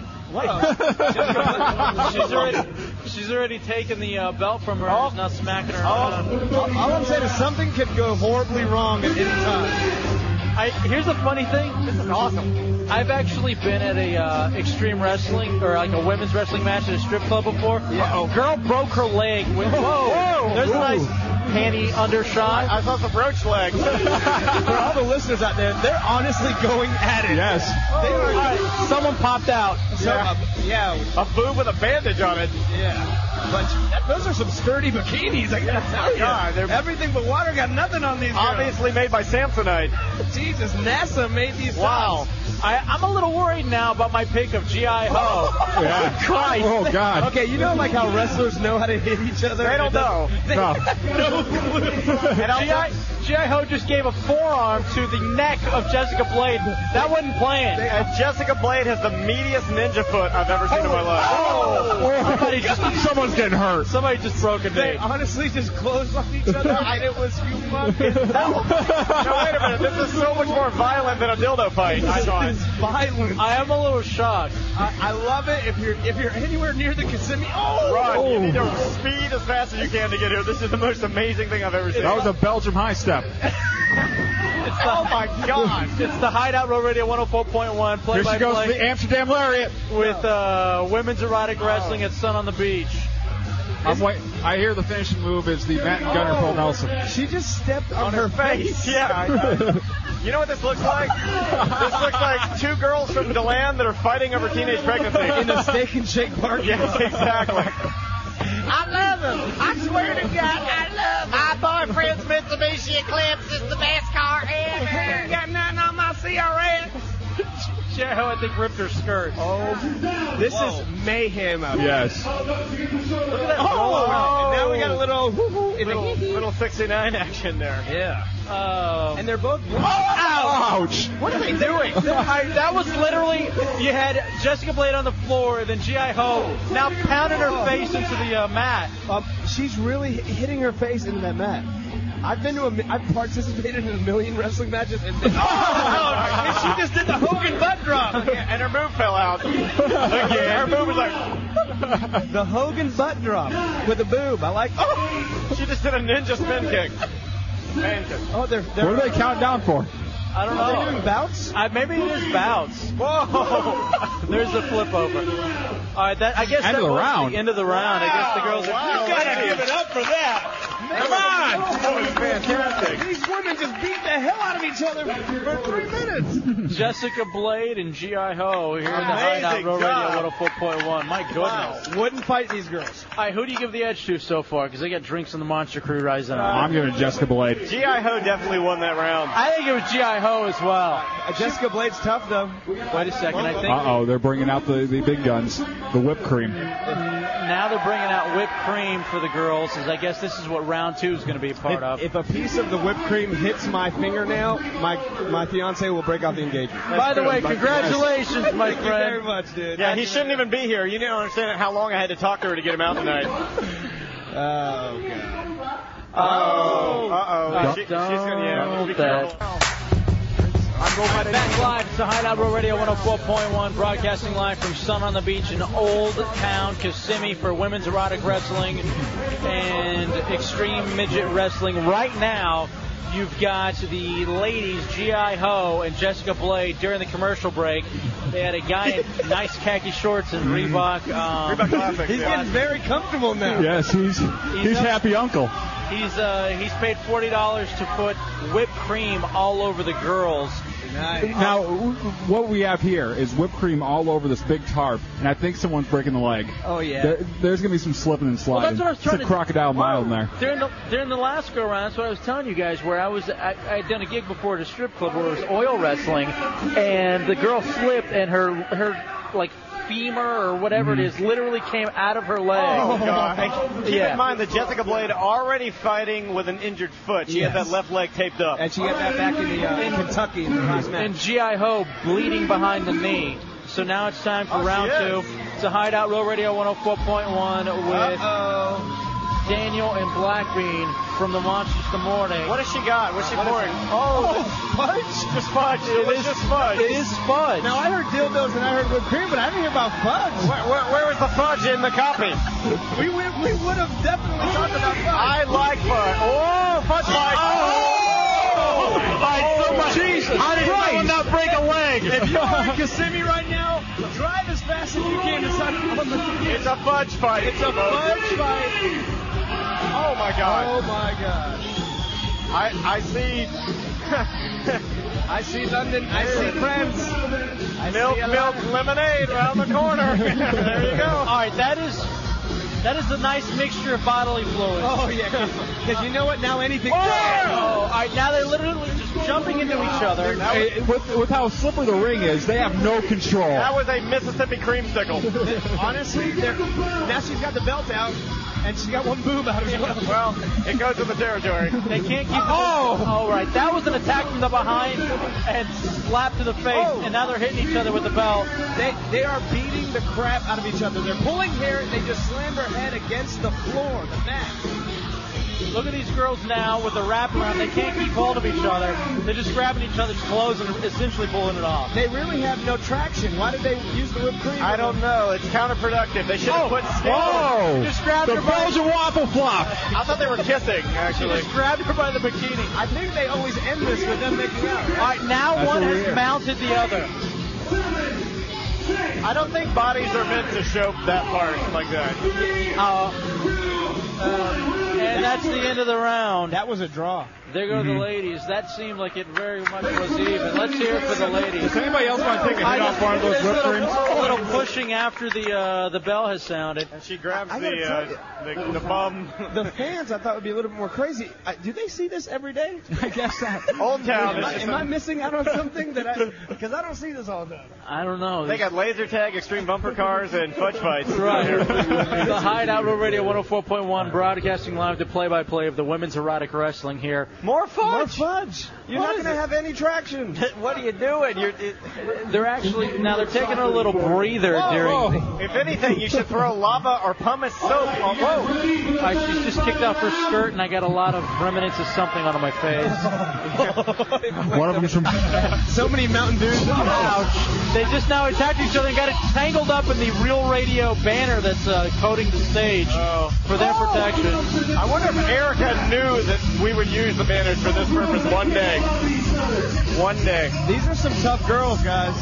S3: she's already she's already taken the uh, belt from her. and is now smacking her.
S8: Oh.
S29: Mm-hmm.
S8: All, all I'm saying is something could go horribly wrong at any time.
S3: I, here's the funny thing. This is awesome. I've actually been at a uh, extreme wrestling or like a women's wrestling match at a strip club before. A girl broke her leg. With, whoa,
S29: Whoa.
S3: There's a
S29: Ooh.
S3: nice panty undershot.
S29: I saw some roach legs.
S8: For all the listeners out there, they're honestly going at it.
S11: Yes.
S8: They are, Someone popped out. So,
S29: Yeah.
S8: uh, yeah.
S29: A boob with a bandage on it.
S8: Yeah. But that- those are some sturdy bikinis, I gotta tell you.
S29: God, they're-
S8: Oh, Everything but water got nothing on these. girls.
S29: Obviously made by Samsonite.
S8: Jesus, NASA made these.
S3: Wow. I, I'm a little worried now about my pick of G.I. Ho.
S11: Yeah.
S3: Christ.
S11: Oh, God.
S8: Okay, you know like how wrestlers know how to hit each other.
S29: They don't know.
S8: They
S11: No.
S8: have no clue.
S3: G.I. G.I. Ho just gave a
S29: forearm to the neck of Jessica Blade. That wasn't planned. And uh, Jessica Blade has the meatiest ninja foot I've ever seen in my life.
S9: Somebody just- someone's getting hurt.
S29: Somebody just broke a
S10: They
S29: knee.
S10: honestly just closed on each other, and it was humongous.
S29: Now wait a minute, this is so much more violent than a dildo fight. I thought.
S10: violent.
S29: I am a little shocked.
S10: I, I love it. If you're if you're anywhere near the Kissimmee, oh,
S29: Run, you need to speed as fast as you can to get here. This is the most amazing thing I've ever seen.
S11: That was a Belgium high step.
S29: It's the, oh my God! It's the Hideout Road Radio 104.1 play
S11: Here
S29: by
S11: she goes
S29: play
S11: to the Amsterdam Lariat.
S29: with uh, women's erotic wrestling at Sun on the Beach.
S11: I'm wait- I hear the finishing move is the Matt and Gunner
S29: Oh.
S11: Paul Nelson.
S10: She just stepped on,
S29: her face. Yeah. I- you know what this looks like? This looks like two girls from Deland that are fighting over teenage pregnancy
S10: In a steak and shake bar.
S29: Yes, exactly.
S2: I love him. I swear to God, I love him. My boyfriend's Mitsubishi Eclipse is the best car ever. ain't got nothing on my CRS.
S29: Cheryl, I think, ripped her skirt.
S10: Oh, this is mayhem out here.
S11: Yes.
S29: Look at that
S10: Oh,
S29: rollout.
S10: and now we got a little woo-hoo in the
S29: little,
S10: hee-hee.
S29: little 69 action there.
S10: Yeah.
S29: Um,
S10: and they're both.
S8: Oh!
S10: Ow!
S11: Ouch!
S10: What are they doing?
S29: I, that was literally you had Jessica Blade on the floor, then GI Ho now pounding her face into the uh, mat.
S8: Oh. Um, she's really hi- hitting her face into that mat. I've been to a, mi- I've participated in a million wrestling matches
S29: Oh,
S8: and.
S10: she just did the Hogan butt drop.
S29: and her move fell out. Again, her move was
S3: Oh.
S29: like
S8: the Hogan butt drop with a boob. I like.
S29: oh, she just did a ninja spin kick. Man,
S8: Oh, they're. they're
S11: What do they count down for?
S29: I don't know.
S8: Are they doing bouts?
S29: I, maybe it is bouts. Whoa! There's the flip over. All right, that I guess that
S11: End of the
S29: was
S11: round.
S29: The end of the round. I guess the girls are.
S10: Wow.
S29: You gotta give it up for that.
S10: Come
S29: on.
S10: That was
S29: fantastic.
S10: These women just beat the hell out of each other for three minutes.
S3: Jessica Blade and G.I. Ho here in the
S10: Amazing
S3: Hideout Row
S10: job.
S3: Radio 104.1. My goodness.
S8: Wouldn't fight these girls.
S3: All right, who do you give the edge to so far? Because they got drinks in the Monster Crew rising up.
S11: I'm giving Jessica Blade.
S29: GI Ho definitely won that round.
S3: I think it was G.I. Ho as well.
S8: Jessica Blade's tough though.
S3: Wait a second. I think
S11: Uh oh, they're bringing out the, the big guns, the whipped cream.
S3: now they're bringing out whipped cream for the girls, as I guess this is what round two is going to be a part of.
S8: If a piece of the whipped cream hits my fingernail, my my fiance will break out the engagement.
S3: By the way, congratulations, my
S8: Thank you very
S3: friend.
S8: much, dude.
S29: Yeah, he shouldn't even be here. You don't understand how long I had to talk to her to get him out tonight.
S8: Oh god.
S29: Oh, uh
S8: Don't-
S29: oh. She, she's gonna yeah. be
S3: that.
S29: careful.
S3: Right, back live to Hideout Row Radio 104.1, broadcasting live from Sun on the Beach in Old Town, Kissimmee for women's erotic wrestling and extreme midget wrestling. Right now, you've got the ladies, G.I. Ho and Jessica Blade, during the commercial break. They had a guy in nice khaki shorts and Reebok. Um,
S29: Reebok Classic,
S8: He's
S29: yeah.
S8: getting very comfortable now.
S11: Yes, he's he's
S3: up-
S11: happy uncle.
S3: He's uh, he's paid forty dollars to put whipped cream all over the girls.
S11: Now, what we have here is whipped cream all over this big tarp, and I think someone's breaking the leg.
S3: Oh, yeah.
S11: There, there's gonna be some slipping and
S3: Well,
S11: sliding.
S3: that's what I was trying
S11: it's
S3: to
S11: a crocodile mile in there.
S3: During the during the last go around, that's what I was telling you guys. Where I was, I, I had done a gig before at a strip club where it was oil wrestling, and the girl slipped and her her like femur or whatever
S11: Mm.
S3: it is literally came out of her leg.
S29: Oh, God. Keep
S3: Yeah.
S29: in mind that Jessica Blade already fighting with an injured foot. She had
S8: Yes.
S29: that left leg taped up.
S8: And she got that back in the, uh, in Kentucky in the last match.
S3: And G.I. Ho bleeding behind the knee. So now it's time for
S29: Oh, she
S3: round
S29: is.
S3: two. It's a Hideout Row Radio 104.1 with Daniel and Blackbean from the Monsters the Morning.
S29: What has she got? What's she pouring?
S8: Oh, fudge.
S29: Just fudge. It was just fudge.
S3: It is fudge.
S8: Now I heard dildos and I heard whipped cream, but I didn't hear about fudge.
S29: Where, where, where was the fudge in the copy?
S8: We would we would have definitely talked about fudge.
S29: I like fudge. Oh, fudge light. Oh, oh, so much. Jesus How did someone not break a leg?
S10: If you are in Kissimmee right now, drive as fast as you can to Sun on the Beach.
S29: It's a fudge fight.
S10: It's a fudge fight.
S29: Oh my
S8: Oh
S29: God.
S8: my god.
S29: I I see.
S8: I see London. I see friends. I
S29: Milk,
S8: see a
S29: milk,
S8: lot.
S29: lemonade around the corner. there you
S3: All
S29: go.
S3: right, that is that is a nice mixture of bodily fluids.
S8: Oh yeah, because you know what? Now anything.
S3: Oh, all right, now they're literally just jumping into each other.
S11: Hey, with, with how slippery the ring is, they have no control.
S29: That was a Mississippi creamsicle.
S8: Honestly, they're- now she's got the belt out. and she's got one boob out as well.
S3: Well,
S13: it goes with the territory.
S3: They can't keep. Oh! All right, that was an attack from the behind and slap to the face, and now they're hitting each other with the bell.
S8: Oh. They they are beating the crap out of each other. They're pulling hair. and They just slam their head against the floor, the mat.
S3: Look at these girls now with the wraparound. They can't keep hold of each other. They're just grabbing each other's clothes and essentially pulling it off.
S8: They really have no traction. Why did they use the whipped cream?
S29: I don't know. It's counterproductive. They should have put stick.
S3: Oh, whoa. Just grabbed
S29: the
S3: her by-
S29: Belgian waffle flop. I thought they were kissing. Actually,
S3: just grabbed her by the bikini.
S8: I think they always end this with them making out.
S3: All right, now
S29: That's
S3: one
S29: so
S3: has
S29: weird.
S3: mounted the other.
S29: I don't think bodies are meant to show that part like that.
S3: Uh, And that's the end of the round. That
S8: was a draw.
S3: There go
S11: Mm-hmm.
S3: the ladies. That seemed like it very much was even. Let's hear it for the ladies.
S11: Does anybody else want to take a hit
S3: I
S11: off one of those
S3: there's
S11: whipped
S3: little-
S11: creams?
S3: little pushing after the uh, the bell has sounded. And
S29: she grabs uh,
S8: I gotta tell you, The fans I thought would be a little bit more crazy. I, do they see this every day? I guess not.
S29: Old Town
S8: Am,
S29: is
S8: I,
S29: just
S8: am
S29: a-
S8: I missing out on something that I? Because I don't see this all the time.
S3: I don't know.
S29: They got laser tag, extreme bumper cars, and fudge fights.
S3: Right. the Hideout Road Radio 104.1 broadcasting live the play-by-play of the women's erotic wrestling here.
S29: More fudge.
S8: More fudge. You're not going to have any traction.
S29: what are you doing? You're, it,
S3: They're actually now they're taking a little breather during.
S29: If anything, you should throw lava or pumice soap on
S3: The, Oh, I, she just kicked off her skirt and I got a lot of remnants of something onto my face.
S11: One of them's from.
S3: so many Mountain Dews. Ouch. They just now attacked each other and got it tangled up in the Real Radio banner that's uh, coating the stage for their protection.
S29: Oh. I wonder if Erica knew that we would use the banners for this purpose one day. One day.
S8: These are some tough girls, guys.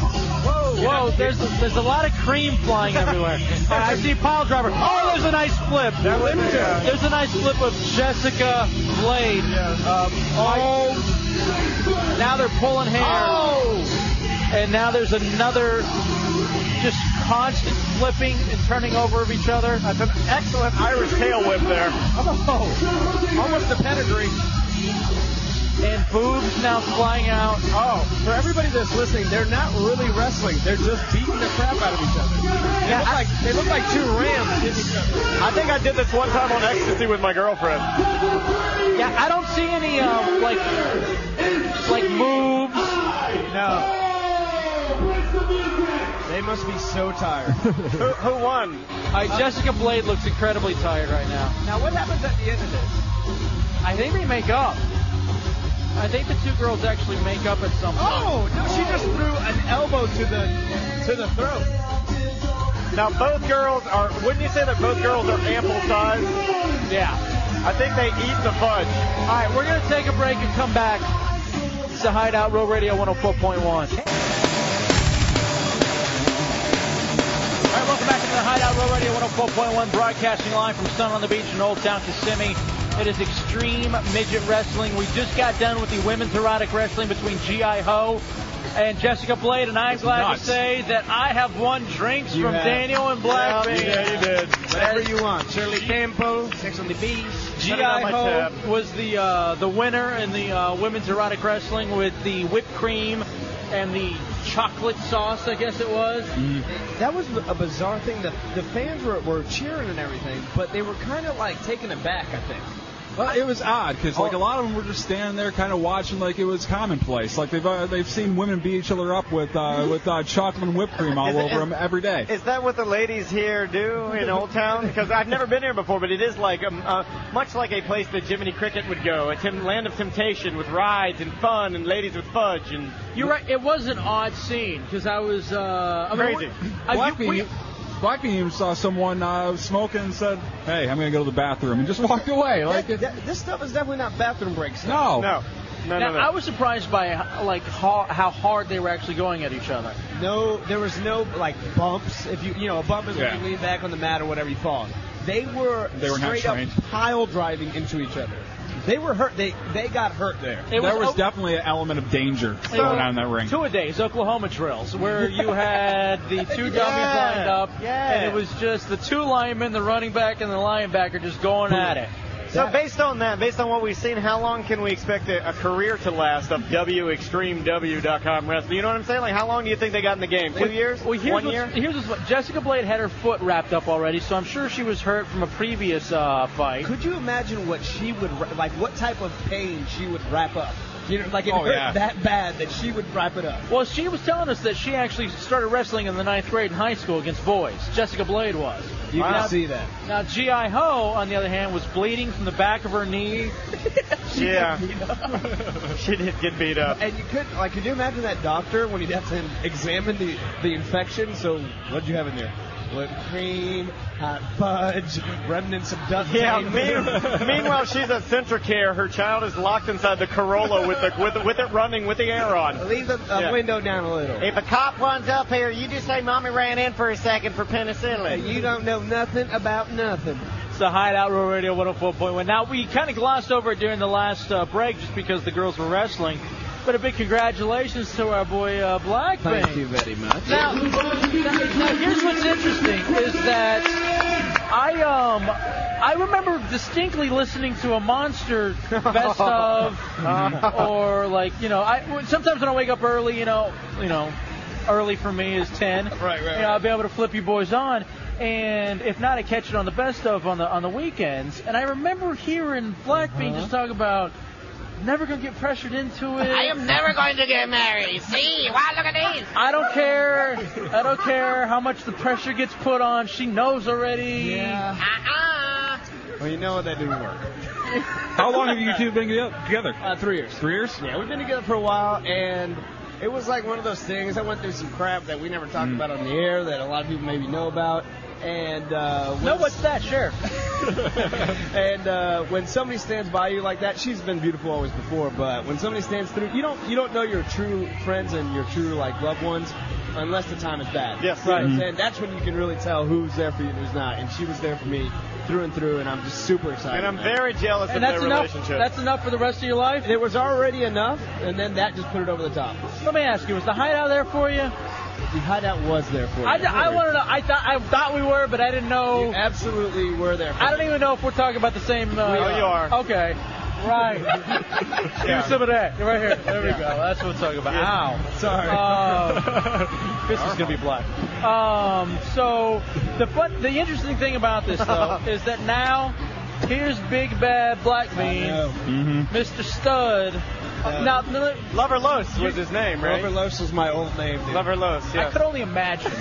S3: Whoa, whoa, there's a, there's a lot of cream flying everywhere. All right, I see Paul Driver. Oh, there's a nice flip. There's a nice flip of Jessica Blade. Um, oh, now they're pulling hair.
S29: Oh.
S3: And now there's another just constant flipping and turning over of each other.
S29: That's an excellent Irish tail whip there.
S8: Oh, almost the pedigree.
S3: And boobs now flying out.
S8: Oh, for everybody that's listening, they're not really wrestling. They're just beating the crap out of each other. They look like they look like two rams hitting each other.
S29: I think I did this one time on ecstasy with my girlfriend.
S3: Yeah, I don't see any um, like like moves.
S8: No. They must be so tired.
S29: who, who won?
S3: All right, Jessica Blade looks incredibly tired right now.
S8: Now, what happens at the end of this?
S3: I think they make up. I think the two girls actually make up at some point.
S8: Oh no, she just threw an elbow to the to the throat.
S29: Now both girls are. Wouldn't you say that both girls are ample size?
S3: Yeah.
S29: I think they eat the fudge.
S3: All right, we're gonna take a break and come back. It's the Hideout Row Radio 104.1. All right, welcome back to the Hideout Row Radio 104.1, broadcasting live from Stone on the Beach in Old Town Kissimmee. It is extreme midget wrestling. We just got done with the women's erotic wrestling between G.I. Ho and Jessica Blade, and I'm glad
S29: nuts.
S3: to say that I have won drinks from
S29: have.
S3: Daniel and Black Bear.
S29: Yeah, you did.
S8: Whatever you want.
S29: Shirley Temple, Sex on the Beach.
S3: G.I. Ho was the uh, the winner in the uh, women's erotic wrestling with the whipped cream and the chocolate sauce, I guess it was.
S8: Mm. That was a bizarre thing. The, the fans were, were cheering and everything, but they were kind of like taken aback, I think.
S11: Well, it was odd because like a lot of them were just standing there, kind of watching, like it was commonplace. Like they've uh, they've seen women beat each other up with
S3: Mm-hmm.
S11: uh, with uh, chocolate and whipped cream all
S29: Is it-
S11: over
S29: is-
S11: them every day.
S29: Is that what the ladies here do in Old Town? Because I've never been here before, but it is like um, uh, much like a place that Jiminy Cricket would go, a tem- land of temptation with rides and fun and ladies with fudge and
S3: You're right. It was an odd scene because I was uh, I mean,
S29: Crazy.
S3: I-
S11: Black
S3: you-
S11: Bean,
S3: we-
S11: Black Bean even saw someone uh, smoking and said, "Hey, I'm gonna go to the bathroom," and just walked away. Like
S8: That- that- this stuff is definitely not bathroom break
S11: No.
S8: stuff.
S11: No.
S3: now, I was surprised by h- like how, how hard they were actually going at each other.
S8: No, there was no like bumps. If you you know a bump is
S3: Yeah.
S8: when you lean back on the mat or whatever you fall. They were,
S11: They were not
S8: straight up
S11: trained.
S8: pile driving into each other. They were hurt. They they got hurt there.
S11: there was, definitely an element of danger
S3: So-
S11: going on in that ring.
S3: Two a days, Oklahoma drills, where you had the two dummies
S8: Yeah,
S3: lined up,
S8: yeah.
S3: and it was just the two linemen, the running back, and the linebacker just going at it.
S29: So based on that, based on what we've seen, how long can we expect a, a career to last of WExtremeW.com wrestling? You know what I'm saying? Like, how long do you think they got in the game? Two years?
S3: Well, here's
S29: One
S3: what's-
S29: year?
S3: Here's what's, what Jessica Blade had her foot wrapped up already, so I'm sure she was hurt from a previous uh, fight.
S20: Could you imagine what she would ra- like? What type of pain she would wrap up? You know, like it
S3: Oh,
S20: hurt
S3: yeah.
S20: that bad that she would wrap it up.
S3: Well, she was telling us that she actually started wrestling in the ninth grade in high school against boys. Jessica Blade was.
S20: You can see that.
S3: Now, G.I. Ho, on the other hand, was bleeding from the back of her knee.
S29: yeah. she did get beat up.
S8: And you could, like, could you imagine that doctor when he'd have to examine the, the infection? So, what'd you have in there? Whipped cream, hot fudge, remnants of duct
S29: Yeah.
S8: tape.
S29: Mean, meanwhile, she's at Centricare. Her child is locked inside the Corolla with the with, with it running with the air on.
S8: Leave the uh,
S29: Yeah.
S8: window down a little.
S2: If a cop runs up here, you just say, Mommy ran in for a second for penicillin.
S8: You don't know nothing about nothing.
S3: It's the Hideout Row Radio 104.1. Now, we kind of glossed over it during the last uh, break just because the girls were wrestling. But a big congratulations to our boy uh, Blackpink.
S8: Thank you very much.
S3: Now, now, here's what's interesting is that I um I remember distinctly listening to a monster best of or like you know I sometimes when I wake up early you know you know early for me is ten right right, You know, I'll be able to flip you boys on. And if not, I catch it on the best of on the on the weekends. And I remember hearing Blackbean just talk about never gonna get pressured into it.
S2: I am never going to get married. See? Wow, Ah, look at these.
S3: I don't care. I don't care how much the pressure gets put on. She knows already.
S2: Uh-uh.
S8: Well, you know what? That didn't work.
S11: How long have you two been together?
S8: Uh, three years.
S11: Three years?
S8: Yeah, we've been together for a while, and it was like one of those things. I went through some crap that we never talked
S11: Mm.
S8: about on the air that a lot of people maybe know about. And uh,
S3: No, what's that? Sure.
S8: and uh, when somebody stands by you like that, she's been beautiful always before. But when somebody stands through, you don't you don't know your true friends and your true like loved ones unless the time is bad.
S29: Yes,
S8: You know what I'm
S29: right.
S8: saying? that's when you can really tell who's there for you and who's not. And she was there for me through and through, and I'm just super excited.
S29: And I'm
S8: man.
S29: very jealous of their relationship.
S3: enough for the rest of your life.
S8: It was already enough, and then that just put it over the top.
S3: Let me ask you, was the hideout there for you?
S8: The hideout was there for you.
S3: I, I wanted to. I thought I thought we were, but I didn't know.
S8: You absolutely were there.
S3: I don't even know if we're talking about the same. Uh,
S8: We
S29: Oh,
S8: are. You are.
S3: Okay. Right. Give me some of that. Right here. There
S8: Oh,
S3: we go. That's what we're talking about.
S8: Yeah.
S3: Ow.
S8: Sorry. Oh.
S3: Um, this is gonna be black. Um. So the but the interesting thing about this though is that now here's Big Bad Black Bean, Mr. Stud. now, no,
S29: Lover Los was his name, right?
S8: Lover Los was my old name. Dude.
S29: Lover Los,
S3: I
S29: yeah.
S3: could only imagine.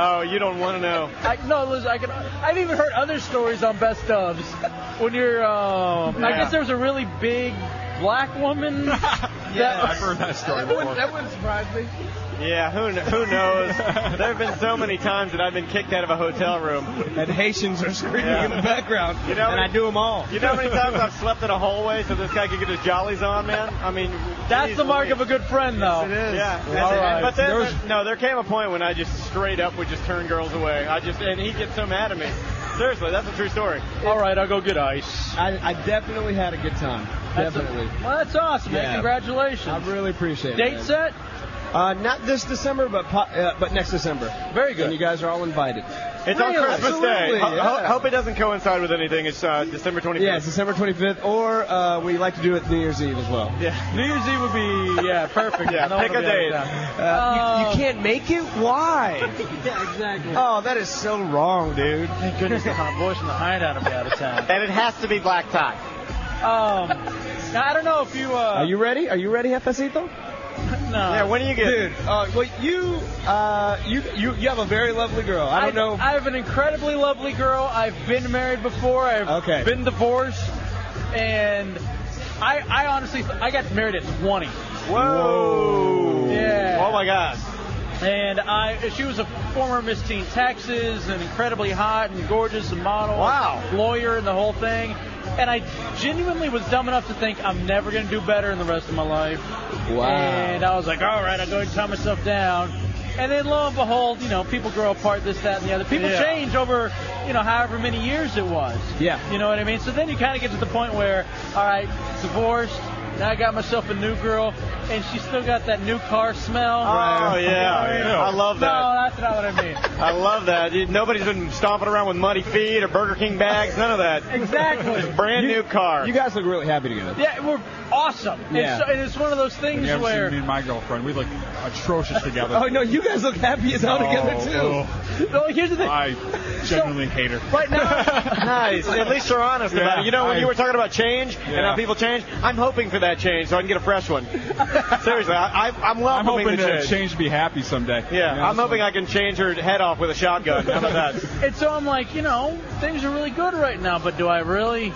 S29: Oh, you don't want to know.
S3: I, no, listen, I can, I've even heard other stories on best ofs. When you're, um, I
S29: Yeah.
S3: guess there was a really big black woman. that was-
S8: That wouldn't surprise me.
S29: Yeah, who, kn- who knows? there have been so many times that I've been kicked out of a hotel room.
S8: And Haitians are screaming
S29: Yeah.
S8: in the background.
S29: You know,
S8: and I do them all.
S29: You know how many times I've slept in a hallway so this guy could get his jollies on, man? I mean,
S3: That's the mark of a good friend, though.
S29: Yeah. And-
S3: All
S29: and-
S3: right.
S29: But then,
S3: There was-
S29: no, there came a point when I just straight up would just turn girls away. I just and he gets so mad at me. Seriously, that's a true story.
S3: all right, I'll go get ice.
S8: I, I definitely had a good time.
S3: That's a-
S8: Definitely.
S3: well, that's awesome, man.
S8: Yeah.
S3: Congratulations.
S8: I really appreciate it.
S3: Date
S8: man.
S3: set?
S8: Uh, not this December, but po- uh, but next December.
S3: Very good.
S8: And you guys are all invited.
S29: It's on Christmas Day. Ho-
S8: Absolutely,
S29: ho-
S8: yeah.
S29: Hope it doesn't coincide with anything. It's uh, December 25th.
S8: Yeah, it's December 25th, or uh, we like to do it New Year's Eve as well.
S29: Yeah.
S3: New Year's Eve would be, yeah, perfect.
S29: Yeah,
S3: I don't
S29: pick
S3: wanna
S29: a date.
S3: be out of town. Oh.
S8: Uh, you, you can't make it? Why? yeah, exactly. Oh, that is so wrong, dude.
S3: Thank goodness the hot boys from the hideout will be out of town.
S29: And it has to be black tie.
S3: Um, now, I don't know if you, uh,
S8: Are you ready? Are you ready, Jefecito?
S3: no.
S29: Yeah, when do you get?
S8: Dude, uh, well, you, uh, you, you, you have a very lovely girl. I don't know.
S3: I have an incredibly lovely girl. I've been married before. I've
S8: Okay.
S3: been divorced, and I, I honestly, I got married at 20.
S29: Whoa.
S3: Yeah.
S29: Oh my gosh.
S3: And I, she was a former Miss Teen Texas, and incredibly hot and gorgeous, and model,
S29: Wow.
S3: lawyer, and the whole thing. And I genuinely was dumb enough to think I'm never gonna do better in the rest of my life.
S8: Wow.
S3: And I was like, all right, I'll go and calm myself down. And then lo and behold, you know, people grow apart, this, that, and the other. People
S29: Yeah.
S3: change over, you know, however many years it was.
S8: Yeah.
S3: You know what I mean? So then you kind of get to the point where, all right, divorced. Now I got myself a new girl, and she still got that new car smell.
S29: Oh yeah.
S3: You know what I mean?
S29: I love that.
S3: No, that's not what I mean.
S29: I love that. Dude, Nobody's been stomping around with muddy feet or Burger King bags, none of that.
S3: Exactly.
S29: Just brand new car.
S8: You guys look really happy together.
S3: Yeah, we're awesome.
S8: Yeah.
S3: It's, so- and it's one of those things
S11: You ever
S3: where
S11: seen me and my girlfriend? We look atrocious together.
S3: Oh, no, you guys look happy as hell together, too. No, here's the thing.
S11: I genuinely hate her.
S3: right now.
S29: nice. At least you're honest about
S11: Yeah,
S29: it. You know, when
S11: I-
S29: you were talking about change and
S11: Yeah.
S29: how people change, I'm hoping for that change so I can get a fresh one. Seriously, I, I, I'm
S11: I'm
S29: welcoming the
S11: hoping to
S29: change.
S11: change to be happy someday.
S29: Yeah,
S11: You know,
S29: I'm
S11: so-
S29: hoping I can change her head off with a shotgun. How about that?
S3: and so I'm like, you know, things are really good right now, but do I really?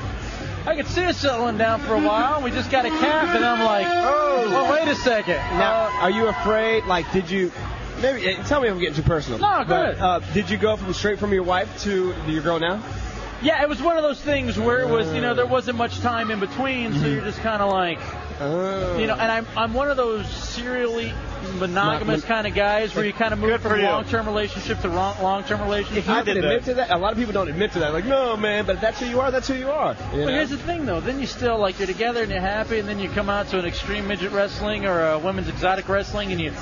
S3: I could see us settling down for a while. We just got a calf, and I'm like, oh, well, wait a second.
S8: Now, are you afraid? Like, did you? Maybe eh, tell me if I'm getting too personal.
S3: No, go
S8: But,
S3: ahead.
S8: Uh, did you go from straight from your wife to your girl now?
S3: Yeah, it was one of those things where it was, you know, there wasn't much time in between, so
S8: Mm-hmm.
S3: you're just kind of like,
S8: Oh.
S3: you know, and I'm I'm one of those serially monogamous
S8: Mon-
S3: kind of guys where you kind of move
S8: for
S3: from
S8: you.
S3: long-term relationship to wrong, long-term relationship.
S8: If you can admit to that, a lot of people don't admit to that. Like, no, man, but if that's who you are. That's who you are. you
S3: But
S8: know?
S3: here's the thing, though. Then you still like you're together and you're happy, and then you come out to an extreme midget wrestling or a women's exotic wrestling, and you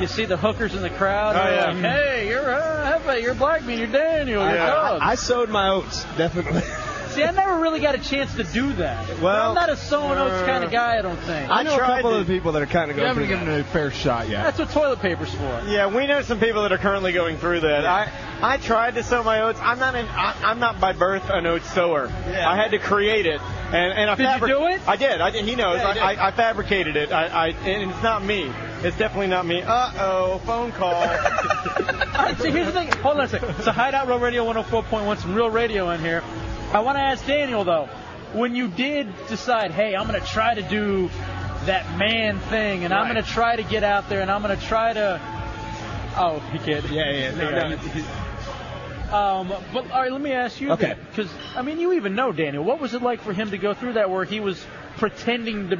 S3: you see the hookers in the crowd.
S8: Oh,
S3: and
S8: yeah.
S3: you're like, hey, you're uh, Hefe, you're Blackman, you're Daniel,
S8: I,
S3: you're Doug.
S8: I, I sowed my oats, definitely.
S3: see, I never really got a chance to do that.
S8: Well,
S3: I'm not a sewing oats
S8: uh,
S3: kind of guy. I don't think.
S8: I know a couple of people that are kind of
S3: You
S8: going.
S3: haven't
S8: through
S3: given
S8: that.
S11: a fair shot yet.
S3: That's what toilet paper's for.
S29: Yeah, we know some people that are currently going through that. I I tried to sow my oats. I'm not an I, I'm not by birth an oat sower. I had to create it, and and I
S3: Did you do
S29: it? I did. I did. He knows.
S3: Yeah, you
S29: I,
S3: did.
S29: I, I fabricated it. I, I and it's not me. It's definitely not me. Uh oh, phone call.
S3: All right, so here's the thing. Hold on a second. So Hideout Real Radio 104.1, some real radio in here. I want to ask Daniel though, when you did decide, hey, I'm going to try to do that man thing, and I'm going to try to get out there, and I'm going to try to. Oh, he can't. Yeah, yeah.
S8: no, no.
S3: Um, but all right, let me ask you.
S8: Okay.
S3: Because I mean, you even know Daniel. What was it like for him to go through that, where he was pretending to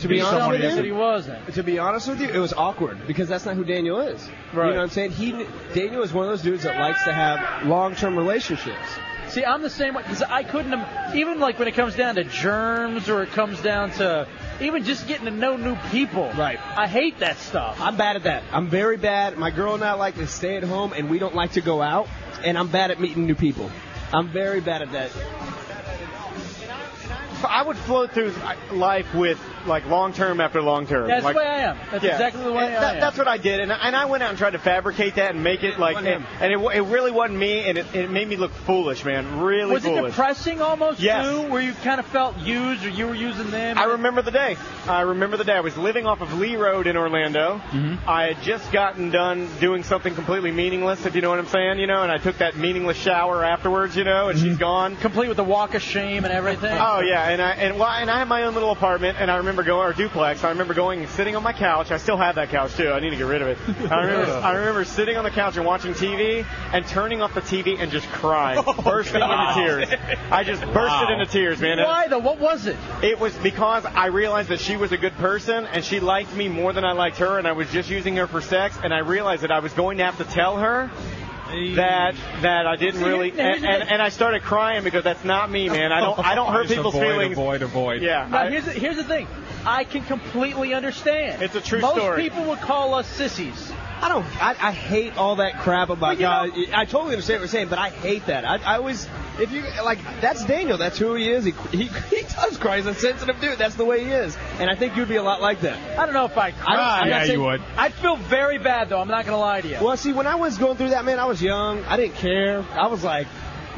S8: To be honest
S3: something
S8: with you,
S3: that he wasn't?
S8: To be honest with you, it was awkward because that's not who Daniel is.
S3: Right.
S8: You know what I'm saying? He Daniel is one of those dudes that likes to have long-term relationships.
S3: See, I'm the same way because I couldn't have, even like when it comes down to germs or it comes down to even just getting to know new people. Right. I hate that stuff.
S8: I'm bad at that. I'm very bad. My girl and I like to stay at home, and we don't like to go out. And I'm bad at meeting new people. I'm very bad at that.
S29: I would float through uh, life with like long term after long term.
S3: That's
S29: like,
S3: the way I am. That's exactly the way
S29: And
S3: I
S29: that-
S3: am.
S29: That's what I did, and I, and I went out and tried to fabricate that and make it like,
S3: wasn't
S29: and,
S3: him.
S29: and it, wa- it really wasn't me, and it, it made me look foolish, man, really
S3: was it
S29: foolish.
S3: depressing almost
S29: Yes.
S3: too, where you kind of felt used or you were using them?
S29: I remember the day. I remember the day. I was living off of Lee Road in Orlando.
S3: Mm-hmm.
S29: I had just gotten done doing something completely meaningless, if you know what I'm saying, you know, and I took that meaningless shower afterwards, you know, and she's gone.
S3: Mm-hmm. Complete with the walk of shame and everything.
S29: Oh yeah, and I and well, and I had my own little apartment, and I remember going or duplex. I remember going and sitting on my couch. I still have that couch too. I need to get rid of it. I remember I remember sitting on the couch and watching TV and turning off the TV and just crying, bursting
S3: God.
S29: into tears. I just bursted into tears, man.
S3: Why though? What was it?
S29: It was because I realized that she was a good person and she liked me more than I liked her, and I was just using her for sex, and I realized that I was going to have to tell her. That that I didn't
S11: See,
S29: really
S11: here's
S29: and,
S11: the
S29: and,
S11: thing.
S29: and I started crying because that's not me, man. I don't I don't hurt
S11: Just
S29: people's
S11: avoid,
S29: feelings.
S11: Avoid, avoid.
S29: Yeah.
S3: Now,
S29: I-
S3: here's, the, here's the thing. I can completely understand. It's a
S29: true
S3: Most
S29: story.
S3: people would call us sissies.
S8: I don't. I, I hate all that crap about God. I totally understand what you're saying, but I hate that. I, I always, if you like, that's Daniel. That's who he is. He, he he does cry. He's a sensitive dude. That's the way he is. And I think you'd be a lot like that.
S3: I don't know if I cried.
S8: I'm not Yeah, you saying- would.
S3: I'd feel very bad though. I'm not gonna lie to you.
S8: Well, see, when I was going through that, man, I was young. I didn't care. I was like,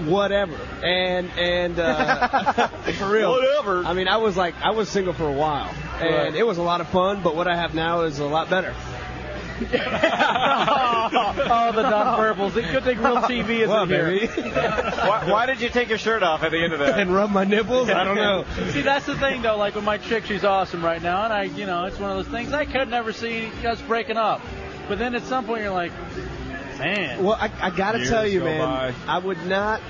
S8: whatever. And and uh, for real,
S29: whatever.
S8: I mean, I was like, I was single for a while, and
S29: Right.
S8: it was a lot of fun. But what I have now is a lot better.
S3: oh, the Don Purples. It's a Good thing Real TV isn't
S29: Well,
S3: here.
S29: baby. why, why did you take your shirt off at the end of that?
S8: And rub my nipples? I don't know.
S3: See, that's the thing though. Like with my chick, she's awesome right now, and I, you know, it's one of those things I could never see us breaking up. But then at some point, you're like, man.
S8: Well, I, I gotta
S3: Years
S8: tell you,
S3: go
S8: man, I would not.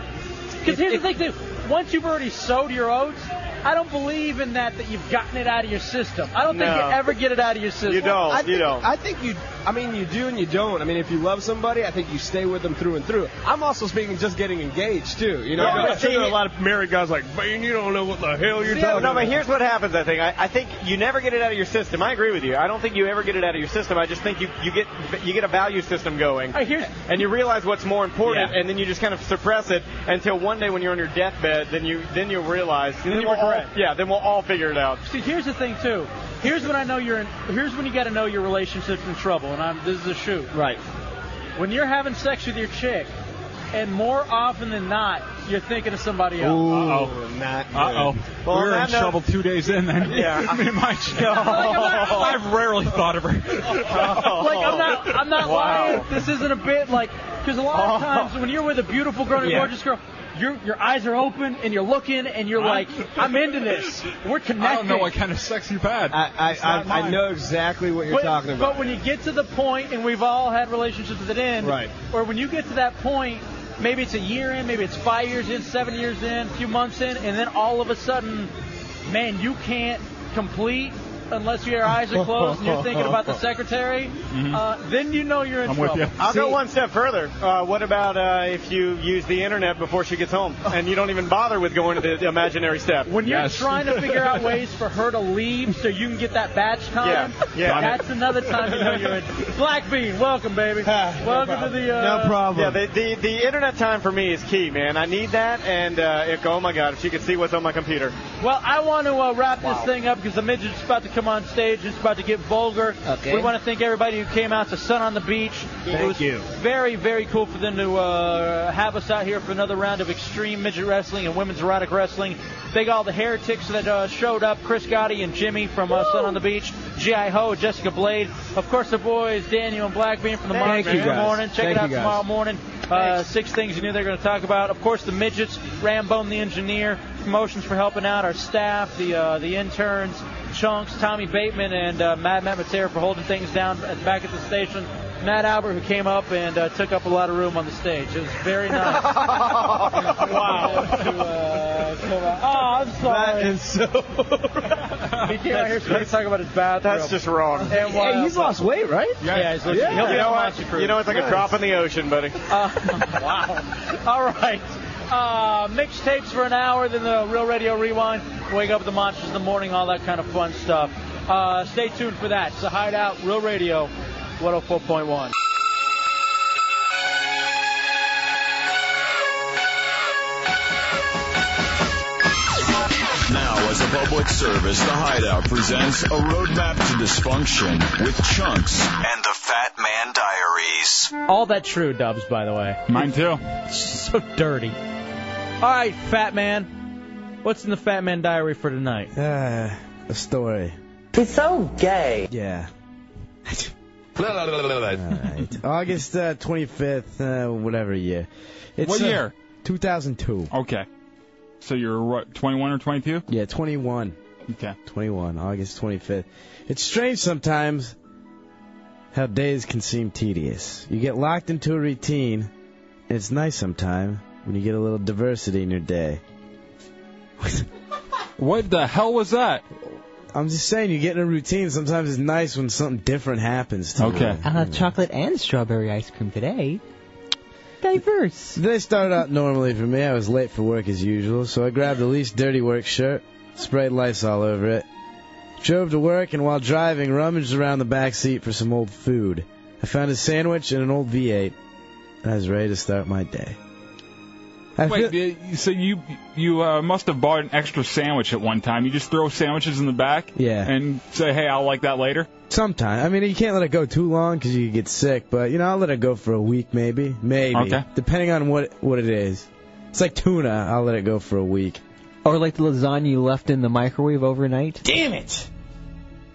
S3: Because here's the thing, too. Once you've already sowed your oats, I don't believe in that that you've gotten it out of your system. I don't think
S8: No.
S3: you ever get it out of your system.
S8: I think, I think you I mean, you do and you don't. I mean, if you love somebody, I think you stay with them through and through. I'm also speaking just getting engaged too. You know,
S10: No, but
S8: I'm sure there are a
S10: see-
S8: lot of married guys like, man, you don't know what the hell you're
S29: Yeah,
S8: talking.
S29: no, but
S8: about."
S29: here's what happens. I think. I, I think you never get it out of your system. I agree with you. I don't think you ever get it out of your system. I just think you, you get you get a value system going, and you realize what's more important, and then you just kind of suppress it until one day when you're on your deathbed, then you then you realize. Then, we'll all, yeah, then we'll all figure it out.
S3: See, here's the thing too. Here's when I know you're in. Here's when you got to know your relationship's in trouble. And I'm. This is a shoot.
S8: Right.
S3: When you're having sex with your chick, and more often than not, you're thinking of somebody else.
S8: not good.
S11: Uh-oh.
S3: Well, on
S11: we were in
S3: that note-
S11: trouble two days in then.
S3: Yeah.
S11: Me and my I've rarely thought of her.
S3: like I'm not, I'm not
S11: Wow.
S3: lying. This isn't a bit like, because a lot of
S11: Oh.
S3: times when you're with a beautiful girl, and a
S11: Yeah.
S3: gorgeous girl, your your eyes are open and you're looking and you're like, I'm into this. We're connecting.
S11: I don't know what kind of sex you've had.
S8: I, I, I know exactly what you're
S3: but,
S8: talking about.
S3: But when you get to the point, and we've all had relationships that end,
S8: Right.
S3: Or when you get to that point, maybe it's a year in, maybe it's five years in, seven years in, a few months in, and then all of a sudden, man, you can't complete unless your eyes are closed and you're thinking about the secretary.
S8: Mm-hmm.
S3: Uh, then you know you're in trouble.
S29: I'll go one step further. Uh, what about uh, if you use the internet before she gets home, and you don't even bother with going to the imaginary step?
S3: Oh. When you're trying to figure out ways for her to leave so you can get that batch time,
S29: Yeah, yeah.
S3: that's another time you know you're in. Black Bean, welcome, baby. welcome to the. Uh,
S29: Yeah, the, the the internet time for me is key, man. I need that, and uh, if oh my god, if she could see what's on my computer.
S3: uh, Well, I want to uh, wrap
S29: Wow.
S3: this thing up because the midget's about to come on stage. It's about to get vulgar.
S29: Okay.
S3: We want to thank everybody who came out to Sun on the Beach.
S29: Thank
S3: it was
S29: you.
S3: Very, very cool for them to uh, have us out here for another round of extreme midget wrestling and women's erotic wrestling. Thank all the heretics that uh, showed up Chris Gotti and Jimmy from uh, Sun on the Beach, G.I. Ho, Jessica Blade. Of course, the boys, Daniel and Blackbean from the
S17: Thank
S3: Monster
S17: you
S3: in the
S17: guys.
S3: morning. Check
S17: Thank
S3: it out
S17: you guys.
S3: tomorrow morning. Uh, six things you knew they were going to talk about. Of course, the midgets, Rambone the engineer, promotions for helping out our staff, the uh, the interns, Chunks, Tommy Bateman, and uh, Matt Matt Matera for holding things down at, back at the station. Matt Albert, who came up and uh, took up a lot of room on the stage. It was very nice. wow. uh, Oh, I'm sorry. That is so. he came out here so we could talk about his bathroom.
S29: That's just wrong.
S3: And, uh,
S29: Hey, he's lost
S8: weight, right?
S3: Yeah, he's lost He'll be
S29: you know
S3: on
S29: what?
S3: Monster Cruise.
S29: You know it's like a
S3: Nice.
S29: drop in the ocean, buddy.
S3: Uh, wow. All right. Uh, mixtapes for an hour, then the Real Radio Rewind, Wake Up with the Monsters in the Morning, all that kind of fun stuff. Uh, stay tuned for that. It's the Hideout, Real Radio, 104.1.
S14: Now, as a public service, The Hideout presents a roadmap to dysfunction with Chunks and the Fat Man Diaries.
S3: All that true, Dubs, by the way.
S11: Mine too.
S3: so dirty. All right, Fat Man. What's in the Fat Man Diary for tonight? Uh, a story.
S15: He's so gay.
S16: Yeah. Alright. August uh, 25th, uh, whatever year.
S11: What
S16: uh,
S11: year?
S16: 2002.
S11: Okay. So you're what, 21 or 22?
S16: Yeah, 21.
S11: Okay.
S16: 21, August 25th. It's strange sometimes how days can seem tedious. You get locked into a routine, and it's nice sometimes when you get a little diversity in your day.
S11: what the hell was that?
S16: I'm just saying, you get in a routine. Sometimes it's nice when something different happens. To
S11: Okay.
S16: You.
S18: I'll have chocolate and strawberry ice cream today.
S16: Diverse. They start out normally for me. I was late for work as usual, so I grabbed the least dirty work shirt, sprayed lice all over it, drove to work, and while driving, rummaged around the back seat for some old food. I found a sandwich and an old V8, and I was ready to start my day.
S11: Wait, uh, so you you uh, must have bought an extra sandwich at one time. You just throw sandwiches in the back
S16: Yeah.
S11: and say, hey, I'll like that later?
S16: Sometime. I mean, you can't let it go too long 'cause you could get sick. But you know, I'll let it go for a week, maybe, maybe,
S11: Okay.
S16: depending on what what it is. It's like tuna. I'll let it go for a week.
S18: Or like the lasagna you left in the microwave overnight.
S16: Damn it!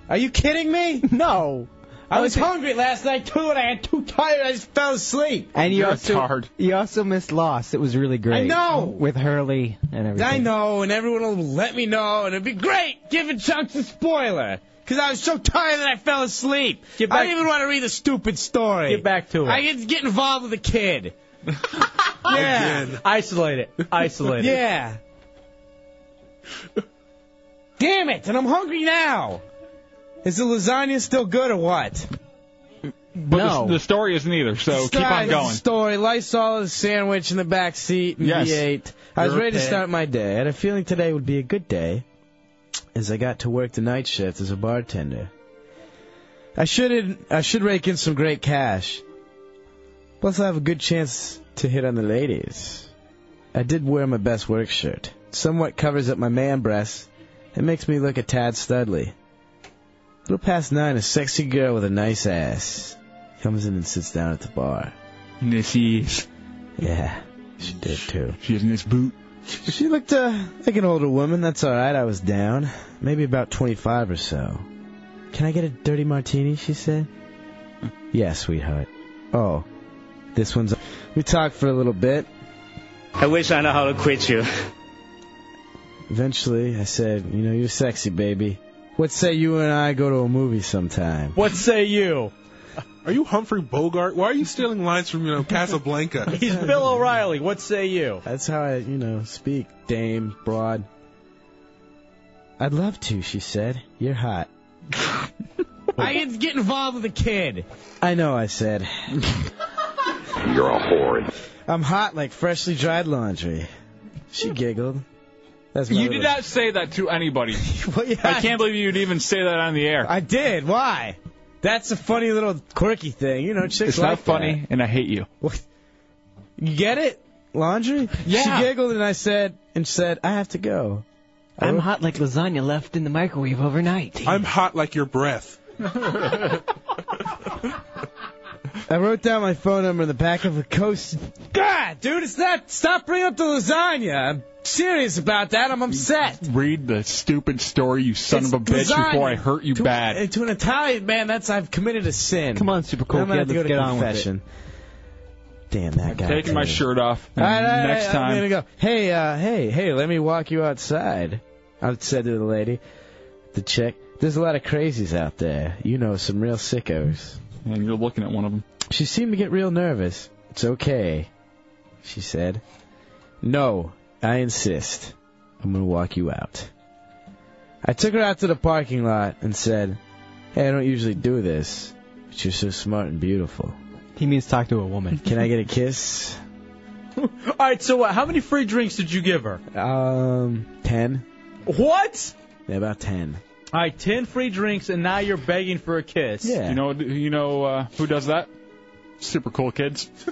S16: Are you kidding me?
S18: No.
S16: I was hungry last night too, and I got too tired. I just fell asleep.
S18: And you also you also missed Lost. It was really great.
S16: know.
S18: With Hurley and everything.
S16: I know, and everyone will let me know, and it'd be great. Giving chunks a spoiler. Because I was so tired that I fell asleep. I
S18: back-
S16: didn't even want to read the stupid story.
S18: Get back to it.
S16: I get, get involved with the kid. yeah.
S3: Isolate it. Isolate it.
S16: Yeah. Damn it, and I'm hungry now. Is the lasagna still good or what?
S11: But
S16: No.
S11: the, the story isn't either, so keep on
S16: Started
S11: going.
S16: Story: Lysol is a sandwich in the back seat in
S11: Yes.
S16: V8. I was
S11: You're
S16: ready to
S11: okay.
S16: start my day. I had a feeling today would be a good day, as I got to work the night shift as a bartender. I should I should rake in some great cash. Plus, I have a good chance to hit on the ladies. I did wear my best work shirt. Somewhat covers up my man breasts and makes me look a tad studly. A little past nine, a sexy girl with a nice ass comes in and sits down at the bar.
S11: Yes, she is.
S16: Yeah, she did too.
S11: She has a nice boot.
S16: She looked uh, like an older woman. That's all right. I was down, maybe about 25 or so. Can I get a dirty martini? She said. Yeah, sweetheart. Oh, this one's. We talked for a little bit.
S6: I wish I know how to quit you.
S16: Eventually, I said, "You know, you're sexy, baby. What say you and I go to a movie sometime?"
S11: What say you?
S9: Are you Humphrey Bogart? Why are you stealing lines from you know Casablanca?
S16: He's Bill O'Reilly. What say you? That's how I, you know, speak, dame, broad. I'd love to, she said. You're hot. I didn't get involved with a kid. I know, I said.
S7: You're a whore.
S16: I'm hot like freshly dried laundry. She giggled. That's my
S11: You did
S16: little-
S11: not say that to anybody. I can't believe you'd even say that on the air.
S16: I did. Why? That's a funny little quirky thing. You know, chicks
S11: It's
S16: like
S11: not funny,
S16: that.
S11: and I hate you.
S16: You get it? Laundry?
S18: Yeah.
S16: She giggled and I said, and said, I have to go. Oh.
S18: I'm hot like lasagna left in the microwave overnight.
S9: I'm hot like your breath.
S16: I wrote down my phone number in the back of a coast. God, dude, it's not. Stop bringing up the lasagna. I'm serious about that. I'm
S18: Mm.
S16: upset.
S11: Read the stupid story, you son
S16: It's
S11: of a bitch,
S16: lasagna.
S11: before I hurt you
S16: to,
S11: bad.
S16: uh, To an Italian man, that's I've committed a sin. Come
S18: on, super
S11: cool
S16: I'm gonna have to
S11: kid,
S16: go
S11: let's
S16: to
S11: get on with
S16: confession. Damn that guy.
S11: Taking my
S16: dude.
S11: shirt off.
S16: All right, all right,
S11: Next
S16: all right,
S11: time.
S16: I'm gonna go. Hey, uh, hey, hey, let me walk you outside. I said to the lady, the chick. There's a lot of crazies out there. You know, some real sickos.
S11: And you're looking at one of them.
S16: She seemed to get real nervous. It's okay, she said. No, I insist. I'm gonna walk you out. I took her out to the parking lot and said, Hey, I don't usually do this, but you're so smart and beautiful.
S18: He means talk to a woman.
S16: Can I get a kiss?
S17: All right, so uh, how many free drinks did you give her?
S16: Um, ten?
S17: What?
S16: Yeah, about ten.
S3: All right, ten free drinks, and now you're begging for a kiss.
S11: You know, you know uh, who does that? Super cool kids.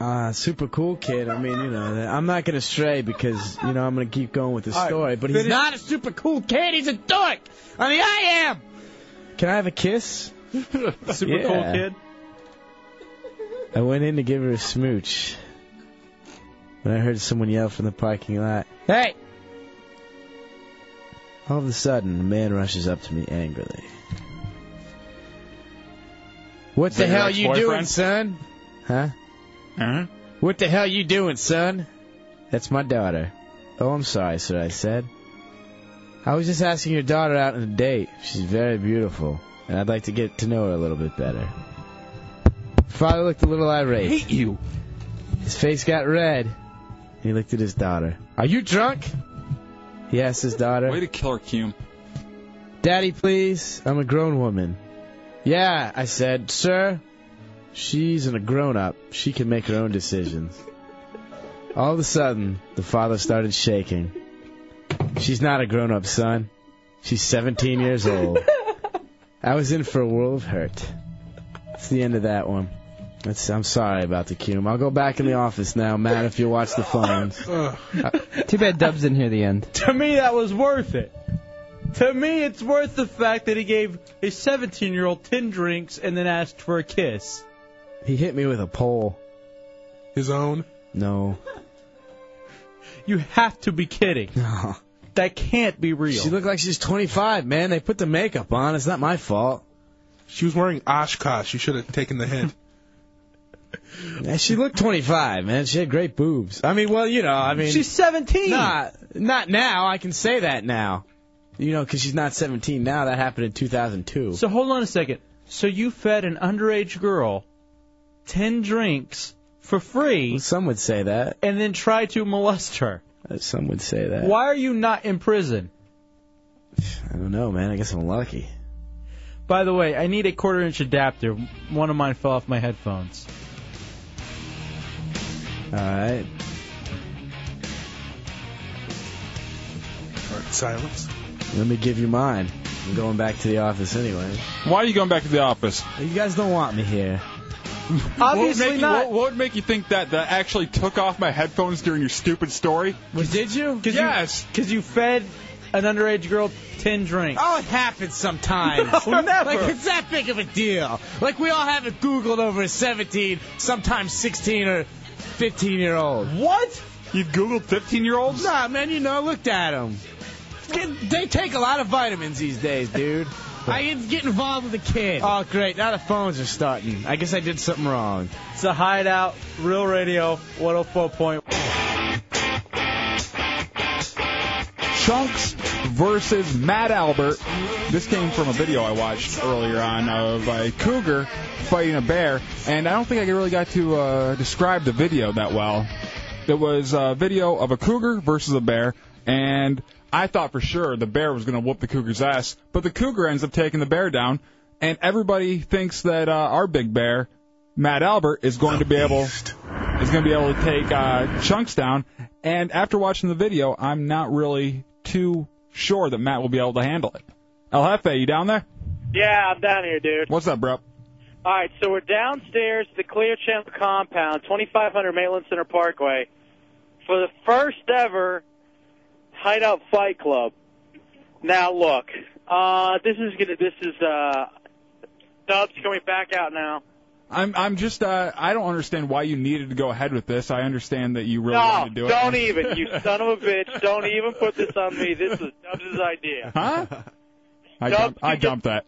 S16: Uh, super cool kid. I mean, you know, that- I'm not gonna stray because, you know, I'm gonna keep going with the
S17: All right,
S16: story, but he's
S17: finish-
S16: not a super cool kid, he's a dork! I mean, I am! Can I have a kiss?
S17: Super
S16: Yeah.
S17: cool kid.
S16: I went in to give her a smooch. When I heard someone yell from the parking lot, Hey! All of a sudden, a man rushes up to me angrily. What
S17: Is
S16: the
S17: that your
S16: hell you doing,
S17: ex-boyfriend?
S16: son?
S17: Mm-hmm.
S16: Huh?
S11: Huh?
S16: What the hell you doing, son? That's my daughter. Oh, I'm sorry, sir, I said. I was just asking your daughter out on a date. She's very beautiful, and I'd like to get to know her a little bit better. Father looked a little irate. hate you. His face got red, and he looked at his daughter. Are you drunk? He asked his daughter.
S11: Way to kill her, Cume.
S16: Daddy, please. I'm a grown woman. Yeah, I said, sir. She's a grown up. She can make her own decisions. All of a sudden, the father started shaking. She's not a grown up, son. She's 17 years old. I was in for a world of hurt. It's the end of that one. That's, I'm sorry about the cum. I'll go back in the office now, Matt, if you watch the phones.
S18: Too bad Dub's didn't hear the end.
S17: To me, that was worth it. To me, it's worth the fact that he gave a 17-year-old 10 drinks and then asked for a kiss.
S16: He hit me with a pole.
S9: His own?
S16: No.
S17: You have to be kidding.
S16: No.
S17: That can't be real.
S16: She looked like she's 25, man. They put the makeup on. It's not my fault.
S9: She was wearing Oshkosh. You should have taken the hint.
S16: Yeah, she looked 25, man. She had great boobs. I mean, well, you know, I mean,
S17: She's 17.
S16: Nah, not now. I can say that now. You know, 'cause she's not 17 now. That happened in 2002.
S3: So hold on a second. So you fed an underage girl ten drinks for free?
S16: Some would say that.
S3: And then tried to molest her.
S16: Uh, Some would say that.
S3: Why are you not in prison?
S16: I don't know, man. I guess I'm lucky.
S17: By the way, I need a quarter inch adapter. One of mine fell off my headphones.
S30: All right.
S24: Silence.
S30: Let me give you mine. I'm going back to the office anyway.
S4: Why are you going back to the office?
S30: You guys don't want me here.
S4: what would make You, what, what would make you think that that I actually took off my headphones during your stupid story?
S17: did you? Cause
S4: yes.
S17: Because you, fed an underage girl ten drinks.
S16: Oh, it happens sometimes.
S17: No, never.
S16: Like it's that big of a deal. Like we all have it Googled over a 17, sometimes 16 or 15 year old.
S17: What?
S4: You Googled 15 year olds?
S16: Nah, man. You know, I looked at them. They take a lot of vitamins these days, dude. I didn't get involved with the kid.
S30: Oh, great. Now the phones are starting. I guess I did something wrong.
S17: It's a hideout, real radio, 104 point.
S4: Chunks versus Matt Albert. This came from a video I watched earlier on of a cougar fighting a bear, and I don't think I really got to uh, describe the video that well. It was a video of a cougar versus a bear, and I thought for sure the bear was going to whoop the cougar's ass, but the cougar ends up taking the bear down, and everybody thinks that uh, our big bear, Matt Albert, is going to be able is going to be able to take uh, chunks down. And after watching the video, I'm not really too sure that Matt will be able to handle it. El Jefe, you down there?
S21: Yeah, I'm down here, dude.
S4: What's up, bro?
S21: All right, so we're downstairs at the Clear Channel compound, 2500 Maitland Center Parkway, for the first ever Hideout Fight Club. Now look, uh, this is gonna, this is uh, Dubs coming back out now.
S4: I'm I'm just uh, I don't understand why you needed to go ahead with this. I understand that you really
S21: no,
S4: wanted to do it.
S21: don't even, you son of a bitch! Don't even put this on me. This is Dubs' idea.
S4: Huh? I
S21: Dubs
S4: dumped, I
S21: can get-
S4: dumped that.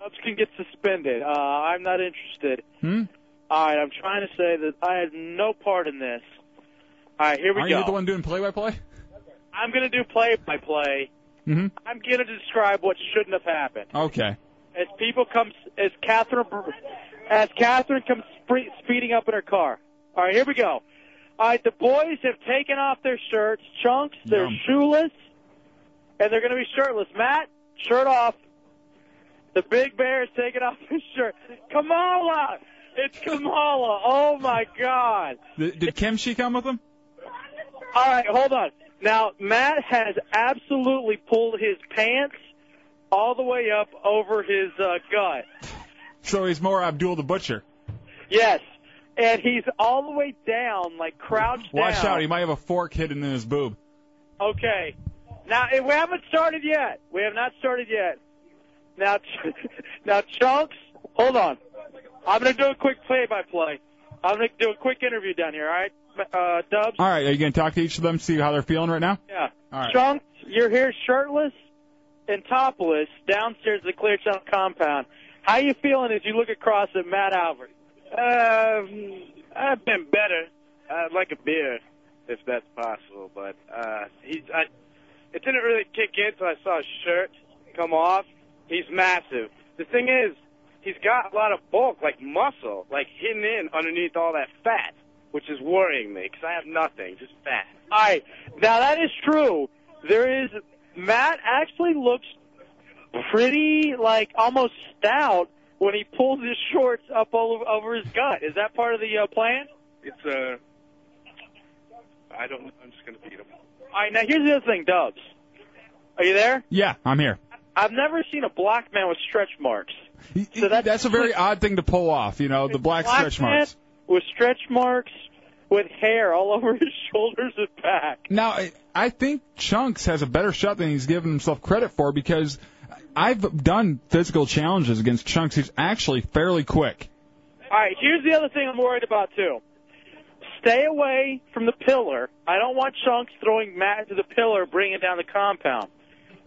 S21: Dubs can get suspended. Uh, I'm not interested.
S4: Hmm?
S21: All right, I'm trying to say that I had no part in this. All right, here we
S4: Aren't
S21: go.
S4: you the one doing play-by-play?
S21: I'm going to do play-by-play.
S4: hmm
S21: I'm going to describe what shouldn't have happened.
S4: Okay.
S21: As people come, as Catherine, as Catherine comes spre- speeding up in her car. All right, here we go. All right, the boys have taken off their shirts, chunks. They're shoeless, and they're going to be shirtless. Matt, shirt off. The big bear is taking off his shirt. Kamala, it's Kamala. Oh my God.
S4: Did, did Kimchi come with him?
S21: All right, hold on. Now, Matt has absolutely pulled his pants all the way up over his uh, gut.
S4: So he's more Abdul the Butcher.
S21: Yes. And he's all the way down, like crouched
S4: Watch
S21: down.
S4: out, he might have a fork hidden in his boob.
S21: Okay. Now, eh, we haven't started yet. We have not started yet. Now, now, Chunks, hold on. I'm going to do a quick play-by-play. I'm going to do a quick interview down here, all right? Uh, Dubs?
S4: All right, are you going to talk to each of them, see how they're feeling right now?
S21: Yeah.
S4: All right.
S21: Chunks, you're here shirtless and topless downstairs at the Clear Channel compound. How you feeling as you look across at Matt Albert?
S5: Um, I've been better. I'd like a beer, if that's possible. But uh, he, I, it didn't really kick in till I saw his shirt come off. He's massive. The thing is, he's got a lot of bulk, like muscle, like hidden in underneath all that fat, which is worrying me because I have nothing, just fat.
S21: All right. Now that is true. There is Matt actually looks pretty like almost stout when he pulls his shorts up all over, over his gut. Is that part of the uh, plan?
S5: It's uh, I don't. know. I'm just gonna beat him.
S21: All right. Now here's the other thing, Dubs. Are you there?
S4: Yeah, I'm here.
S21: I've never seen a black man with stretch marks.
S4: So that's, a very odd thing to pull off, you know, the black
S21: Black
S4: stretch
S21: man
S4: marks.
S21: with stretch marks, with hair all over his shoulders and back.
S4: Now, I- I think Chunks has a better shot than he's given himself credit for because I've done physical challenges against Chunks. He's actually fairly quick.
S21: All right, here's the other thing I'm worried about too. Stay away from the pillar. I don't want chunks throwing Matt to the pillar, bringing down the compound.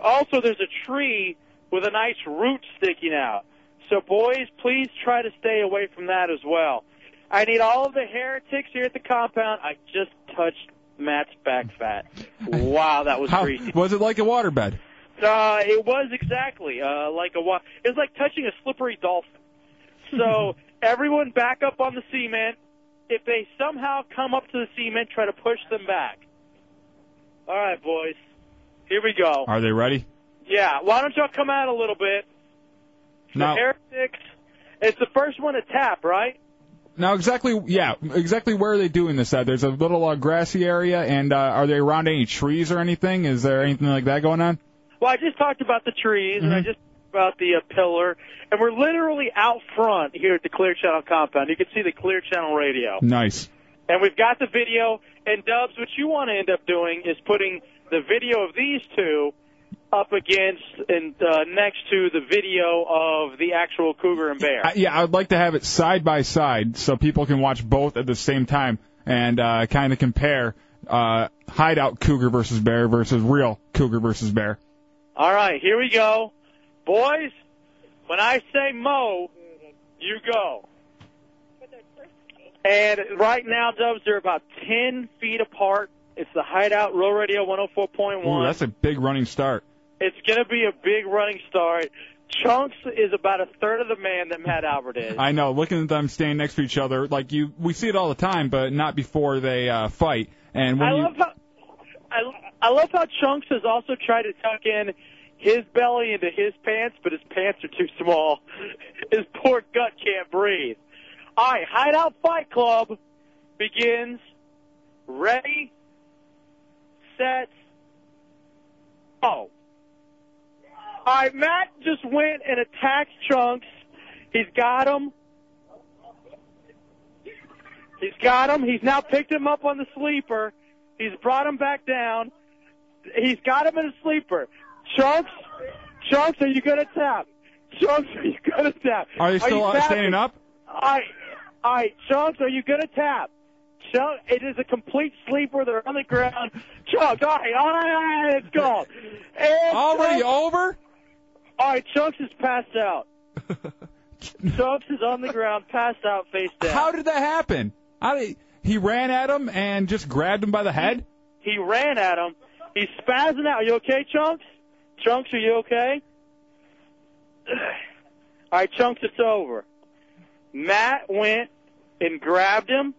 S21: Also, there's a tree with a nice root sticking out. So, boys, please try to stay away from that as well. I need all of the heretics here at the compound. I just touched Matt's back fat. Wow, that was
S4: How,
S21: greasy.
S4: was it like a waterbed?
S21: Uh, it was exactly uh, like a wa- it was like touching a slippery dolphin. So everyone back up on the cement. If they somehow come up to the cement, try to push them back. All right, boys. Here we go.
S4: Are they ready?
S21: Yeah. Why don't y'all come out a little bit?
S4: Now-
S21: The air sticks. It's the first one to tap, right?
S4: Now exactly, yeah, exactly. Where are they doing this at? There's a little uh, grassy area, and uh, are they around any trees or anything? Is there anything like that going on?
S21: Well, I just talked about the trees, and I just talked about the uh, pillar, and we're literally out front here at the Clear Channel compound. You can see the Clear Channel radio,
S4: Nice.
S21: and we've got the video. And Dubs, what you want to end up doing is putting the video of these two up against and uh, next to the video of the actual cougar and bear.
S4: I, yeah, I would like to have it side by side so people can watch both at the same time and uh, kind of compare uh, hideout cougar versus bear versus real cougar versus bear.
S21: All right, here we go. Boys, when I say mo, you go. And right now, Dubs, they're about 10 feet apart. It's the Hideout Row Radio 104.1.
S4: Ooh, that's a big running start.
S21: It's going to be a big running start. Chunks is about a third of the man that Matt Albert is.
S4: I know. Looking at them standing next to each other, like you, we see it all the time, but not before they uh, fight. And when
S21: I
S4: you,
S21: love how I, I love how Chunks has also tried to tuck in his belly into his pants, but his pants are too small. His poor gut can't breathe. All right, Hideout Fight Club begins. Ready, set, oh. All right, Matt just went and attacked Chunks. He's got him. He's got him. He's now picked him up on the sleeper. He's brought him back down. He's got him in a sleeper. Chunks, Chunks, are you gonna tap? Chunks, are you gonna tap?
S4: are they still uh,
S21: tapping?
S4: standing up?
S21: All right, all right, Chunks, are you gonna tap? Chunk, it is a complete sleeper. They're on the ground. Chunks, all right, all right, all right it's gone. And
S4: Already
S21: over? All right, Chunks is passed out. Chunks is on the ground, passed out, face down.
S4: How did that happen? How did, he ran at him and just grabbed him by the head.
S21: He ran at him. He's spazzing out. You okay, Chunks? Chunks, are you okay? All right, Chunks, it's over. Matt went and grabbed him.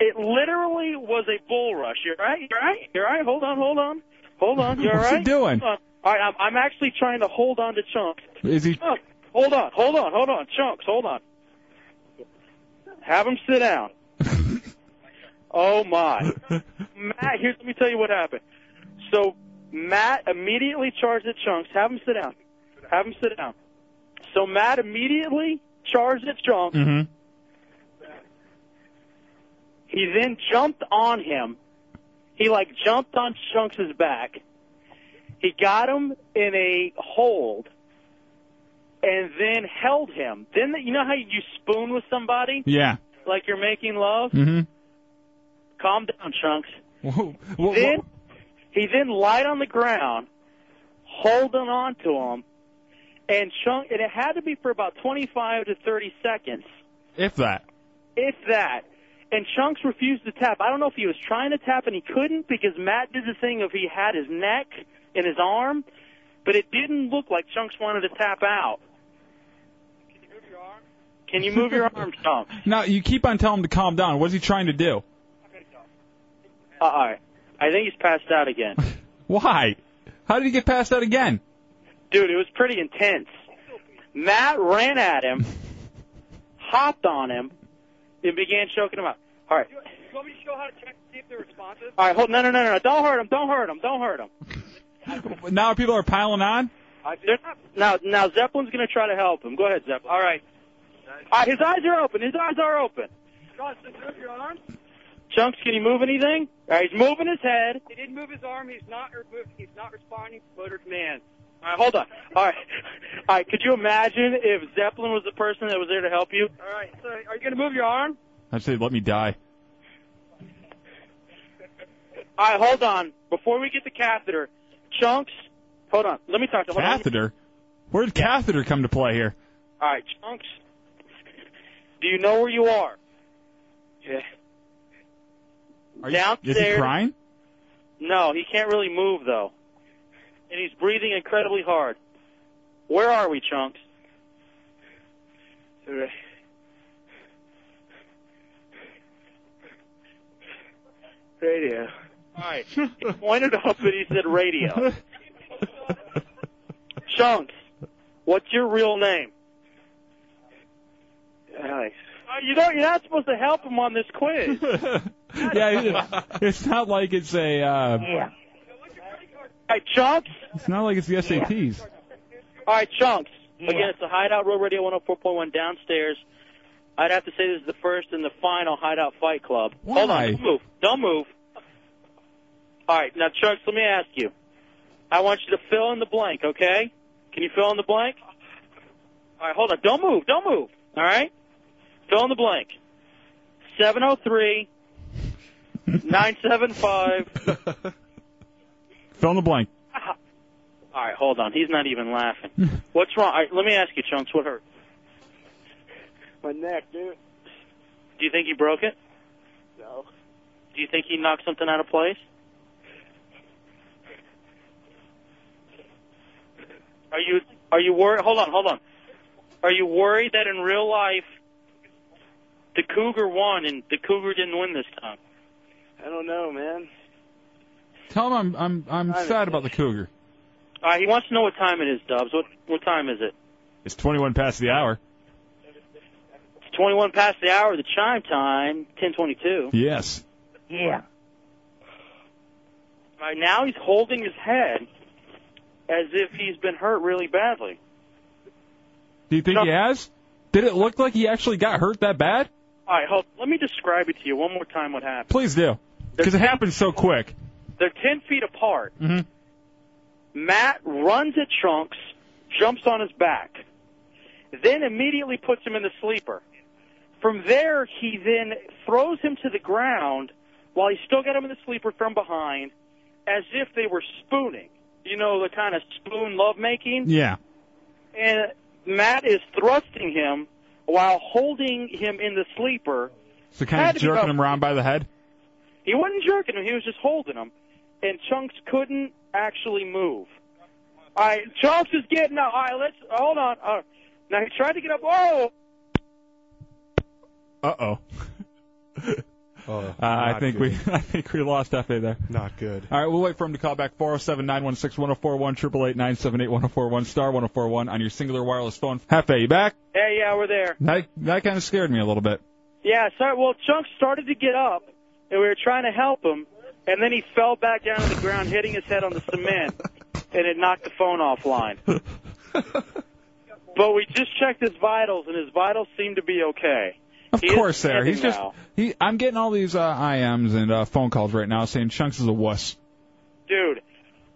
S21: It literally was a bull rush. You're right. You're right. You're right. Hold on. Hold on. Hold on. You're
S4: What's
S21: right.
S4: he doing?
S21: Hold on. All right, I'm, I'm actually trying to hold on to Chunks.
S4: Is he?
S21: Chunks, hold on. Hold on. Hold on. Chunks, hold on. Have him sit down. oh my. Matt, here, let me tell you what happened. So Matt immediately charged at Chunks. Have him sit down. Have him sit down. So Matt immediately charged at Chunks.
S4: Mm-hmm.
S21: He then jumped on him. He like jumped on Chunks' back. He got him in a hold, and then held him. Then the, you know how you spoon with somebody,
S4: Yeah.
S21: like you're making love.
S4: Mm-hmm.
S21: Calm down, Chunks.
S4: Whoa.
S21: then he then lied on the ground, holding on to him, and Chunk. And it had to be for about 25 to 30 seconds,
S4: If that.
S21: if that. And Chunks refused to tap. I don't know if he was trying to tap and he couldn't because Matt did the thing of he had his neck and his arm, but it didn't look like Chunks wanted to tap out. Can you move your arm, Chunks?
S4: Now you keep on telling him to calm down. What is he trying to do?
S21: Uh, all right. I think he's passed out again.
S4: Why? How did he get past that again?
S21: Dude, it was pretty intense. Matt ran at him, hopped on him, and began choking him out. All right.
S2: You want me to show how to check to see if they're responsive?
S21: All right, hold no no no no no. Don't hurt him. Don't hurt him. Don't hurt him.
S4: Now people are piling on.
S21: They're not, now now Zeppelin's going to try to help him. Go ahead, Zeppelin. All right. All right, his eyes are open. His eyes are open.
S2: Justin, move your arm.
S21: Chunks, can he move anything? All right, he's moving his head.
S2: He didn't move his arm. He's not moved. He's not responding to motor command.
S21: All right, hold on. All right. All right, could you imagine if Zeppelin was the person that was there to help you?
S2: All right. So, are you going to move your arm?
S4: I said, let me die.
S21: All right, hold on. Before we get the catheter, Chunks, hold on. Let me talk to him. Hold on.
S4: Catheter. Where did catheter come to play here?
S21: All right, Chunks. Do you know where you are? Yeah.
S4: Are you,
S21: Downstairs.
S4: Is he crying?
S21: No, he can't really move though, and he's breathing incredibly hard. Where are we, Chunks? Radio. All right. He pointed up and he said radio. Chunks, What's your real name?
S22: Alex.
S21: Uh, you know, you're not supposed to help him on this quiz.
S17: yeah, it- it's not like it's a. Uh,
S4: Um,
S21: Hey, Chunks.
S17: It's not like it's the SATs.
S21: All right, Chunks. Again, it's the Hideout Road Radio 104.1 downstairs. I'd have to say this is the first and the final Hideout Fight Club. Hold
S2: Why?
S21: on, don't move. Don't move. All right, now, Chunks, let me ask you. I want you to fill in the blank, okay? Can you fill in the blank? All right, hold on. Don't move. Don't move. All right? Fill in the blank. 703 975
S11: Fill in the blank.
S21: All right, hold on. He's not even laughing. What's wrong? All right, let me ask you, Chunks. What hurt?
S22: My neck, dude.
S21: Do you think he broke it?
S22: No.
S21: Do you think he knocked something out of place? Are you are you worried? Hold on, hold on. Are you worried that in real life the Cougar won and the Cougar didn't win this time?
S22: I don't know, man.
S11: Tell him I'm I'm I'm sad about the Cougar.
S21: All right, he wants to know what time it is, Dubs. What what time is it?
S11: It's 21 past the hour.
S21: It's 21 past the hour, the chime time, 10:22.
S11: Yes.
S21: Yeah. Right now he's holding his head as if he's been hurt really badly.
S9: Do you think he has? Did it look like he actually got hurt that bad?
S21: All right, hold. Let me describe it to you one more time. What happened?
S9: Please do. Because it happened so quick.
S21: They're 10 feet apart.
S11: Mhm.
S21: Matt runs at Trunks, jumps on his back, then immediately puts him in the sleeper. From there, he then throws him to the ground while he still got him in the sleeper from behind, as if they were spooning. You know, the kind of spoon lovemaking?
S11: Yeah.
S21: And Matt is thrusting him while holding him in the sleeper.
S11: So kind
S21: Had to
S11: of
S21: be
S11: jerking
S21: about-
S11: him around by the head.
S21: He wasn't jerking him. He was just holding him. And Chunks couldn't actually move. All right, Chunks is getting up. All right, let's hold on. Uh, now he tried to get up. Oh,
S17: Uh oh.
S6: Ah,
S17: I think we I think we lost F A there.
S11: Not good. All right, we'll wait for him to call back 407 916 1041 888 978 1041 star 1041 on your singular wireless phone. Hefe, you back?
S21: hey, yeah, we're there.
S11: That, that kind of scared me a little bit.
S21: Yeah, sorry. Well, Chunks started to get up, and we were trying to help him, and then he fell back down to the ground, hitting his head on the cement, and it knocked the phone offline. but we just checked his vitals, and his vitals seem to be okay.
S11: Of
S21: He is
S11: course, there. He's
S21: standing
S11: just.
S21: now.
S11: He, I'm getting all these uh, IMs and uh, phone calls right now saying Chunks is a wuss.
S21: Dude,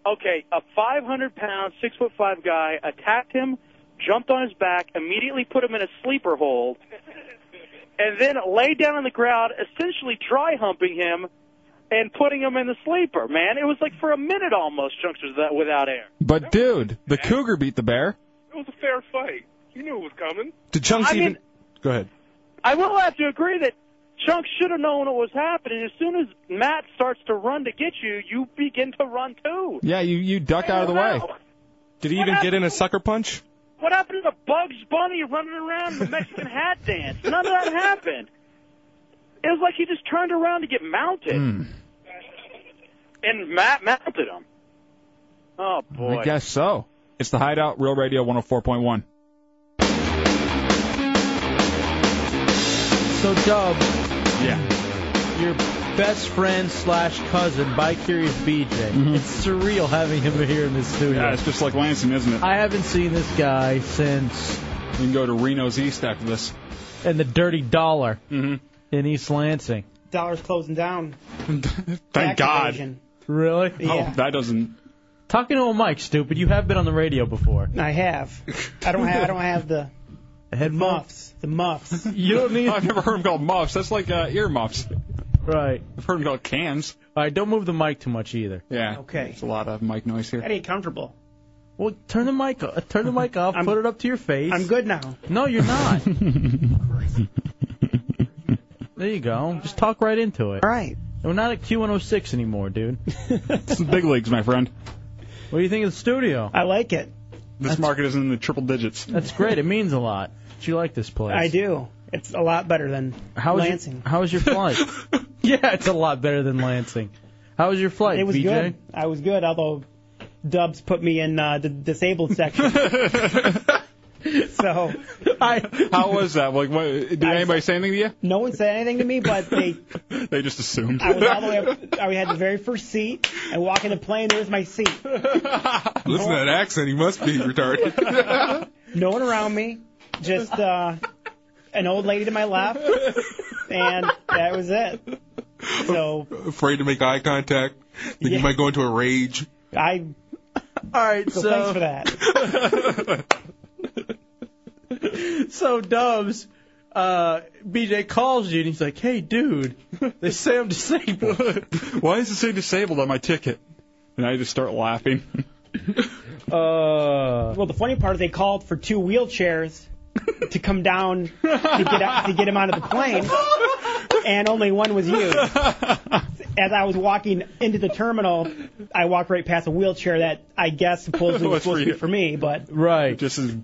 S21: okay, a 500 pound, six foot five guy attacked him, jumped on his back, immediately put him in a sleeper hold, and then laid down on the ground, essentially dry humping him and putting him in the sleeper. Man, it was like for a minute almost, Chunks was that without air.
S11: But dude, the Cougar beat the bear.
S13: It was a fair fight. You knew it was coming.
S11: Did Chunks
S21: I mean-
S11: even? Go ahead.
S21: I will have to agree that Chunks should have known what was happening. As soon as Matt starts to run to get you, you begin to run too.
S11: Yeah, you you duck out of the way.
S9: Did he even get in a sucker punch?
S21: What happened to the Bugs Bunny running around in the Mexican hat dance? None of that happened. It was like he just turned around to get mounted,
S4: Mm.
S11: Hmm,
S21: and Matt mounted him. Oh boy!
S11: I guess so. It's the Hideout, Real Radio 104.1.
S17: So Dub,
S11: yeah,
S17: your best friend slash cousin, Bicurious BJ. It's surreal having him here in this studio.
S11: Yeah, it's just like Lansing, isn't it?
S17: I haven't seen this guy since.
S11: We can go to Reno's East after this.
S17: And the Dirty Dollar in East Lansing.
S1: Dollar's closing down.
S11: Thank God.
S17: Really?
S1: Yeah.
S11: that doesn't.
S17: Talking to a mic, stupid. You have been on the radio before.
S1: I have. I don't have. I don't have the
S17: head
S1: muffs. The muffs.
S11: You don't need. I've never heard them called muffs. That's like uh, ear muffs.
S17: Right.
S11: I've heard them called cans.
S17: All right, don't move the mic too much either.
S11: Yeah.
S1: Okay.
S11: It's a lot of mic noise here.
S1: That ain't comfortable.
S17: Well, turn the mic, uh, turn the mic off. put it up to your face.
S1: I'm good now.
S17: No, you're not. there you go. Just talk right into it. All
S1: right.
S17: We're not at Q106 anymore, dude.
S11: It's the big leagues, my friend.
S17: What do you think of the studio?
S1: I like it.
S11: This market is in the triple digits.
S17: That's great. It means a lot. Do you like this place?
S1: I do. It's a lot better than
S17: How was
S1: Lansing.
S17: Your, how was your flight? yeah, it's a lot better than Lansing. How was your flight,
S1: it was
S17: BJ?
S1: good. I was good, although Dubs put me in uh, the disabled section. So
S4: How was that? Like, what, did anybody say anything to you?
S1: no one said anything to me, but they
S4: They just assumed.
S1: I was all the way up. I had the very first seat, and walk in the plane. There's my seat.
S31: Listen to that accent. He must be retarded.
S1: No one around me, just uh, an old lady to my left, and that was it. So
S31: Afraid to make eye contact. Think you might go into a rage.
S1: I.
S17: All right,
S1: so,
S17: so-
S1: thanks for that.
S17: so Dubs, uh, BJ calls you and he's like, "Hey, dude, they say I'm disabled."
S4: Why does it say disabled on my ticket? And I just start laughing.
S1: Uh, well, the funny part is they called for two wheelchairs to come down to get out, to get him onto the plane, and only one was used. As I was walking into the terminal, I walked right past a wheelchair that I guess supposedly was
S4: Was for
S1: supposed to
S4: you.
S1: be for me, but
S17: right,
S4: just as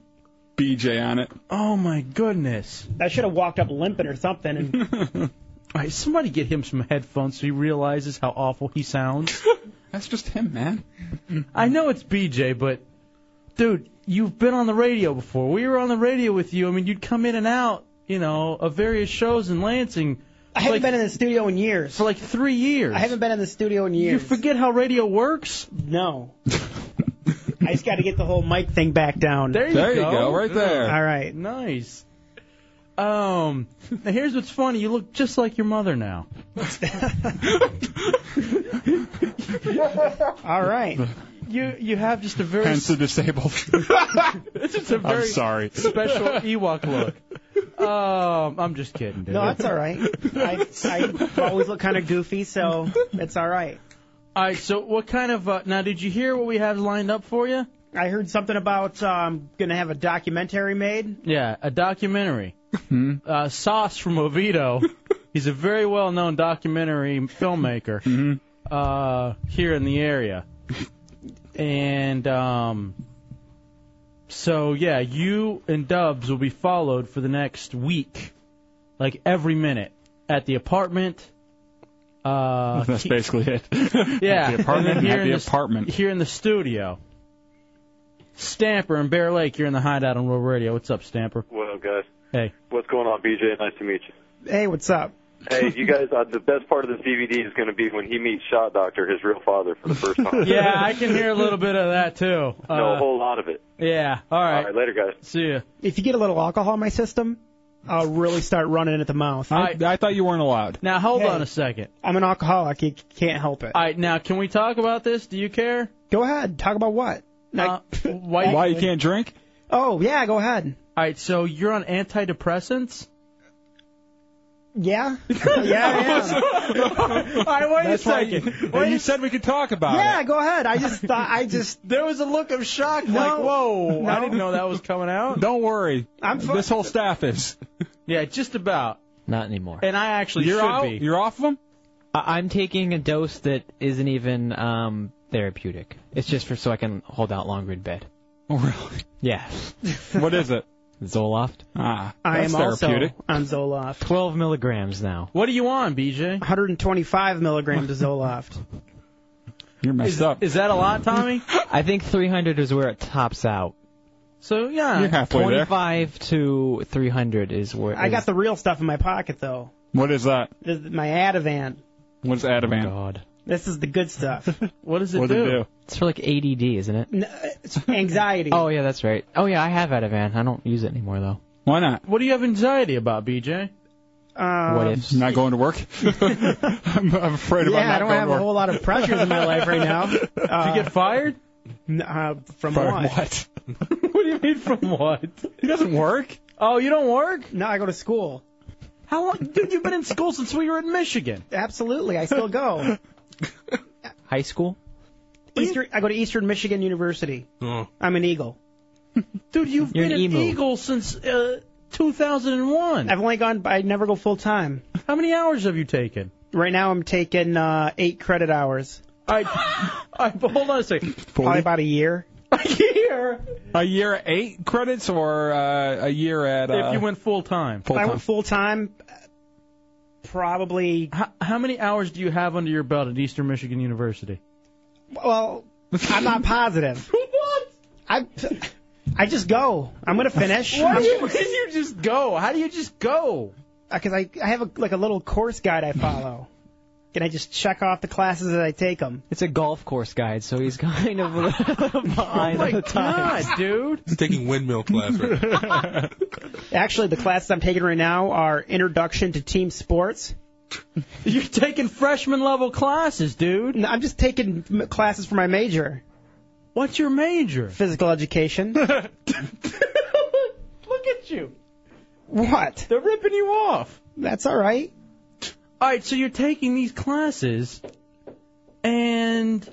S4: BJ on it.
S17: Oh my goodness!
S1: I should have walked up limping or something. And
S17: All right, somebody get him some headphones so he realizes how awful he sounds.
S4: That's just him, man.
S17: I know it's BJ, but dude, you've been on the radio before. We were on the radio with you. I mean, you'd come in and out, you know, of various shows in Lansing.
S1: I haven't been in the studio in years.
S17: For like three years.
S1: I haven't been in the studio in
S17: You
S1: years.
S17: forget how radio works?
S1: No. I just got to get the whole mic thing back down.
S17: There you, go.
S1: All right.
S17: Nice. Um, now here's what's funny. You look just like your mother now.
S1: All right.
S17: You you have just a very
S4: Hence the disabled.
S17: it's just a
S4: I'm
S17: very
S4: sorry.
S17: special Ewok look. Um, I'm just kidding, dude.
S1: No, that's all right. I, I always look kind of goofy, so that's all right.
S17: All right. So what kind of uh, now? Did you hear what we have lined up for you?
S1: I heard something about um, gonna have a documentary made.
S17: Yeah, a documentary.
S4: Hmm?
S17: uh, Sauce from Oviedo. He's a very well-known documentary filmmaker uh, here in the area. And um, so, yeah, you and Dubs will be followed for the next week, like every minute, at the apartment. Uh,
S4: That's
S17: he-
S4: basically it.
S17: yeah,
S4: At the apartment.
S17: and then here
S4: at
S17: in
S4: the
S17: the s-
S4: apartment.
S17: here in the studio. Stamper and Bear Lake, you're in the hideout on World Radio. What's up, Stamper?
S6: What up, guys?
S17: Hey.
S6: What's going on, BJ? Nice to meet you.
S1: Hey, what's up?
S6: Hey, you guys, uh, the best part of this DVD is going to be when he meets Shot Doctor, his real father, for the first time.
S17: yeah, I can hear a little bit of that too. Uh,
S6: know a whole lot of it.
S17: yeah. All right.
S6: All right, later, guys.
S17: See ya.
S1: If you get a little alcohol in my system, I'll really start running at the mouth.
S4: I, I thought you weren't allowed.
S17: Now hold
S1: Hey.
S17: on a second.
S1: I'm an alcoholic. You can't help it.
S17: All right. Now can we talk about this? Do you care?
S1: Go ahead. Talk about what?
S17: Uh, why,
S1: Why you can't
S4: drink?
S1: Oh yeah, go ahead.
S17: All right. So you're on antidepressants.
S1: Yeah. yeah. yeah.
S17: All right. Wait
S1: That's
S17: a
S1: why
S17: second.
S1: you-
S17: wait
S1: you
S17: a-
S4: said we could talk about
S1: yeah, go ahead. I just thought I just
S17: there was a look of shock like, whoa, I didn't know that was coming out.
S4: Don't worry.
S1: I'm fu-
S4: this whole staff is.
S17: Yeah, just about.
S11: Not anymore.
S17: And I actually
S11: You're
S17: should
S11: out?
S17: be.
S4: You're off of them.
S11: I- I'm taking a dose that isn't even um, therapeutic. It's just for so I can hold out longer in bed.
S4: Oh, really?
S11: Yeah.
S4: What is it?
S11: Zoloft.
S4: Ah,
S1: I am also on Zoloft.
S11: 12 milligrams now.
S17: What are you on, BJ?
S1: 125 milligrams of Zoloft.
S4: You're
S11: messed up.
S17: Is that a lot, Tommy?
S11: I think 300 is where it tops out.
S17: So yeah,
S11: 25 to 300 is where.
S1: I got the real stuff in my pocket though.
S4: What is that?
S1: This is my Ativan.
S4: What is Ativan?
S11: Oh, God.
S1: This is the good stuff.
S17: What does
S11: it What'd it do? do? It's for like ADD, isn't it?
S1: N- it's anxiety.
S11: Oh yeah, that's right. Oh yeah, I have Ativan. I don't use it anymore though.
S4: Why not?
S17: What do you have anxiety about, BJ?
S1: Um,
S11: What if?
S4: Not going to work. I'm, I'm afraid about
S1: yeah,
S4: not
S1: I don't
S4: going
S1: have
S4: to
S1: a
S4: work.
S1: whole lot of pressures in my life right now. Uh,
S17: Did you get fired?
S1: n- uh, from
S4: From
S1: what?
S4: what?
S17: what do you mean from what?
S4: He doesn't work.
S17: Oh, you don't work?
S1: No, I go to school.
S17: How long, dude? You've been in school since we were in Michigan.
S1: Absolutely, I still go.
S11: High school?
S1: Eastern, I go to Eastern Michigan University. I'm an Eagle.
S17: Dude, you've
S1: You're
S17: been
S1: an
S17: an
S1: emu.
S17: Eagle since uh, 2001.
S1: I've only gone. I never go full time.
S17: How many hours have you taken?
S1: Right now, I'm taking uh, eight credit hours.
S17: I, I but hold on a second.
S1: Probably about a year.
S17: Here,
S4: A year at eight credits or uh, a year at. Uh,
S17: if you went full time.
S4: Full
S1: I went full time. Probably.
S17: How, how many hours do you have under your belt at Eastern Michigan University?
S1: Well, I'm not positive.
S17: What?
S1: I I just go. I'm gonna finish.
S17: Why
S1: I'm-
S17: do you, why do you just go? How do you just go?
S1: because I, I have a, like a little course guide I follow. Can I just check off the classes as I take them?
S11: It's a golf course guide, so he's kind of a little behind
S1: Oh my
S11: the times.
S1: God, dude.
S6: He's taking windmill class right now.
S1: Actually, the classes I'm taking right now are Introduction to Team Sports. You're taking freshman level classes, dude. No, I'm just taking m- classes for my major. What's your major? Physical education.
S17: Look at you.
S1: what?
S17: They're ripping you off.
S1: That's all right.
S17: All right, so you're taking these classes, and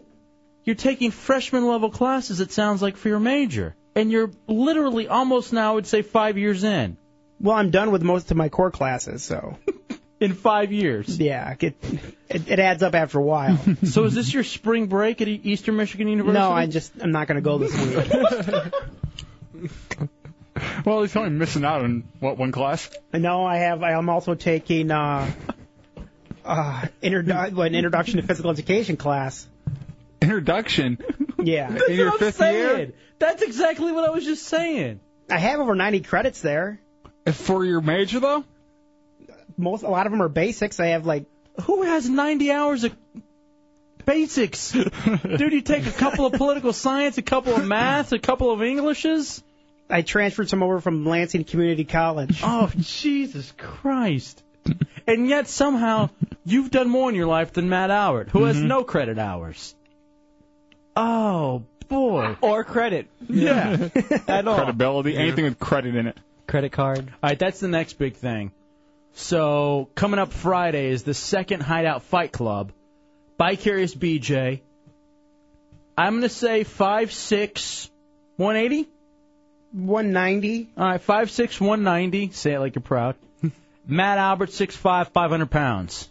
S17: you're taking freshman level classes. It sounds like for your major, and you're literally almost now. I would say five years in.
S1: Well, I'm done with most of my core classes, so.
S17: In five years.
S1: Yeah, it, it, it adds up after a while.
S17: so is this your spring break at E- Eastern Michigan University?
S1: No, I just I'm not gonna go this week.
S4: Well, he's only missing out on what one class?
S1: No, I have. I am also taking uh, uh, introdu- well, an introduction to physical education class.
S4: Introduction.
S1: Yeah,
S4: That's In your what I'm fifth saying. year?
S17: That's exactly what I was just saying.
S1: I have over 90 credits there.
S4: For your major though.
S1: Most a lot of them are basics. I have like.
S17: Who has 90 hours of basics? Dude, you take a couple of political science, a couple of math, a couple of Englishes.
S1: I transferred some over from Lansing Community College.
S17: Oh, Jesus Christ. And yet somehow you've done more in your life than Matt Howard, who has no credit hours. Oh boy.
S11: Or credit.
S17: Yeah. At all.
S4: Credibility, anything with credit in it.
S11: Credit card.
S17: All right, that's the next big thing. So coming up Friday is the second Hideout Fight Club. Bicurious BJ. I'm gonna say five six, one eighty.
S1: 190.
S17: All right, five six, one ninety. Say it like you're proud. Matt Albert, six five, five hundred pounds.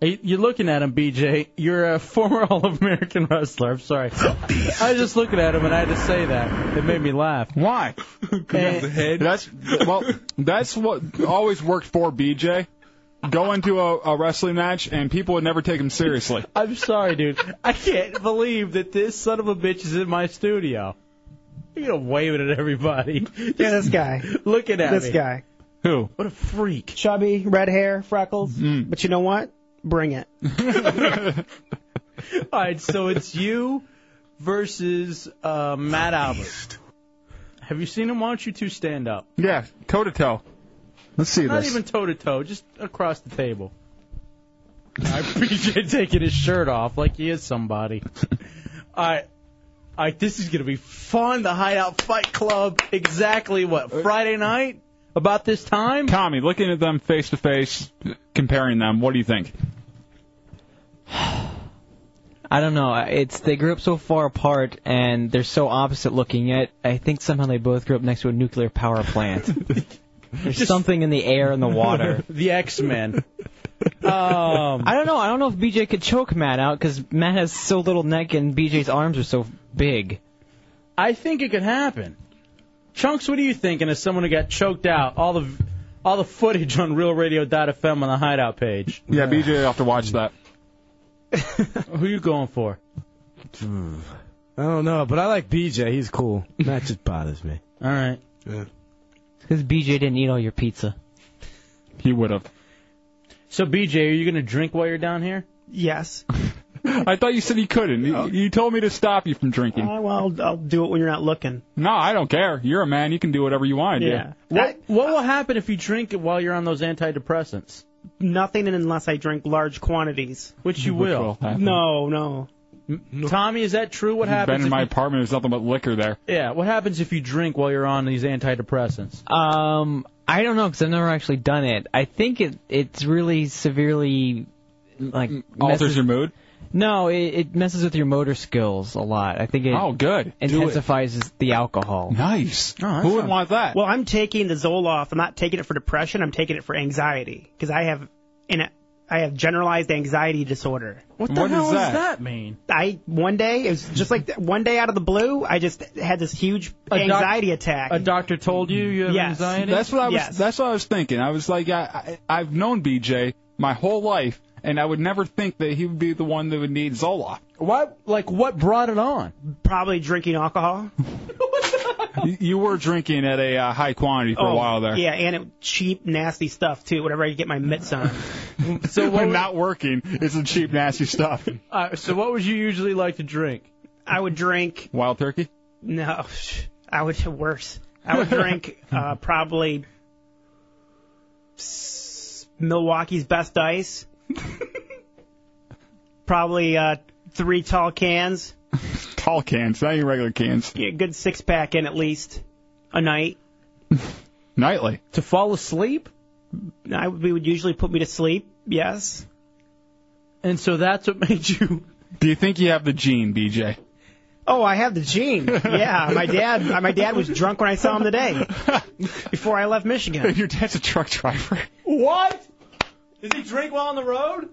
S17: Hey, You're looking at him, BJ. You're a former All-American wrestler. I'm sorry. I was just looking at him and I had to say that. It made me laugh.
S4: Why? That's well. That's what always worked for BJ. Go into a, a wrestling match and people would never take him seriously.
S17: I'm sorry, dude. I can't believe that this son of a bitch is in my studio. You're gonna wave it at everybody. Yeah,
S1: this guy.
S17: Looking at
S1: this
S17: me.
S1: guy.
S4: Who? Mm-hmm.
S17: What a freak.
S1: Chubby, red hair, freckles. But you know what? Bring it.
S17: All right, so it's you versus uh, Matt Albert. Have you seen him? Why don't you two stand up?
S4: Yeah, toe to toe. Let's see
S17: Not
S4: this.
S17: even toe to toe, just across the table. I appreciate taking his shirt off like he is somebody. All right. All right, this is going to be fun. The Hideout Fight Club, exactly what,
S4: Uh,
S17: Friday night? About this time?
S4: Tommy, looking at them face to face, comparing them, what do you think?
S11: I don't know. It's they grew up so far apart and they're so opposite looking. Yet I think somehow they both grew up next to a nuclear power plant. There's something in the air and the water.
S17: the X-Men. Um,
S11: I don't know. I don't know if BJ could choke Matt out because Matt has so little neck and BJ's arms are so big.
S17: I think it could happen. Chunks, what are you thinking as someone who got choked out? All the all the footage on RealRadio.fm on the Hideout page.
S4: Yeah, BJ will have to watch that.
S17: Who you going for?
S16: I don't know, but I like BJ. He's cool. That just bothers me.
S17: All right.
S11: Because BJ didn't eat all your pizza.
S4: He would have.
S17: So BJ, are you gonna drink while you're down here?
S1: Yes.
S4: I thought you said you couldn't. You, you told me to stop you from
S17: Oh.
S4: drinking.
S1: Uh, well, I'll, I'll do it when you're not looking.
S4: No, I don't care. You're a man. You can do whatever you want. Yeah.
S17: What, what will happen if you drink it while you're on those antidepressants?
S1: Nothing unless I drink large quantities.
S17: Which you Which will. will happen.
S1: no,
S17: Oh,
S1: no.
S17: Tommy, is that true? What
S4: Been
S17: happens?
S4: in
S17: if
S4: my
S17: you,
S4: apartment. There's nothing but liquor there.
S17: yeah. What happens if you drink while you're on these antidepressants?
S11: Um, I don't know because I've never actually done it. I think it it's really severely like
S4: Mm, Alters
S11: messes-
S4: your mood.
S11: No, it, it messes with your motor skills a lot. I think it
S4: Oh, good. Do it.
S11: intensifies the alcohol.
S4: Nice. Who would want that?
S1: Well, I'm taking the Zoloft. I'm not taking it for depression. I'm taking it for anxiety because I have an I have generalized anxiety disorder.
S17: What the hell does that mean?
S1: I one day it was just like that- one day out of the blue. I just had this huge
S17: doc-
S1: anxiety attack.
S17: A doctor told you you have
S1: Yes.
S17: anxiety.
S4: That's what I was.
S1: Yes.
S4: That's what I was thinking. I was like, I, I, I've known BJ my whole life, and I would never think that he would be the one that would need Zoloft.
S17: What? Like what brought it on?
S1: Probably drinking alcohol.
S4: You- You were drinking at a uh, high quantity for a while there.
S1: Oh, Yeah, and it, cheap, nasty stuff too. Whenever I get my mitts on.
S4: So when not working, it's the cheap, nasty stuff.
S17: Uh, so what would you usually like to drink?
S1: I would drink.
S4: Wild turkey.
S1: No, I would worse. I would drink uh, probably s- Milwaukee's best ice. probably uh, three tall cans.
S4: Tall cans, not your regular cans.
S1: Get a good six pack in at least a night.
S4: Nightly.
S17: To fall asleep?
S1: I we would usually put me to sleep. Yes.
S17: And so that's what made you.
S4: Do you think you have the gene, BJ?
S1: Oh, I have the gene. Yeah, my dad. My dad was drunk when I saw him today, before I left Michigan.
S4: Your dad's a truck driver.
S17: What? Does he drink while on the road?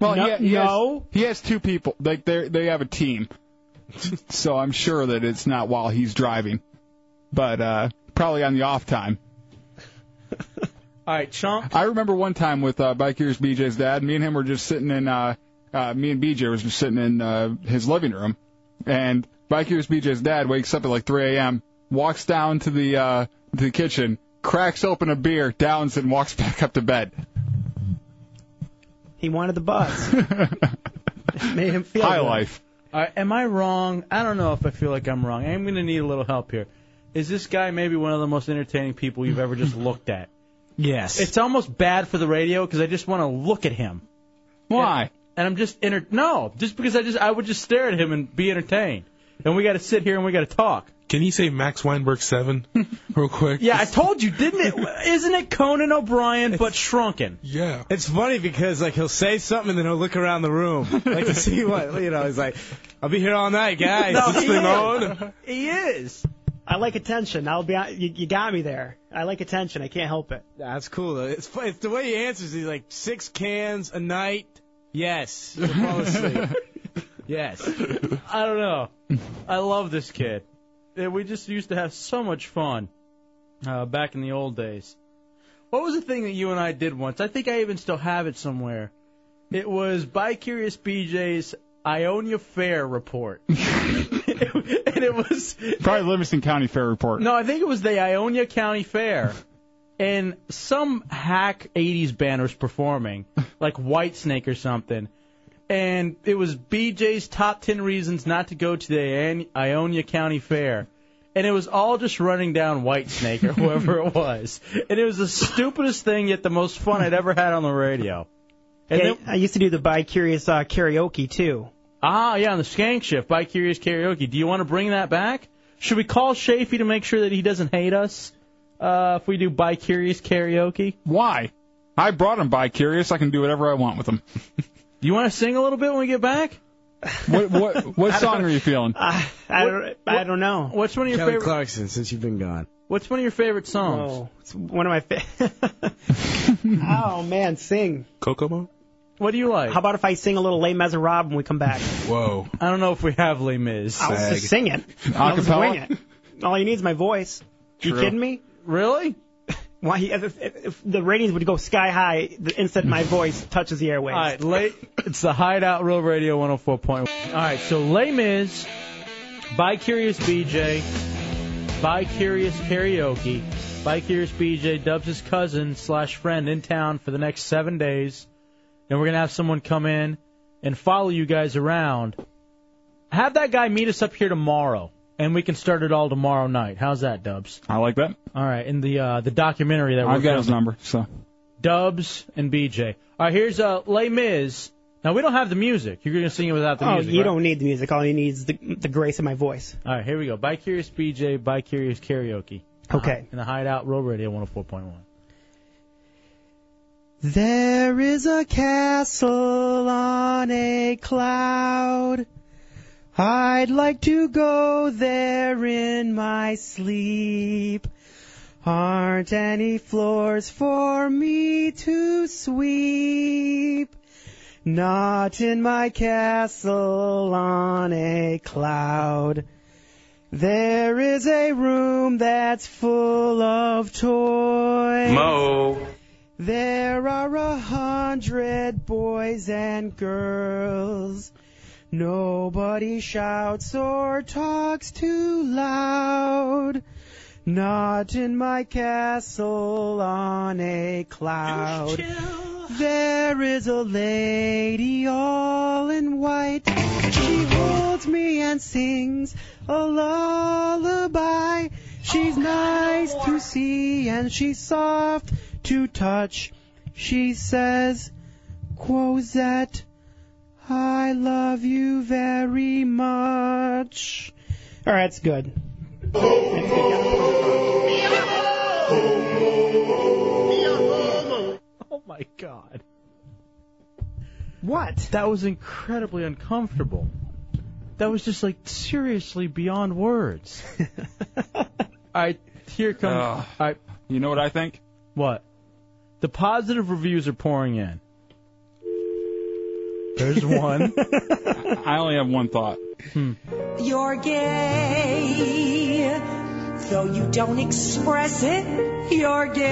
S4: Well,
S17: No-
S4: he, ha- he
S17: no.
S4: Has, he has two people. Like they they have a team, so I'm sure that it's not while he's driving, but uh, probably on the off time.
S17: All right, Chunk.
S4: I remember one time with uh, Bikeers BJ's dad. Me and him were just sitting in. Uh, uh, me and BJ was just sitting in uh, his living room, and Bikeers BJ's dad wakes up at like 3 a.m., walks down to the uh, to the kitchen, cracks open a beer, downs it, and walks back up to bed.
S1: He wanted the buzz. Made him feel
S4: High
S17: good.
S4: life.
S17: All right, am I wrong? I don't know if I feel like I'm wrong. I'm going to need a little help here. Is this guy maybe one of the most entertaining people you've ever just looked at?
S19: Yes.
S17: It's almost bad for the radio because I just want to look at him.
S4: Why?
S17: And, and I'm just enter- no, just because I just I would just stare at him and be entertained. And we got to sit here and we got to talk.
S20: Can you say Max Weinberg seven real quick?
S17: Yeah, I told you, didn't it? Isn't it Conan O'Brien but shrunken?
S20: Yeah.
S19: It's funny because like he'll say something and then he'll look around the room like to see what you know. He's like, "I'll be here all night, guys.
S1: No,
S19: Is this
S1: he
S19: thing
S1: is.
S19: on?"
S17: He is.
S1: I like attention. I'll be. hon- You, you got me there. I like attention. I can't help it.
S19: That's cool though. It's, fu- it's the way he answers. He's like six cans a night. Yes. You'll fall asleep. yes.
S17: I don't know. I love this kid. Yeah, We just used to have so much fun uh, back in the old days. What was the thing that you and I did once? I think I even still have it somewhere. It was by Curious BJ's Ionia Fair report. and it was
S4: Probably Livingston County Fair report.
S17: no, I think it was the Ionia County Fair. And some hack 80s band was performing, like Whitesnake or something. And it was BJ's Top 10 Reasons Not to Go to the Ion- Ionia County Fair. And it was all just running down Whitesnake or whoever it was. And it was the stupidest thing, yet the most fun I'd ever had on the radio. And
S1: Yeah,
S17: then,
S1: I used to do the bi curious uh, karaoke too.
S17: ah, yeah, on the Skank Shift by Curious Karaoke. Do you want to bring that back? Should we call Shafee to make sure that he doesn't hate us uh, if we do by Curious Karaoke?
S4: Why? I brought him by curious. I can do whatever I want with him.
S17: Do you want to sing a little bit when we get back?
S4: What what what song are you feeling?
S1: I don't. I don't know.
S17: What's one of your
S19: Kelly
S17: favorite?
S19: Clarkson, since you've been gone.
S17: What's one of your favorite songs?
S1: Oh, it's one of my. Fa- oh man, sing.
S20: Kokomo.
S17: What do you like?
S1: How about if I sing a little Les Miserables when we come back?
S20: Whoa.
S17: I don't know if we have Les Mis.
S1: I'll just sing it. I'll just wing it. All you need is my voice. You
S17: True.
S1: kidding me?
S17: Really?
S1: Why? If, if, if the ratings would go sky high the instant my voice touches the airwaves.
S17: All right, late. It's the Hideout oh Real Radio 104.1. All right, so Les Mis by Curious BJ, by Curious Karaoke, by Curious BJ dubs his cousin slash friend in town for the next seven days, and we're gonna have someone come in and follow you guys around. Have that guy meet us up here tomorrow, and we can start it all tomorrow night. How's that, Dubs?
S4: I like that.
S17: All right, in the uh, the documentary that we're
S4: I've got his
S17: filming.
S4: number. So
S17: Dubs and BJ. All right, here's uh, Les Mis. Now we don't have the music. You're gonna sing it without the
S1: oh,
S17: music.
S1: you
S17: right?
S1: don't need the music. All you need is the, the grace of my voice.
S17: All right, here we go. By Curious BJ, by Curious Karaoke.
S1: Okay.
S17: In the Hideout Road Radio 104.1.
S1: There is a castle on a cloud. I'd like to go there in my sleep. Aren't any floors for me to sweep? Not in my castle on a cloud. There is a room that's full of toys. There are a hundred boys and girls.
S10: Nobody shouts or talks too loud. Not in my castle on a cloud. There is a lady all in white. She holds me and sings a lullaby. She's nice to see and she's soft to touch. She says, Cosette, I love you very much.
S1: All right, it's good.
S17: Oh my god.
S1: What?
S17: That was incredibly uncomfortable. That was just like seriously beyond words. I here comes I
S4: You know what I think?
S17: What? The positive reviews are pouring in. There's one.
S4: I only have one thought.
S6: You're gay. Though you don't express it, you're gay.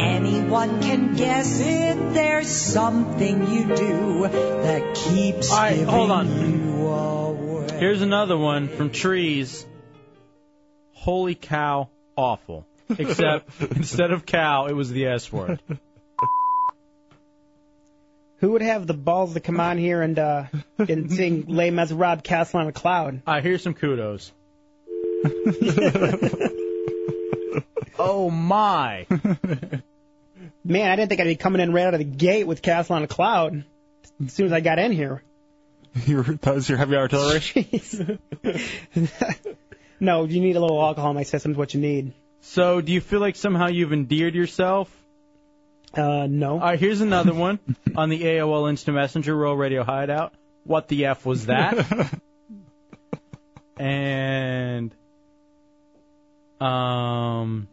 S6: Anyone can guess it. There's something you do that keeps
S17: All right,
S6: giving
S17: hold on.
S6: you away.
S17: Here's another one from Trees. Holy cow, awful. Except instead of cow, it was the S word.
S1: Who would have the balls to come on here and uh, and sing Les Miserables Castle on a Cloud?
S17: I hear some kudos. oh my!
S1: Man, I didn't think I'd be coming in right out of the gate with Castle on a Cloud. As soon as I got in here.
S4: Your, that was your heavy artillery?
S1: No, you need a little alcohol in my system. Is what you need.
S17: So, do you feel like somehow you've endeared yourself?
S1: Uh, no. All
S17: right, here's another one on the AOL Instant Messenger Roll Radio Hideout. What the F was that? and, um,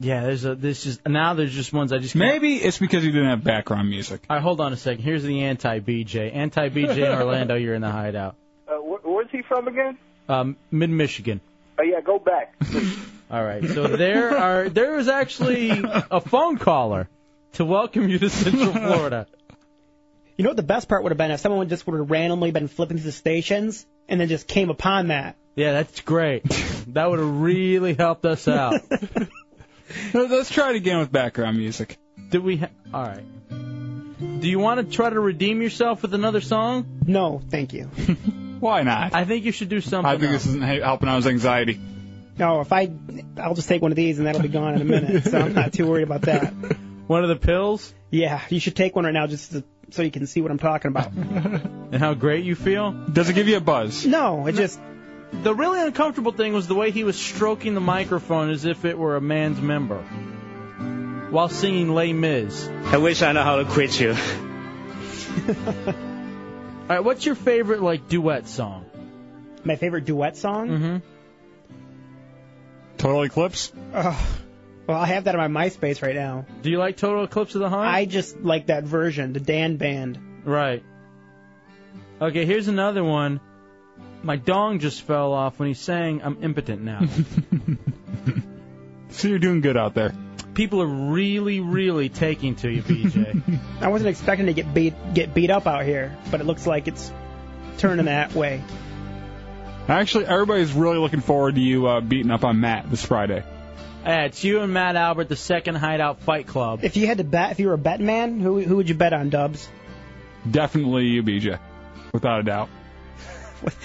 S17: yeah, there's a, this is, now there's just ones I just can't.
S4: Maybe it's because you didn't have background music.
S17: All right, hold on a second. Here's the anti BJ. Anti BJ in Orlando, you're in the hideout.
S21: Uh, wh- where's he from again?
S17: Um, Mid Michigan.
S21: Oh yeah, go back.
S17: All right. So there are there is actually a phone caller to welcome you to Central Florida.
S1: You know what the best part would have been if someone just would have randomly been flipping through the stations and then just came upon that.
S17: Yeah, that's great. That would have really helped us out.
S4: Let's try it again with background music.
S17: Did we? Ha- All right. Do you want to try to redeem yourself with another song?
S1: No, thank you.
S4: Why not?
S17: I think you should do something.
S4: I think this isn't he- helping out his anxiety.
S1: No, if I, I'll just take one of these and that'll be gone in a minute. So I'm not too worried about that.
S17: One of the pills?
S1: Yeah, you should take one right now just to, so you can see what I'm talking about.
S17: Mm-hmm. And how great you feel?
S4: Does it give you a buzz?
S1: No, it just.
S17: The really uncomfortable thing was the way he was stroking the microphone as if it were a man's member while singing Les Mis.
S16: I wish I know how to quit you.
S17: All right, what's your favorite like duet song?
S1: My favorite duet song?
S17: Mm-hmm.
S4: Total Eclipse?
S1: Ugh. well, I have that on my MySpace right now.
S17: Do you like Total Eclipse of the Heart?
S1: I just like that version, the Dan Band.
S17: Right. Okay, here's another one. My dong just fell off when he sang I'm impotent now.
S4: So you're doing good out there.
S17: People are really, really taking to you, BJ.
S1: I wasn't expecting to get beat get beat up out here, but it looks like it's turning that way.
S4: Actually, everybody's really looking forward to you uh, beating up on Matt this Friday.
S17: yeah, it's you and Matt Albert, the second hideout fight club.
S1: If you had to bet, if you were a bet man, who who would you bet on, Dubs?
S4: Definitely you, BJ. Without a doubt. That's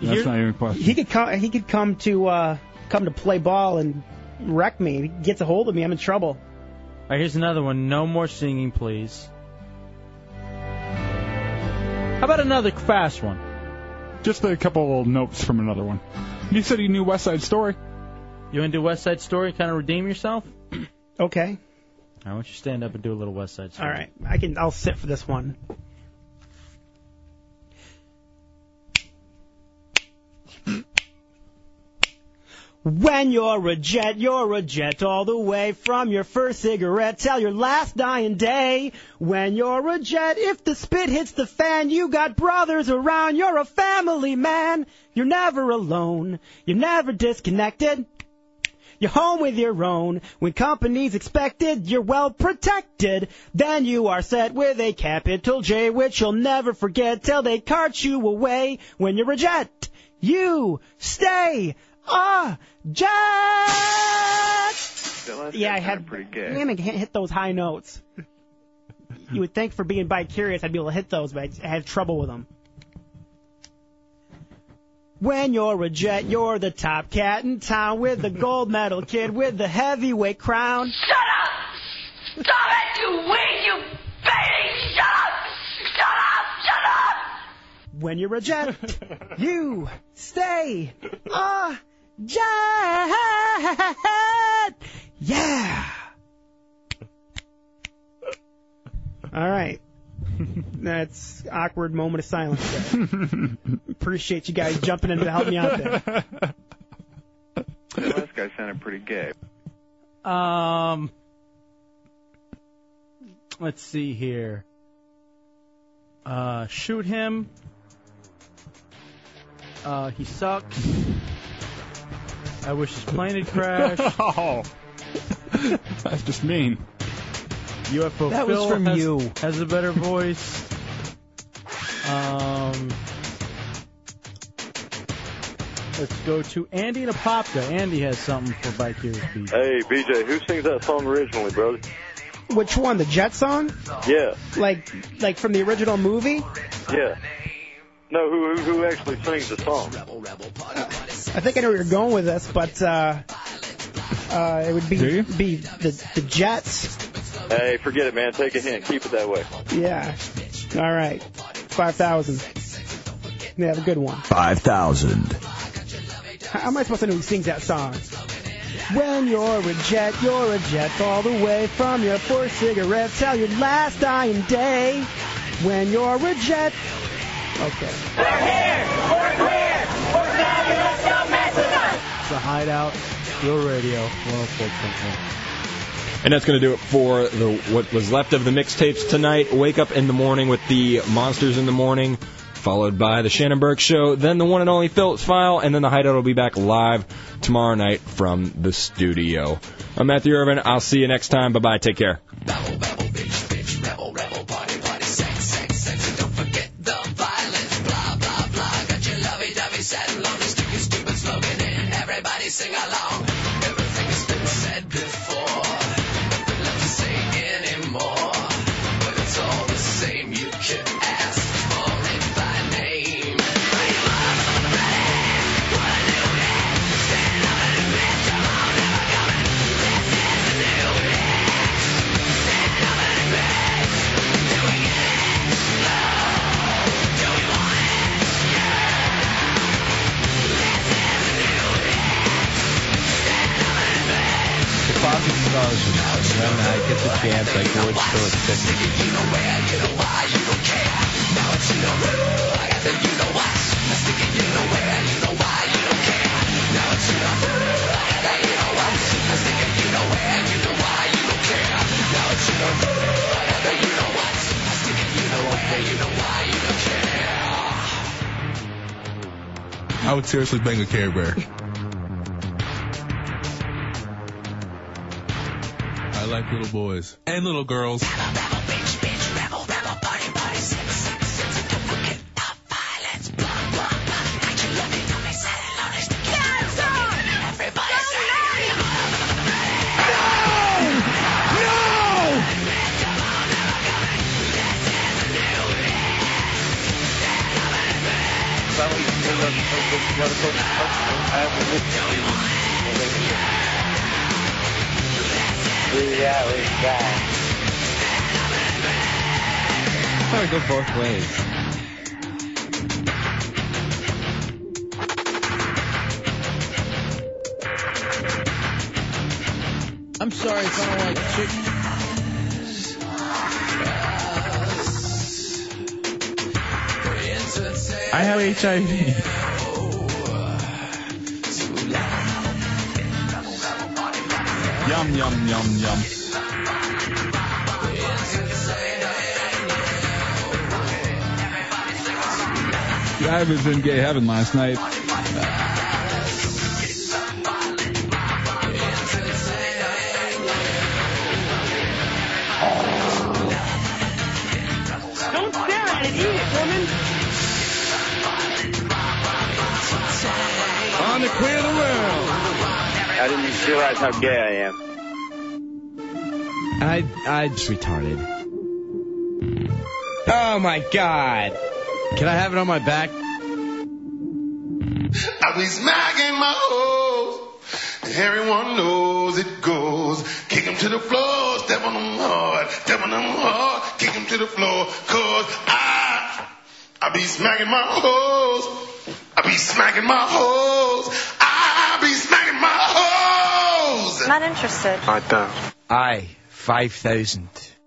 S1: You're-
S4: not even a question.
S1: He could come. He could come to uh, come to play ball and wreck me. If he gets a hold of me, I'm in trouble.
S17: All right, here's another one. No more singing, please. How about another fast one?
S4: Just a couple little notes from another one. You said you knew West Side Story.
S17: You want to do West Side Story and kind of redeem yourself?
S1: Okay.
S17: I want you to stand up and do a little West Side Story.
S1: All right. I can. I'll sit for this one. When you're a jet, you're a jet all the way from your first cigarette till your last dying day. When you're a jet, if the spit hits the fan, you got brothers around, you're a family man. You're never alone, you're never disconnected. You're home with your own. When company's expected, you're well protected. Then you are set with a capital J, which you'll never forget till they cart you away when you're a jet. You stay a jet! Yeah, I had.
S14: pretty good.
S1: Damn, I can't hit those high notes. you would think for being bi curious, I'd be able to hit those, but I have trouble with them. When you're a jet, you're the top cat in town with the gold medal kid with the heavyweight crown.
S14: Stop it, you wig, you baby! Shut up! Shut up! Shut up!
S1: When you're a jet, you stay a jet. Yeah. All right. That's awkward moment of silence. there. Appreciate you guys jumping in to help me out there.
S32: The last guy sounded pretty gay.
S17: Um, let's see here. Uh, shoot him. Uh, he sucks. I wish his plane had crashed.
S4: oh, that's just mean.
S17: UFO
S4: That was
S17: Phil
S4: from
S17: has,
S4: you.
S17: Has a better voice. Um, let's go to Andy Napopka. Andy has something for Bike Years Beat.
S33: Hey, BJ, who sings that song originally, brother?
S1: Which one? The Jet song?
S33: Yeah,
S1: Like, like from the original movie?
S33: yeah. No, who who, who actually sings the song?
S1: I think I know where you're going with this, but uh, uh, it would be be the the Jets.
S33: Hey, forget it, man. Take a hint. Keep it that way.
S1: Yeah. All right. Five thousand. Yeah, have a good one.
S34: Five thousand.
S1: How how am I supposed to know who sings that song? When you're a jet, you're a jet all the way from your fourth cigarette till your last dying day. When you're a jet. Okay.
S17: It's a hideout. Real radio. Well,
S6: And that's going to do it for the what was left of the mixtapes tonight. Wake up in the morning with the Monsters in the Morning, followed by the Shannonberg Show, then the one and only Phillips File, and then the Hideout will be back live tomorrow night from the studio. I'm Matthew Irvin. I'll see you next time. Bye bye. Take care.
S14: Everybody sing along. Everything has been said before. Nothing left to say anymore. But it's all the same. You can ask for it by name.
S20: The Fozzy Stars when I get the chance, I gorge till it's sick. You know where, you know why, you don't care. Now it's you know who. I got the you know what. I'm sticking you know where, you know why, you don't care. Now it's you know who. I got the you know what. I'm sticking you know where, you know why, you don't care. Now it's you know who. I got the you know what. I'm sticking you know where, you know why, you don't care.
S35: I would seriously bang a Care Bear. I like little boys and little girls.
S14: Yeah, we got.
S20: I go both ways.
S17: I'm sorry if I don't like chicken.
S20: I have HIV.
S4: Yum yum yum yum. I was in gay heaven last night.
S6: I didn't realize how gay I am.
S16: I I just retarded. Oh my god. Can I have it on my back?
S10: I be smacking my hoes, and everyone knows it goes. Kick 'em to the floor, step on 'em hard, step on 'em hard, kick 'em to the floor, cause I, I be smacking my hoes, I be smacking my hoes, I be smacking my hoes.
S24: Not interested.
S16: I Aye, 5,000.